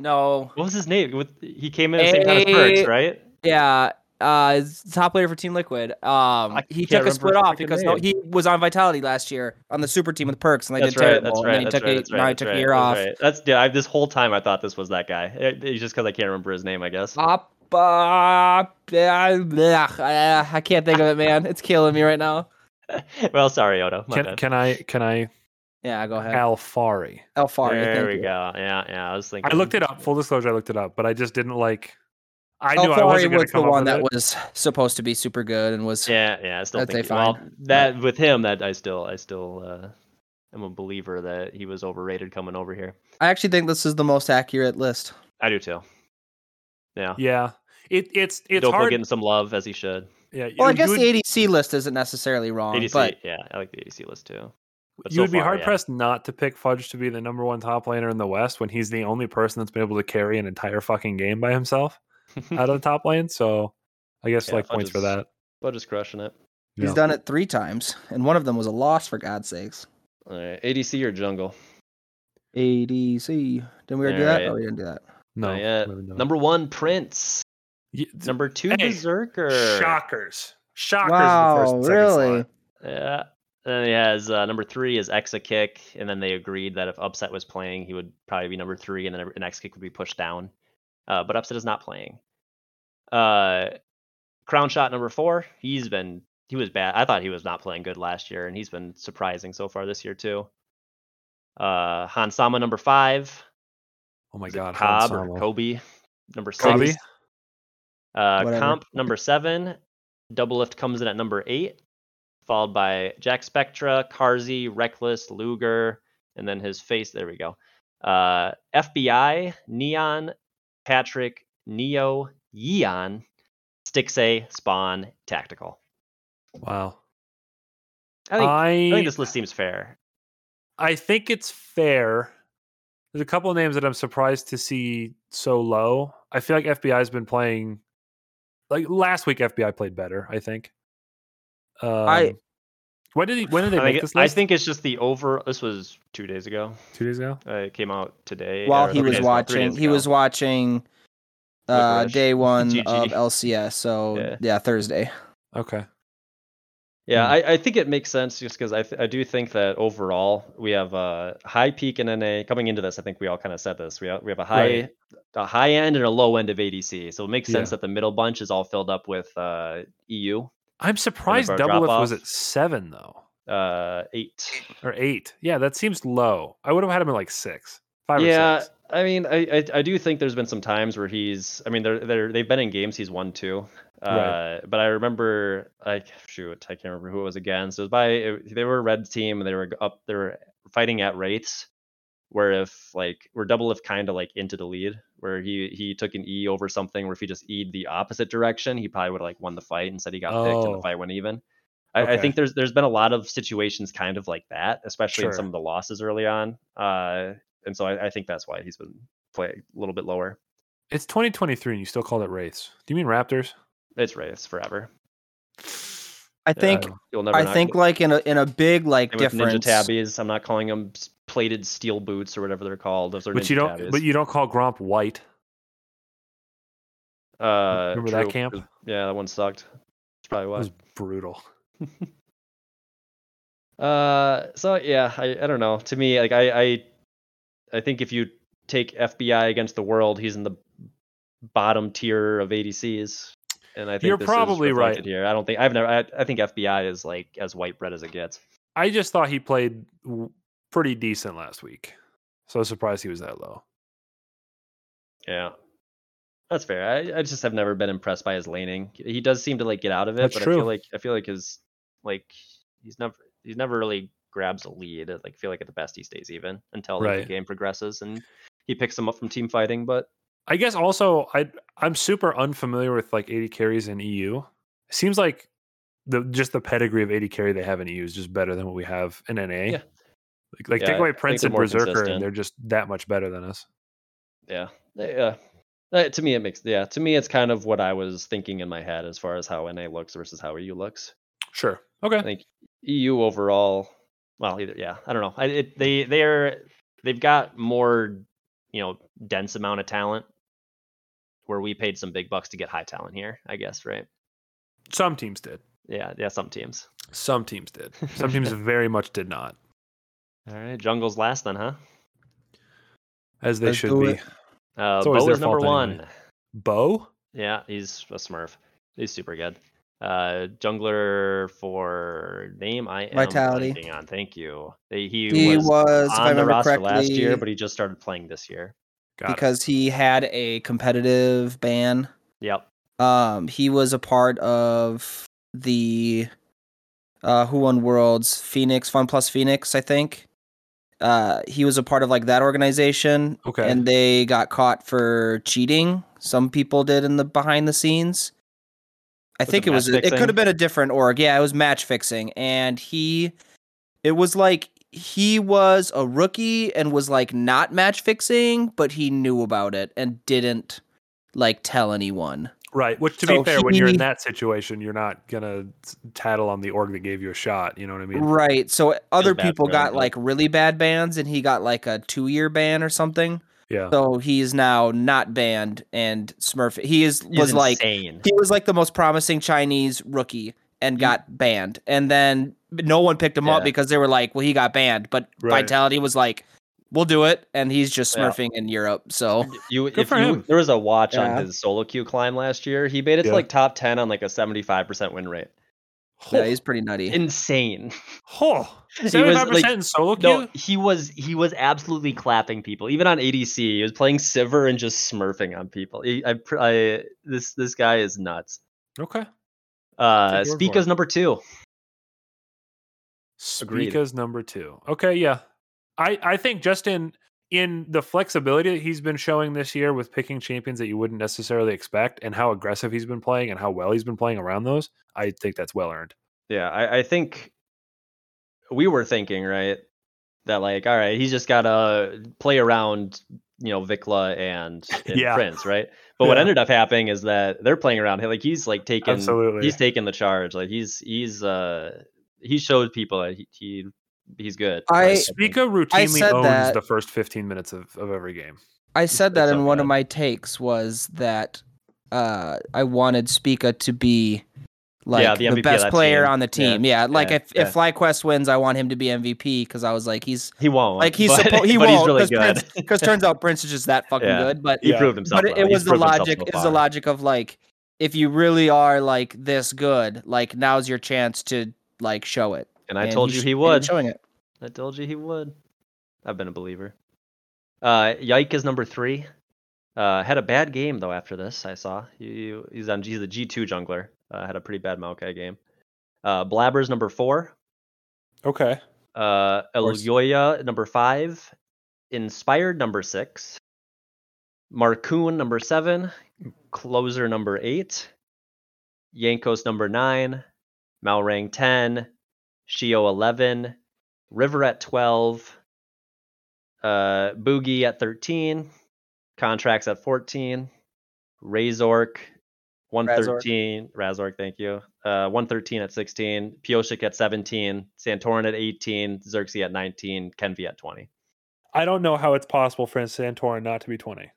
[SPEAKER 4] No.
[SPEAKER 3] What was his name? With he came in at the same time as Perks,
[SPEAKER 4] Eh,
[SPEAKER 3] right?
[SPEAKER 4] Yeah. Uh he's the top player for Team Liquid. Um
[SPEAKER 3] I
[SPEAKER 4] he
[SPEAKER 3] can't
[SPEAKER 4] took
[SPEAKER 3] remember
[SPEAKER 4] a split
[SPEAKER 3] his
[SPEAKER 4] off
[SPEAKER 3] freaking
[SPEAKER 4] because no,
[SPEAKER 3] name.
[SPEAKER 4] he was on Vitality last year on the super team with perks and they
[SPEAKER 3] That's
[SPEAKER 4] did
[SPEAKER 3] right.
[SPEAKER 4] terrible.
[SPEAKER 3] That's
[SPEAKER 4] and
[SPEAKER 3] right.
[SPEAKER 4] then he
[SPEAKER 3] That's
[SPEAKER 4] took
[SPEAKER 3] right.
[SPEAKER 4] a
[SPEAKER 3] That's
[SPEAKER 4] now he
[SPEAKER 3] right.
[SPEAKER 4] took
[SPEAKER 3] That's
[SPEAKER 4] a
[SPEAKER 3] right.
[SPEAKER 4] year off.
[SPEAKER 3] That's right. That's yeah. I, this whole time I thought this was that guy. It- It's just because I can't remember his name. I guess.
[SPEAKER 4] Up, uh, blah, blah, uh, I can't think of it, man. It's killing me right now.
[SPEAKER 3] well, sorry, Odo. My
[SPEAKER 2] Can,
[SPEAKER 3] bad.
[SPEAKER 2] can I can I
[SPEAKER 4] Yeah, go ahead.
[SPEAKER 2] Alfari?
[SPEAKER 4] Alfari.
[SPEAKER 3] there
[SPEAKER 4] thank
[SPEAKER 3] we
[SPEAKER 4] you.
[SPEAKER 3] go. Yeah, yeah. I was thinking.
[SPEAKER 2] I looked it up. Full disclosure, I looked it up, but I just didn't like. I knew I
[SPEAKER 4] Alfari
[SPEAKER 2] wasn't going
[SPEAKER 4] was
[SPEAKER 2] to come
[SPEAKER 4] the
[SPEAKER 2] up
[SPEAKER 4] one
[SPEAKER 2] with
[SPEAKER 4] that
[SPEAKER 2] it.
[SPEAKER 4] was supposed to be super good and was.
[SPEAKER 3] Yeah, yeah. I still
[SPEAKER 4] I'd say
[SPEAKER 3] think. he- Well,
[SPEAKER 4] fine, but-
[SPEAKER 3] that with him, that I still, I still, uh, am a believer that he was overrated coming over here.
[SPEAKER 4] I actually think this is the most accurate list.
[SPEAKER 3] I do too. Yeah.
[SPEAKER 2] Yeah, it, it's it's
[SPEAKER 3] Dopa
[SPEAKER 2] hard.
[SPEAKER 3] getting some love as he should.
[SPEAKER 2] yeah,
[SPEAKER 4] Well, I
[SPEAKER 2] you
[SPEAKER 4] guess
[SPEAKER 2] would-
[SPEAKER 4] the ADC list isn't necessarily wrong,
[SPEAKER 3] ADC,
[SPEAKER 4] but
[SPEAKER 3] yeah, I like the ADC list too. But
[SPEAKER 2] you
[SPEAKER 3] so
[SPEAKER 2] would be
[SPEAKER 3] far,
[SPEAKER 2] hard
[SPEAKER 3] yeah.
[SPEAKER 2] pressed not to pick Fudge to be the number one top laner in the West when he's the only person that's been able to carry an entire fucking game by himself out of the top lane. So I guess
[SPEAKER 3] Yeah,
[SPEAKER 2] like
[SPEAKER 3] Fudge
[SPEAKER 2] points for
[SPEAKER 3] is-
[SPEAKER 2] that.
[SPEAKER 3] But just crushing it.
[SPEAKER 4] he's
[SPEAKER 2] Yeah.
[SPEAKER 4] done it three times, and one of them was a loss for God's sakes.
[SPEAKER 3] All right, ADC or jungle?
[SPEAKER 4] ADC. Didn't we already do that?
[SPEAKER 3] Alright.
[SPEAKER 4] Oh, we didn't do that.
[SPEAKER 2] No,
[SPEAKER 3] Not yet.
[SPEAKER 2] really not.
[SPEAKER 3] Number one, Prince.
[SPEAKER 2] Y- th-
[SPEAKER 3] Number two,
[SPEAKER 2] Hey,
[SPEAKER 3] Berserker.
[SPEAKER 2] shockers, shockers. in the first
[SPEAKER 4] wow,
[SPEAKER 2] and second
[SPEAKER 4] really?
[SPEAKER 2] slot.
[SPEAKER 3] Yeah. Then he has uh, number three is Exa Kick, and then they agreed that if Upset was playing, he would probably be number three, and then an X Kick would be pushed down. Uh, but Upset is not playing. Uh, Crown Shot number four, he's been he was bad. I thought he was not playing good last year, and he's been surprising so far this year too. Uh, Hansama number five.
[SPEAKER 2] Oh my
[SPEAKER 3] Is it
[SPEAKER 2] god,
[SPEAKER 3] Cobb
[SPEAKER 2] Hansama.
[SPEAKER 3] or Kobe number six.
[SPEAKER 2] Kobe?
[SPEAKER 3] Uh,
[SPEAKER 4] Whatever.
[SPEAKER 3] comp number seven. Double lift comes in at number eight, followed by Jack Spectra, Karzy, Reckless, Luger, and then his face. There we go. Uh, FBI, Neon, Patrick, Neo, Yeon, Stixay, Spawn, Tactical.
[SPEAKER 2] Wow.
[SPEAKER 3] I think,
[SPEAKER 2] I,
[SPEAKER 3] I think this list seems fair.
[SPEAKER 2] I think it's fair. There's a couple of names that I'm surprised to see so low. I feel like FBI has been playing like last week. FBI played better. I think. Um,
[SPEAKER 4] I-
[SPEAKER 2] when did he, when did they
[SPEAKER 3] I
[SPEAKER 2] make
[SPEAKER 3] think,
[SPEAKER 2] this
[SPEAKER 3] it- I
[SPEAKER 2] list?
[SPEAKER 3] think it's just the over. This was two days ago.
[SPEAKER 2] two days ago.
[SPEAKER 3] Uh, it came out today.
[SPEAKER 4] While
[SPEAKER 3] or
[SPEAKER 4] he
[SPEAKER 3] three
[SPEAKER 4] was
[SPEAKER 3] days ago- three
[SPEAKER 4] watching,
[SPEAKER 3] days
[SPEAKER 4] he
[SPEAKER 3] ago.
[SPEAKER 4] was watching uh,
[SPEAKER 3] Licorice.
[SPEAKER 4] day one
[SPEAKER 3] GG.
[SPEAKER 4] of LCS. So
[SPEAKER 3] Yeah.
[SPEAKER 4] yeah, Thursday.
[SPEAKER 2] Okay.
[SPEAKER 3] Yeah,
[SPEAKER 2] Mm.
[SPEAKER 3] I, I think it makes sense just because I, th- I do think that overall we have a high peak in NA coming into this. I think we all kind of said this. We have, we have a high
[SPEAKER 2] Right.
[SPEAKER 3] a high end and a low end of ADC, so it makes sense
[SPEAKER 2] Yeah.
[SPEAKER 3] that the middle bunch is all filled up with uh, EU
[SPEAKER 2] I'm surprised
[SPEAKER 3] our
[SPEAKER 2] Double Lift was
[SPEAKER 3] drop-off.
[SPEAKER 2] at seven though
[SPEAKER 3] uh, eight.
[SPEAKER 2] or eight. Yeah, that seems low. I would have had him at like six, five or
[SPEAKER 3] yeah,
[SPEAKER 2] six.
[SPEAKER 3] I mean, I, I I do think there's been some times where he's. I mean, they're they're they've been in games he's won two. Uh,
[SPEAKER 2] Right.
[SPEAKER 3] But I remember, like, shoot, I can't remember who it was against. It was by it- they were a red team and they were up. They were fighting at rates, where if like where double if kind of like into the lead, where he he took an E over something, where if he just E'd the opposite direction, he probably would have like won the fight. Instead, he got picked and
[SPEAKER 2] Oh.
[SPEAKER 3] the fight went even. I, I
[SPEAKER 2] Okay.
[SPEAKER 3] think there's there's been a lot of situations kind of like that, especially in
[SPEAKER 2] Sure.
[SPEAKER 3] some of the losses early on. Uh, and so I, I think that's why he's been playing a little bit lower.
[SPEAKER 2] It's 2023 and you still call it Wraiths. Do you mean Raptors?
[SPEAKER 3] It's Reyes forever.
[SPEAKER 4] I think
[SPEAKER 3] You'll never.
[SPEAKER 4] I
[SPEAKER 3] not-
[SPEAKER 4] think like in a in a big like
[SPEAKER 3] same with ninja
[SPEAKER 4] difference.
[SPEAKER 3] tabbies. I'm not calling them s- plated steel boots or whatever they're called. Those are
[SPEAKER 2] But
[SPEAKER 3] ninja
[SPEAKER 2] you don't.
[SPEAKER 3] tabbies.
[SPEAKER 2] But you don't call Gromp white.
[SPEAKER 3] uh,
[SPEAKER 2] remember that
[SPEAKER 3] true.
[SPEAKER 2] camp?
[SPEAKER 3] Yeah, that one sucked. That's probably
[SPEAKER 2] That
[SPEAKER 3] why.
[SPEAKER 2] was brutal.
[SPEAKER 3] Uh, so yeah, I, I don't know. To me, like I, I I think if you take FBI against the world, he's in the bottom tier of ADCs. And I think
[SPEAKER 2] You're
[SPEAKER 3] this is
[SPEAKER 2] probably right.
[SPEAKER 3] reflected here. I don't think I've never. I, I think FBI is like as white bread as it gets.
[SPEAKER 2] I just thought he played w- pretty decent last week. So I was surprised he was that low.
[SPEAKER 3] Yeah, that's fair. I, I just have never been impressed by his laning. He does seem to like get out of it,
[SPEAKER 2] That's
[SPEAKER 3] but I
[SPEAKER 2] true.
[SPEAKER 3] feel like I feel like his like he's never he's never really grabs a lead. I, Like feel like at the best he stays even until like,
[SPEAKER 2] Right.
[SPEAKER 3] the game progresses and he picks them up from team fighting. But
[SPEAKER 2] I guess also I I'm super unfamiliar with like 80 carries in EU. It seems like the just the pedigree of 80 carry they have in EU is just better than what we have in NA.
[SPEAKER 3] Yeah.
[SPEAKER 2] Like, like
[SPEAKER 3] Yeah,
[SPEAKER 2] take
[SPEAKER 3] I
[SPEAKER 2] away
[SPEAKER 3] think
[SPEAKER 2] Prince
[SPEAKER 3] they're
[SPEAKER 2] and
[SPEAKER 3] more
[SPEAKER 2] Berserker,
[SPEAKER 3] consistent.
[SPEAKER 2] and they're just that much better than us.
[SPEAKER 3] yeah yeah Uh, to me it makes yeah to me it's kind of what i was thinking in my head as far as how na looks versus how eu looks
[SPEAKER 2] Sure. Okay.
[SPEAKER 3] eu overall well either yeah i don't know I, it, they they're they've got more you know dense amount of talent where we paid some big bucks to get high talent here i guess right
[SPEAKER 2] Some teams did.
[SPEAKER 3] yeah yeah some teams
[SPEAKER 2] Some teams did. Some teams very much did not,
[SPEAKER 3] all right jungle's last then huh
[SPEAKER 2] as they
[SPEAKER 4] Let's
[SPEAKER 2] should
[SPEAKER 4] do
[SPEAKER 2] be.
[SPEAKER 4] it.
[SPEAKER 3] uh
[SPEAKER 2] It's always
[SPEAKER 3] Bo
[SPEAKER 2] their
[SPEAKER 3] is number
[SPEAKER 2] fault
[SPEAKER 3] one
[SPEAKER 2] anyway. Bo.
[SPEAKER 3] Yeah, he's a Smurf. He's super good. Uh, jungler for name I am
[SPEAKER 4] Vitality.
[SPEAKER 3] blanking on. Thank you. They, he
[SPEAKER 4] He
[SPEAKER 3] was,
[SPEAKER 4] was, if I
[SPEAKER 3] on the
[SPEAKER 4] remember
[SPEAKER 3] roster
[SPEAKER 4] correctly,
[SPEAKER 3] last year, but he just started playing this year.
[SPEAKER 2] Got it.
[SPEAKER 4] because he had a competitive ban.
[SPEAKER 3] Yep.
[SPEAKER 4] Um, he was a part of the uh, Who Won Worlds Phoenix Fun Plus Phoenix, I think. Uh, he was a part of like that organization,
[SPEAKER 2] Okay.
[SPEAKER 4] and they got caught for cheating. Some people did in the behind the scenes. I
[SPEAKER 3] Was
[SPEAKER 4] think
[SPEAKER 3] it
[SPEAKER 4] it was
[SPEAKER 3] match
[SPEAKER 4] it could
[SPEAKER 3] fixing?
[SPEAKER 4] have been a different org. Yeah, it was match fixing, and he it was like he was a rookie and was like not match fixing, but he knew about it and didn't like tell anyone.
[SPEAKER 2] Right. Which, to
[SPEAKER 4] So
[SPEAKER 2] be fair, when you're in
[SPEAKER 4] he-
[SPEAKER 2] that situation, you're not gonna s- tattle on the org that gave you a shot. You know what I mean?
[SPEAKER 4] Right. So other
[SPEAKER 3] bad
[SPEAKER 4] people
[SPEAKER 3] for
[SPEAKER 4] got
[SPEAKER 3] everybody.
[SPEAKER 4] like really bad bans and he got like a 2-year ban or something.
[SPEAKER 3] Uh-huh.
[SPEAKER 2] Yeah.
[SPEAKER 4] So he's now not banned and Smurf he is
[SPEAKER 3] He's
[SPEAKER 4] was like
[SPEAKER 3] insane.
[SPEAKER 4] he was like the most promising Chinese rookie and got banned. And then no one picked him up
[SPEAKER 3] Yeah.
[SPEAKER 4] because they were like, well, he got banned. But
[SPEAKER 2] Right.
[SPEAKER 4] Vitality was like, we'll do it. And he's just
[SPEAKER 3] Yeah.
[SPEAKER 4] smurfing in Europe. So
[SPEAKER 3] You,
[SPEAKER 2] Good
[SPEAKER 3] if
[SPEAKER 2] for
[SPEAKER 3] you,
[SPEAKER 2] him.
[SPEAKER 3] There was a watch
[SPEAKER 4] Yeah.
[SPEAKER 3] on his solo queue climb last year. He made it
[SPEAKER 2] Yeah.
[SPEAKER 3] to like top ten on like a seventy-five percent win rate.
[SPEAKER 4] Yeah, he's pretty nutty.
[SPEAKER 5] Insane.
[SPEAKER 2] Oh,
[SPEAKER 5] He was,
[SPEAKER 2] 75%
[SPEAKER 5] like,
[SPEAKER 2] in solo queue?
[SPEAKER 5] No, he was he was absolutely clapping people. Even on ADC, he was playing Sivir and just smurfing on people. He- I, pr- I- this this guy is nuts.
[SPEAKER 2] Okay.
[SPEAKER 5] Uh,
[SPEAKER 2] Good word for
[SPEAKER 5] Spica's
[SPEAKER 2] it.
[SPEAKER 5] number two. Agreed.
[SPEAKER 2] Spica's number two. Okay, yeah. I, I think just in in the flexibility that he's been showing this year with picking champions that you wouldn't necessarily expect and how aggressive he's been playing and how well he's been playing around those, I think that's well earned.
[SPEAKER 3] Yeah, I, I think we were thinking, right? That like, all right, he's just gotta play around, you know, Vikla and, and
[SPEAKER 2] Yeah.
[SPEAKER 3] Prince, right? But what
[SPEAKER 2] Yeah.
[SPEAKER 3] ended up happening is that they're playing around. Like he's like taking
[SPEAKER 2] Absolutely.
[SPEAKER 3] he's taking the charge. Like he's he's uh he showed people that he, he he's good.
[SPEAKER 4] I
[SPEAKER 2] Spica routinely
[SPEAKER 4] said
[SPEAKER 2] owns
[SPEAKER 4] that-
[SPEAKER 2] the first 15 minutes of, of every game.
[SPEAKER 4] I said that
[SPEAKER 3] It's
[SPEAKER 4] in
[SPEAKER 3] not
[SPEAKER 4] one of
[SPEAKER 3] bad.
[SPEAKER 4] my takes was that uh, I wanted Spica to be like
[SPEAKER 3] Yeah, the
[SPEAKER 4] the,
[SPEAKER 3] MVP of
[SPEAKER 4] best
[SPEAKER 3] that
[SPEAKER 4] player
[SPEAKER 3] team.
[SPEAKER 4] on the team. Yeah, like
[SPEAKER 3] yeah,
[SPEAKER 4] if if FlyQuest wins, I want him to be MVP because I was like he's
[SPEAKER 3] He won't.
[SPEAKER 4] like he's
[SPEAKER 3] but,
[SPEAKER 4] suppo- he
[SPEAKER 3] but
[SPEAKER 4] won't
[SPEAKER 3] he's really good.
[SPEAKER 4] because turns out Prince is just that fucking
[SPEAKER 3] Yeah.
[SPEAKER 4] good. But
[SPEAKER 3] he
[SPEAKER 2] Yeah.
[SPEAKER 3] proved himself.
[SPEAKER 4] but it,
[SPEAKER 3] well.
[SPEAKER 4] it
[SPEAKER 3] He's
[SPEAKER 4] was the
[SPEAKER 3] proved himself
[SPEAKER 4] logic.
[SPEAKER 3] so
[SPEAKER 4] it was the
[SPEAKER 3] far.
[SPEAKER 4] logic of like if you really are like this good, like now's your chance to like show it.
[SPEAKER 3] And I
[SPEAKER 4] And
[SPEAKER 3] told
[SPEAKER 4] he's-
[SPEAKER 3] you
[SPEAKER 4] and
[SPEAKER 3] he
[SPEAKER 4] he's
[SPEAKER 3] would.
[SPEAKER 4] showing it.
[SPEAKER 3] I told you he would. I've been a believer. Uh, Yike is number three. Uh, had a bad game though after this. I saw he, he's on. He's the G two jungler. Uh, had a pretty bad Maokai game. Uh, Blabber's number four.
[SPEAKER 2] Okay.
[SPEAKER 3] Uh,
[SPEAKER 4] course.
[SPEAKER 3] Elioya number five. Inspired number six. Marcoon number seven. Closer number eight. Yankos number nine. Malrang ten. Shio eleven. River at twelve. Uh, Boogie at thirteen. Contracts at fourteen. Razork. 113 Razork, thank you. Uh, 113 at 16, Pioshik at 17, Santorin at 18, Xerxes at 19, Kenvi at 20.
[SPEAKER 2] I don't know how it's possible for Santorin not to be 20.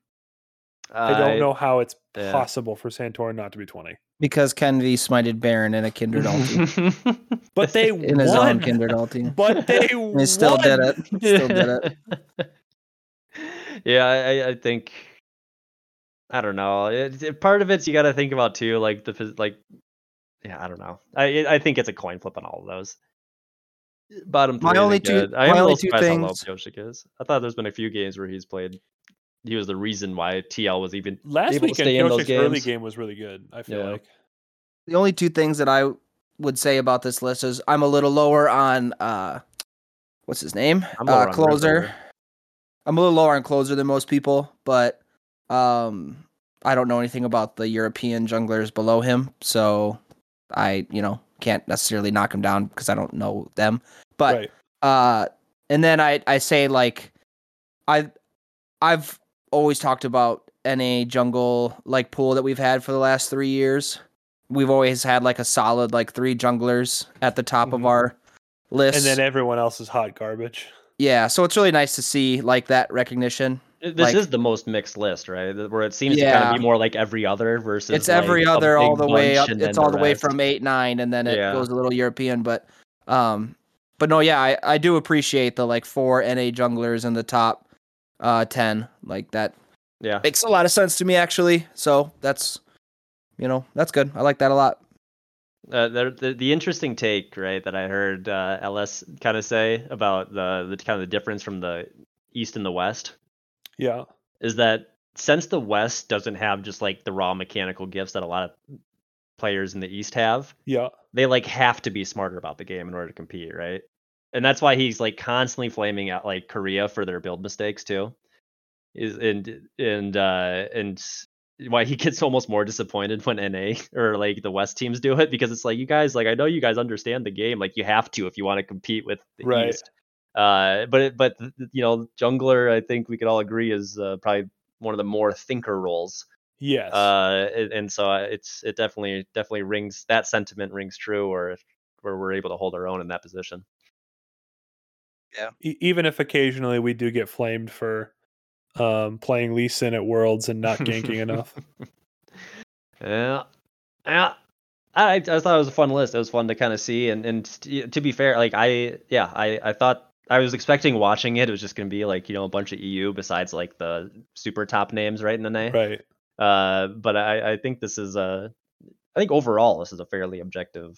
[SPEAKER 2] I
[SPEAKER 3] Uh,
[SPEAKER 2] don't know how it's
[SPEAKER 3] yeah.
[SPEAKER 2] possible for Santorin not to be 20.
[SPEAKER 4] Because Kenvi smited Baron in a Kindred ulti.
[SPEAKER 2] But they
[SPEAKER 4] in his
[SPEAKER 2] won.
[SPEAKER 4] own Kindred ulti.
[SPEAKER 2] But they
[SPEAKER 4] And he still did
[SPEAKER 3] uh,
[SPEAKER 2] won.
[SPEAKER 4] it. Still did it.
[SPEAKER 3] yeah, I, I- I think I don't know. It, it- part of it's you got to think about too, like the phys- like. Yeah, I don't know. I it- I think it's a coin flip on all of those. Eh, Bottom three.
[SPEAKER 4] My
[SPEAKER 3] isn't
[SPEAKER 4] only two-
[SPEAKER 3] good. I am
[SPEAKER 4] my
[SPEAKER 3] a
[SPEAKER 4] only
[SPEAKER 3] little
[SPEAKER 4] two
[SPEAKER 3] surprised how low
[SPEAKER 4] things-
[SPEAKER 3] Pioshik is. I thought there's been a few games where he's played. He was the reason why TL was even.
[SPEAKER 2] Last
[SPEAKER 3] able to
[SPEAKER 2] weekend,
[SPEAKER 3] stay in those
[SPEAKER 2] Piotr's early
[SPEAKER 3] games.
[SPEAKER 2] game was really good. I feel
[SPEAKER 3] Yeah.
[SPEAKER 2] like
[SPEAKER 4] the only two things that I would say about this list is I'm a little lower on uh what's his name?
[SPEAKER 3] I'm
[SPEAKER 4] uh
[SPEAKER 3] lower on
[SPEAKER 4] closer.
[SPEAKER 3] River.
[SPEAKER 4] I'm a little lower on closer than most people, but um I don't know anything about the European junglers below him, so I, you know, can't necessarily knock him down because I don't know them. But
[SPEAKER 2] right.
[SPEAKER 4] uh and then i i say like i i've always talked about na jungle like pool that we've had for the last three years we've always had like a solid like three junglers at the top of
[SPEAKER 2] Mhm.
[SPEAKER 4] our list
[SPEAKER 2] and then everyone else is hot garbage.
[SPEAKER 4] yeah so it's really nice to see like that recognition
[SPEAKER 3] Eh, This
[SPEAKER 4] like-
[SPEAKER 3] is the most mixed list, right? The- Where it seems to kind
[SPEAKER 4] Yeah.
[SPEAKER 3] of be more like every other versus.
[SPEAKER 4] it's every
[SPEAKER 3] like, a
[SPEAKER 4] other all
[SPEAKER 3] big
[SPEAKER 4] the way
[SPEAKER 3] bunch
[SPEAKER 4] up
[SPEAKER 3] and
[SPEAKER 4] it's
[SPEAKER 3] then
[SPEAKER 4] all the, way
[SPEAKER 3] rest.
[SPEAKER 4] from eight nine and then it
[SPEAKER 3] Yeah.
[SPEAKER 4] goes a little european but um but no yeah i i do appreciate the like four na junglers in the top uh 10 like that
[SPEAKER 3] Yeah,
[SPEAKER 4] makes a lot of sense to me actually so that's you know that's good i like that a lot
[SPEAKER 3] Uh, the, the the interesting take, right, that I heard uh, LS kind of say about the the kind of the difference from the East and the West
[SPEAKER 2] Yeah,
[SPEAKER 3] is that since the West doesn't have just like the raw mechanical gifts that a lot of players in the East have,
[SPEAKER 2] yeah,
[SPEAKER 3] they like have to be smarter about the game in order to compete, right? And that's why he's like constantly flaming out like Korea for their build mistakes too. Is and and uh and s- why he gets almost more disappointed when NA or like the West teams do it because it's like you guys like I know you guys understand the game like you have to if you want to compete with the
[SPEAKER 2] Right.
[SPEAKER 3] East. Uh but it, but th- th- you know jungler I think we could all agree is uh, probably one of the more thinker roles
[SPEAKER 2] yes.
[SPEAKER 3] uh and, and so I- it's it definitely definitely rings that sentiment rings true or where we're able to hold our own in that position
[SPEAKER 2] E- even if occasionally we do get flamed for um, playing Lee Sin at Worlds and not ganking enough.
[SPEAKER 3] yeah yeah I, I thought it was a fun list. It was fun to kind of see, and and t- to be fair, like I yeah I I thought I was expecting watching it. It was just gonna be like you know a bunch of EU besides like the super top names right in the name.
[SPEAKER 2] Right.
[SPEAKER 3] Uh, but I I think this is a I think overall this is a fairly objective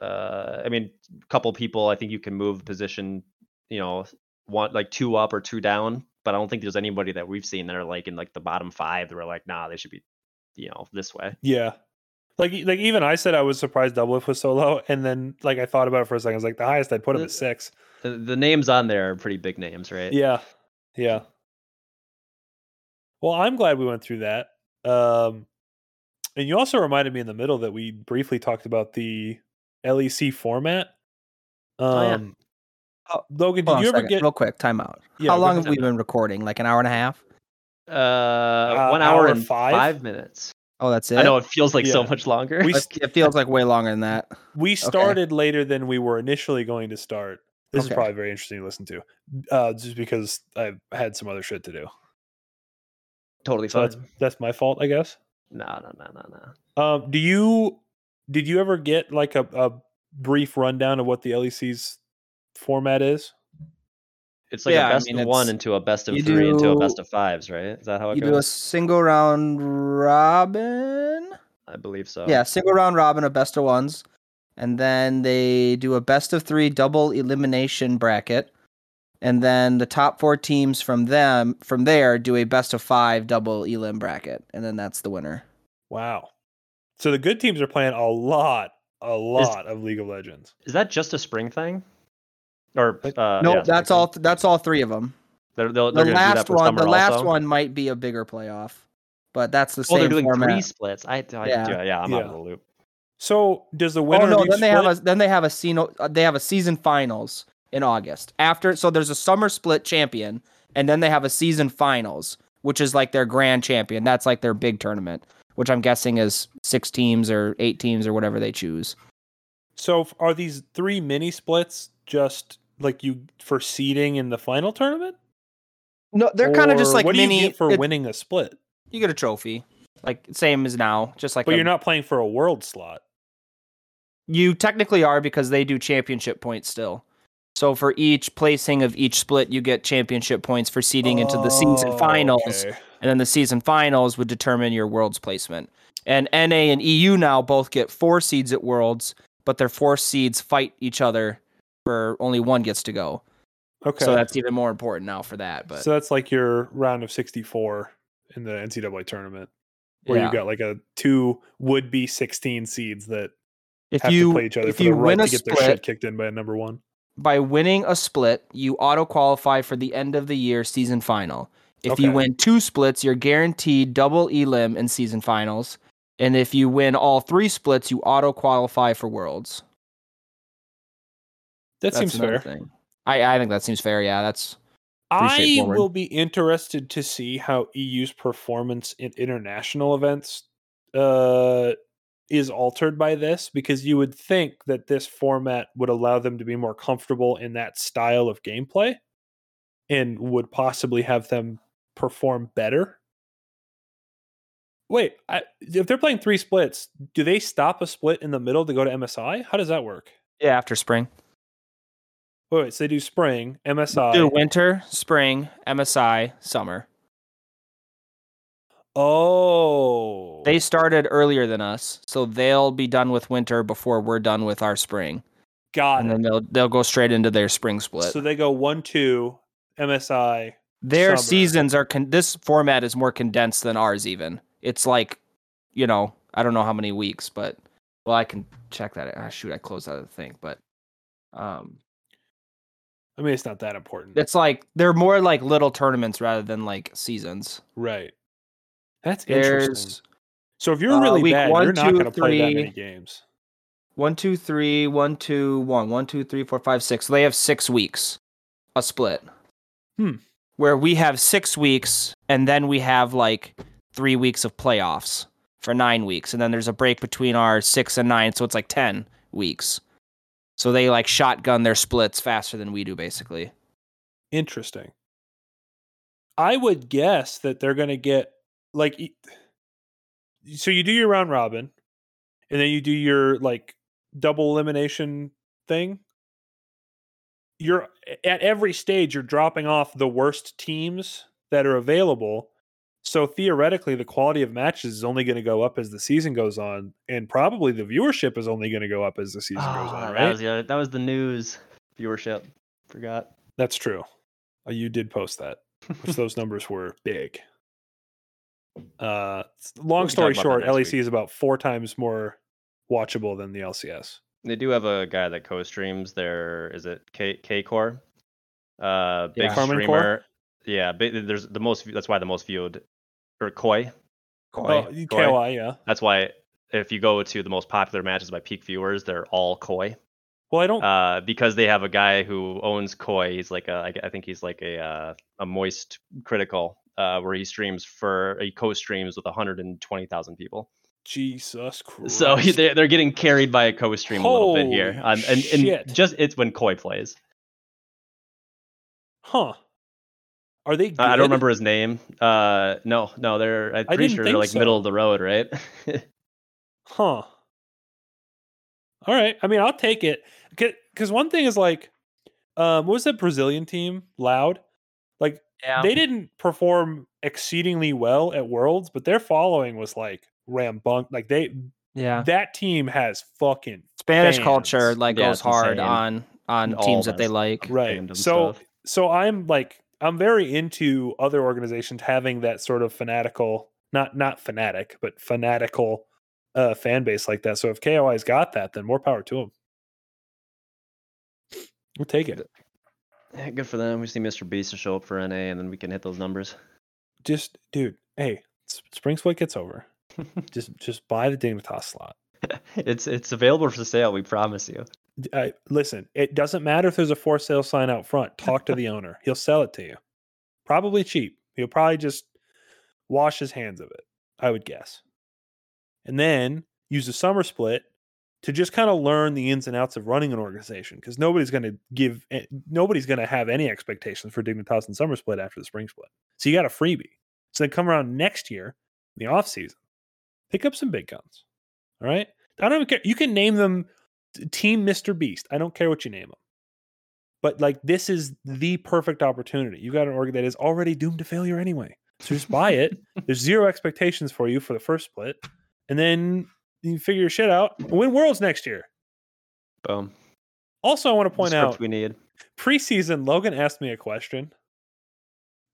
[SPEAKER 5] uh, I mean, couple people. I think you can move position. You know, want like two up or two down. But I don't think there's anybody that we've seen that are like in like the bottom five that are like, nah, they should be, you know, this way.
[SPEAKER 2] Yeah. Like e, like even I said I was surprised Doublelift was so low, and then like I thought about it for a second. I was like, the highest I'd
[SPEAKER 3] Uh,
[SPEAKER 2] put him
[SPEAKER 5] The-
[SPEAKER 2] is six.
[SPEAKER 5] The, the names on there are pretty big names, right?
[SPEAKER 2] Yeah. Yeah. Well, I'm glad we went through that. Um and you also reminded me in the middle that we briefly talked about the LEC format. Um
[SPEAKER 5] yeah.
[SPEAKER 2] uh, Logan, did
[SPEAKER 4] Hold on
[SPEAKER 2] you
[SPEAKER 4] a
[SPEAKER 2] ever
[SPEAKER 4] second,
[SPEAKER 2] get
[SPEAKER 4] real quick timeout?
[SPEAKER 2] Yeah,
[SPEAKER 4] How
[SPEAKER 2] go
[SPEAKER 4] long
[SPEAKER 2] ahead.
[SPEAKER 4] have we been recording? Like an hour and a half?
[SPEAKER 5] Uh, one hour,
[SPEAKER 2] hour
[SPEAKER 5] and
[SPEAKER 2] five?
[SPEAKER 5] five, minutes.
[SPEAKER 4] Oh, that's it.
[SPEAKER 5] I know it feels like so
[SPEAKER 2] Yeah.
[SPEAKER 5] much longer.
[SPEAKER 2] We
[SPEAKER 4] It- it feels like way longer than that.
[SPEAKER 2] we started later than we were initially going to start. This is
[SPEAKER 4] Okay.
[SPEAKER 2] probably very interesting to listen to, uh, just because I had some other shit to do.
[SPEAKER 5] totally
[SPEAKER 2] So
[SPEAKER 5] fine.
[SPEAKER 2] that's that's my fault, I guess.
[SPEAKER 5] No, no, no, no, no.
[SPEAKER 2] Um, do you did you ever get like a, a brief rundown of what the LEC's format is?
[SPEAKER 5] It's like
[SPEAKER 4] Yeah, I
[SPEAKER 5] a best
[SPEAKER 4] mean,
[SPEAKER 5] of one
[SPEAKER 4] it's-
[SPEAKER 5] into a best of
[SPEAKER 4] you
[SPEAKER 5] three into a
[SPEAKER 4] do-
[SPEAKER 5] best of fives, right? Is that how it
[SPEAKER 4] You do a
[SPEAKER 5] goes?
[SPEAKER 4] single round robin.
[SPEAKER 5] I believe so.
[SPEAKER 4] Yeah, single round robin of best of ones. And then they do a best of three double elimination bracket. And then the top four teams from them from there do a best of five double elim bracket. And then that's the winner.
[SPEAKER 2] Wow. So the good teams are playing a lot, a lot of League of Legends.
[SPEAKER 5] Is that just a spring thing? Or
[SPEAKER 2] Like-
[SPEAKER 5] uh,
[SPEAKER 4] no,
[SPEAKER 5] yeah, spring
[SPEAKER 4] that's
[SPEAKER 5] thing.
[SPEAKER 4] all that's all three of them.
[SPEAKER 5] They're, they'll,
[SPEAKER 4] The
[SPEAKER 5] they're gonna do that
[SPEAKER 4] last
[SPEAKER 5] for
[SPEAKER 4] one
[SPEAKER 5] summer
[SPEAKER 4] the last
[SPEAKER 5] also?
[SPEAKER 4] one might be a bigger playoff. But that's the
[SPEAKER 5] Oh,
[SPEAKER 4] same
[SPEAKER 5] they're doing
[SPEAKER 4] format.
[SPEAKER 5] three splits. I, I
[SPEAKER 4] Yeah.
[SPEAKER 5] yeah. yeah, I'm out
[SPEAKER 2] Yeah.
[SPEAKER 5] of the loop.
[SPEAKER 2] So does the winner?
[SPEAKER 4] Oh
[SPEAKER 2] of
[SPEAKER 4] no,
[SPEAKER 2] each
[SPEAKER 4] then they have
[SPEAKER 2] split-
[SPEAKER 4] a then they have a seno, uh, they have a season finals in August. After so there's a summer split champion and then they have a season finals, which is like their grand champion. That's like their big tournament, which I'm guessing is 6 teams or 8 teams or whatever they choose.
[SPEAKER 2] So f- are these three mini splits just like you for seeding in the final tournament?
[SPEAKER 4] No, they're kind of just
[SPEAKER 2] Or
[SPEAKER 4] like
[SPEAKER 2] what
[SPEAKER 4] mini
[SPEAKER 2] do you get for
[SPEAKER 4] it-
[SPEAKER 2] winning a split?
[SPEAKER 4] you get a trophy. Like same as now, just like
[SPEAKER 2] But
[SPEAKER 4] a-
[SPEAKER 2] you're not playing for a world slot.
[SPEAKER 4] You technically are because they do championship points still. So for each placing of each split, you get championship points for seeding into the season
[SPEAKER 2] Oh,
[SPEAKER 4] finals.
[SPEAKER 2] okay.
[SPEAKER 4] and then the season finals would determine your world's placement. And NA and EU now both get four seeds at worlds, but their four seeds fight each other for only one gets to go.
[SPEAKER 2] Okay.
[SPEAKER 4] So that's even more important now for that. But
[SPEAKER 2] so that's like your round of 64 in the NCAA tournament, where
[SPEAKER 4] yeah.
[SPEAKER 2] you've got like a two would be 16 seeds that
[SPEAKER 4] if
[SPEAKER 2] have
[SPEAKER 4] you
[SPEAKER 2] to play each other
[SPEAKER 4] if
[SPEAKER 2] for
[SPEAKER 4] you
[SPEAKER 2] the right
[SPEAKER 4] win a
[SPEAKER 2] to get
[SPEAKER 4] split
[SPEAKER 2] their shit kicked in by a number one.
[SPEAKER 4] by winning a split, you auto qualify for the end of the year season final. If you
[SPEAKER 2] Okay.
[SPEAKER 4] win two splits, you're guaranteed double E elim in season finals. And if you win all three splits, you auto qualify for worlds.
[SPEAKER 2] That
[SPEAKER 4] That's
[SPEAKER 2] seems
[SPEAKER 4] another
[SPEAKER 2] fair.
[SPEAKER 4] Thing. I I think that seems fair. Yeah, that's Pretty
[SPEAKER 2] I
[SPEAKER 4] straightforward.
[SPEAKER 2] will be interested to see how EU's performance in international events uh, is altered by this, because you would think that this format would allow them to be more comfortable in that style of gameplay and would possibly have them perform better. Wait, I, if they're playing three splits, do they stop a split in the middle to go to MSI? How does that work?
[SPEAKER 4] Yeah, after spring.
[SPEAKER 2] Wait, wait so they do spring, MSI.
[SPEAKER 4] Do winter, spring, MSI, summer.
[SPEAKER 2] oh.
[SPEAKER 4] They started earlier than us, so they'll be done with winter before we're done with our spring,
[SPEAKER 2] got
[SPEAKER 4] and
[SPEAKER 2] it.
[SPEAKER 4] then they'll they'll go straight into their spring split.
[SPEAKER 2] So they go one two MSI.
[SPEAKER 4] their
[SPEAKER 2] summer.
[SPEAKER 4] seasons are con- this format is more condensed than ours. Even it's like, you know, I don't know how many weeks, but well, I can check that. Ah, shoot, I closed out of the thing, but um,
[SPEAKER 2] I mean, it's not that important,
[SPEAKER 4] it's like they're more like little tournaments rather than like seasons.
[SPEAKER 2] right? That's interesting.
[SPEAKER 4] There's
[SPEAKER 2] So if you're
[SPEAKER 4] uh,
[SPEAKER 2] really
[SPEAKER 4] week
[SPEAKER 2] bad,
[SPEAKER 4] one,
[SPEAKER 2] you're not
[SPEAKER 4] two,
[SPEAKER 2] going to play that many
[SPEAKER 4] three.
[SPEAKER 2] games.
[SPEAKER 4] One, two, three, one, two, one, one, two, three, four, five, six. So they have six weeks, a split.
[SPEAKER 2] Hmm.
[SPEAKER 4] Where we have six weeks, and then we have like three weeks of playoffs for nine weeks, and then there's a break between our six and nine, so it's like ten weeks. So they like shotgun their splits faster than we do, basically.
[SPEAKER 2] Interesting. I would guess that they're going to get like. e- So you do your round robin, and then you do your like double elimination thing. You're at every stage. You're dropping off the worst teams that are available. So theoretically, the quality of matches is only going to go up as the season goes on, and probably the viewership is only going to go up as the season goes
[SPEAKER 3] Ah,
[SPEAKER 2] on,
[SPEAKER 3] That
[SPEAKER 2] right?
[SPEAKER 3] was the other, that was the news viewership. Forgot.
[SPEAKER 2] That's true. Uh, You did post that, which those numbers were big. Uh, s- long
[SPEAKER 3] can talk
[SPEAKER 2] story
[SPEAKER 3] about that
[SPEAKER 2] short,
[SPEAKER 3] next week.
[SPEAKER 2] LEC is about four times more watchable than the LCS.
[SPEAKER 3] They do have a guy that co-streams their is it K K Core, uh, big
[SPEAKER 4] Yeah.
[SPEAKER 2] Carmen Core?
[SPEAKER 3] streamer. Yeah, big, there's the most. That's why the most viewed or Koi.
[SPEAKER 2] Oh, KOI, yeah.
[SPEAKER 3] That's why if you go to the most popular matches by peak viewers, they're all Koi.
[SPEAKER 2] Well, I don't.
[SPEAKER 3] uh, because they have a guy who owns Koi. He's like a, I g- I think he's like a uh, a moist critical, uh, where he streams for he co-streams with 120,000 people.
[SPEAKER 2] Jesus Christ.
[SPEAKER 3] So he- they're they're getting carried by a co-stream a little bit here,
[SPEAKER 2] Holy
[SPEAKER 3] um, and
[SPEAKER 2] shit.
[SPEAKER 3] and just it's when Koi plays.
[SPEAKER 2] huh? Are they?
[SPEAKER 3] I, I
[SPEAKER 2] good?
[SPEAKER 3] don't remember his name. Uh, no, no, they're I'm pretty
[SPEAKER 2] didn't
[SPEAKER 3] sure
[SPEAKER 2] think
[SPEAKER 3] they're like
[SPEAKER 2] so.
[SPEAKER 3] middle of the road, right?
[SPEAKER 2] Huh. All right. I mean, I'll take it. Because one thing is like, um, what was that Brazilian team? Loud. Like
[SPEAKER 3] Yeah.
[SPEAKER 2] they didn't perform exceedingly well at Worlds, but their following was like rambunk. Like they,
[SPEAKER 4] Yeah.
[SPEAKER 2] that team has fucking
[SPEAKER 4] Spanish
[SPEAKER 2] fans.
[SPEAKER 4] culture like
[SPEAKER 3] Yeah,
[SPEAKER 4] goes
[SPEAKER 3] it's
[SPEAKER 4] hard
[SPEAKER 3] insane.
[SPEAKER 4] on on
[SPEAKER 3] All
[SPEAKER 4] teams
[SPEAKER 3] of
[SPEAKER 4] that they
[SPEAKER 3] us.
[SPEAKER 4] like.
[SPEAKER 2] right.
[SPEAKER 3] Fandom
[SPEAKER 2] So
[SPEAKER 3] stuff.
[SPEAKER 2] so I'm like I'm very into other organizations having that sort of fanatical, not not fanatic, but fanatical uh, fan base like that. So if KOI's got that, then more power to them. We'll take it.
[SPEAKER 3] Yeah, good for them. We see Mr. Beast to show up for NA, and then we can hit those numbers.
[SPEAKER 2] Just dude, hey, s- spring split gets over. just just buy the Dignitas slot.
[SPEAKER 3] It's it's available for sale. We promise you.
[SPEAKER 2] D- I, listen, it doesn't matter if there's a for sale sign out front. Talk to the owner. He'll sell it to you. Probably cheap. He'll probably just wash his hands of it, I would guess. And then use the summer split to just kind of learn the ins and outs of running an organization because nobody's going to give, a- nobody's going to have any expectations for Dignitas and summer split after the spring split. So you got a freebie. So then come around next year, in the off season, pick up some big guns. All right. I don't even care. You can name them t- Team Mr. Beast. I don't care what you name them. But like this is the perfect opportunity. You got an org that is already doomed to failure anyway. So just buy it. There's zero expectations for you for the first split. And then you figure your shit out. and Win worlds next year.
[SPEAKER 3] Boom.
[SPEAKER 2] Also, I want to
[SPEAKER 3] The
[SPEAKER 2] point
[SPEAKER 3] script
[SPEAKER 2] out
[SPEAKER 3] we need.
[SPEAKER 2] preseason logan asked me a question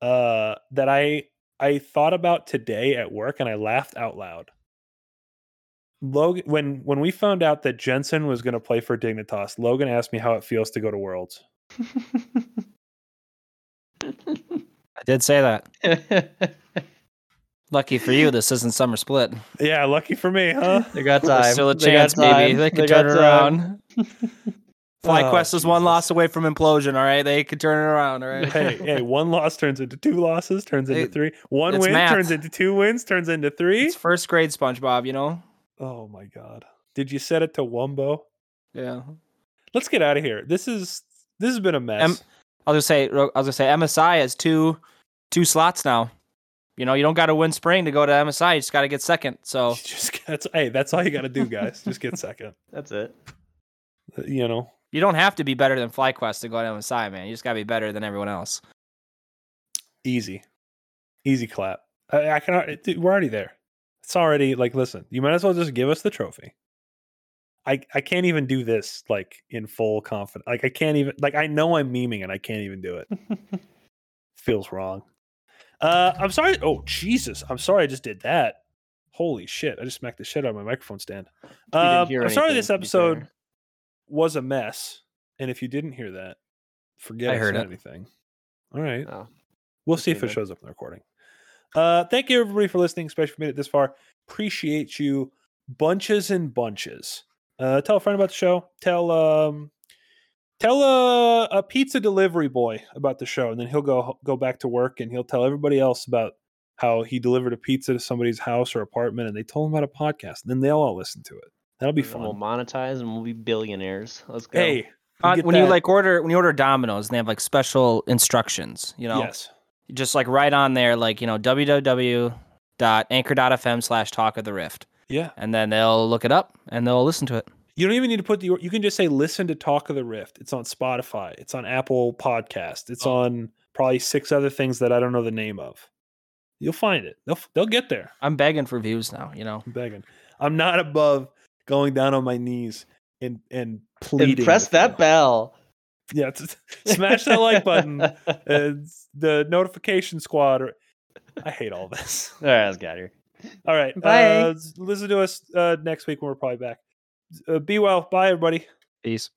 [SPEAKER 2] uh that i i thought about today at work and i laughed out loud logan when when we found out that jensen was going to play for dignitas logan asked me how it feels to go to worlds
[SPEAKER 4] I did say that.
[SPEAKER 3] they
[SPEAKER 4] Lucky for you, this isn't summer split.
[SPEAKER 2] yeah lucky for me huh
[SPEAKER 3] got
[SPEAKER 4] There's
[SPEAKER 3] time.
[SPEAKER 4] still a
[SPEAKER 3] They
[SPEAKER 4] chance,
[SPEAKER 3] got
[SPEAKER 4] maybe.
[SPEAKER 3] time.
[SPEAKER 4] They can
[SPEAKER 3] got
[SPEAKER 4] turn it
[SPEAKER 3] time.
[SPEAKER 4] around. FlyQuest is one
[SPEAKER 2] Oh, Jesus.
[SPEAKER 4] loss away from implosion, all right? They could turn it around, all right?
[SPEAKER 2] hey hey one loss turns into two losses turns into
[SPEAKER 4] Hey,
[SPEAKER 2] three one
[SPEAKER 4] it's
[SPEAKER 2] win
[SPEAKER 4] math.
[SPEAKER 2] turns into two wins turns into three.
[SPEAKER 4] It's first grade SpongeBob, you know?
[SPEAKER 2] Oh my god did you set it to wumbo
[SPEAKER 4] Yeah.
[SPEAKER 2] let's get out of here this is this has been a mess
[SPEAKER 4] Em- I'll just say I'll just say MSI has two two slots now. You know, you don't gotta win spring to go to MSI, you just gotta get second. So
[SPEAKER 2] You just that's hey, that's all you got to do, guys. just get second.
[SPEAKER 3] That's it.
[SPEAKER 2] You know,
[SPEAKER 4] you don't have to be better than FlyQuest to go to MSI, man. You just gotta be better than everyone else.
[SPEAKER 2] easy, easy clap. I, I can. al- dude, We're already there. It's already like listen. You might as well just give us the trophy. I I can't even do this like in full confidence. Like I can't even like I know I'm memeing and I can't even do it. Feels wrong. Uh, I'm sorry. Oh Jesus, I'm sorry. I just did that. Holy shit! I just smacked the shit out of my microphone stand.
[SPEAKER 4] We didn't
[SPEAKER 2] Um,
[SPEAKER 4] hear
[SPEAKER 2] I'm sorry.
[SPEAKER 4] anything,
[SPEAKER 2] This
[SPEAKER 4] to be fair.
[SPEAKER 2] episode was a mess. And if you didn't hear that, forget
[SPEAKER 4] I
[SPEAKER 2] I,
[SPEAKER 4] heard
[SPEAKER 2] said
[SPEAKER 4] it.
[SPEAKER 2] anything. All right.
[SPEAKER 3] Oh,
[SPEAKER 2] we'll
[SPEAKER 3] that's
[SPEAKER 2] see if
[SPEAKER 3] too
[SPEAKER 2] it
[SPEAKER 3] bad.
[SPEAKER 2] shows up in the recording. Uh, thank you everybody for listening, especially if you made it this far. Appreciate you bunches and bunches. Uh, tell a friend about the show. Tell um, tell a, a pizza delivery boy about the show, and then he'll go go back to work and he'll tell everybody else about how he delivered a pizza to somebody's house or apartment, and they told him about a podcast, and then they'll all listen to it. That'll be
[SPEAKER 3] And then We'll
[SPEAKER 2] fun.
[SPEAKER 3] monetize and we'll be billionaires. Let's go.
[SPEAKER 2] Hey, we
[SPEAKER 4] Uh,
[SPEAKER 2] get
[SPEAKER 4] when you
[SPEAKER 2] that.
[SPEAKER 4] like order when you order Domino's and they have like special instructions, you know,
[SPEAKER 2] yes.
[SPEAKER 4] just like right on there, like you know, www.anchor.fm slash talk of the rift,
[SPEAKER 2] Yeah.
[SPEAKER 4] and then they'll look it up and they'll listen to it.
[SPEAKER 2] You don't even need to put the. You can just say listen to Talk of the Rift. It's on Spotify.
[SPEAKER 4] Oh.
[SPEAKER 2] It's on Apple Podcast. It's on probably six other things that I don't know the name of. You'll find it. They'll they'll get there.
[SPEAKER 4] I'm begging for views now. You know,
[SPEAKER 2] I'm begging. I'm not above going down on my knees and and pleading.
[SPEAKER 5] And press
[SPEAKER 2] with
[SPEAKER 5] that
[SPEAKER 2] you.
[SPEAKER 5] bell.
[SPEAKER 2] Yeah, t- smash that like button. Uh,
[SPEAKER 5] All right,
[SPEAKER 2] it's the notification squad. Or, I hate all this.
[SPEAKER 5] let's get out of here.
[SPEAKER 2] All right,
[SPEAKER 4] Bye.
[SPEAKER 2] Uh, listen to us uh, next week when we're probably back. Uh, be well. Bye, everybody.
[SPEAKER 4] peace.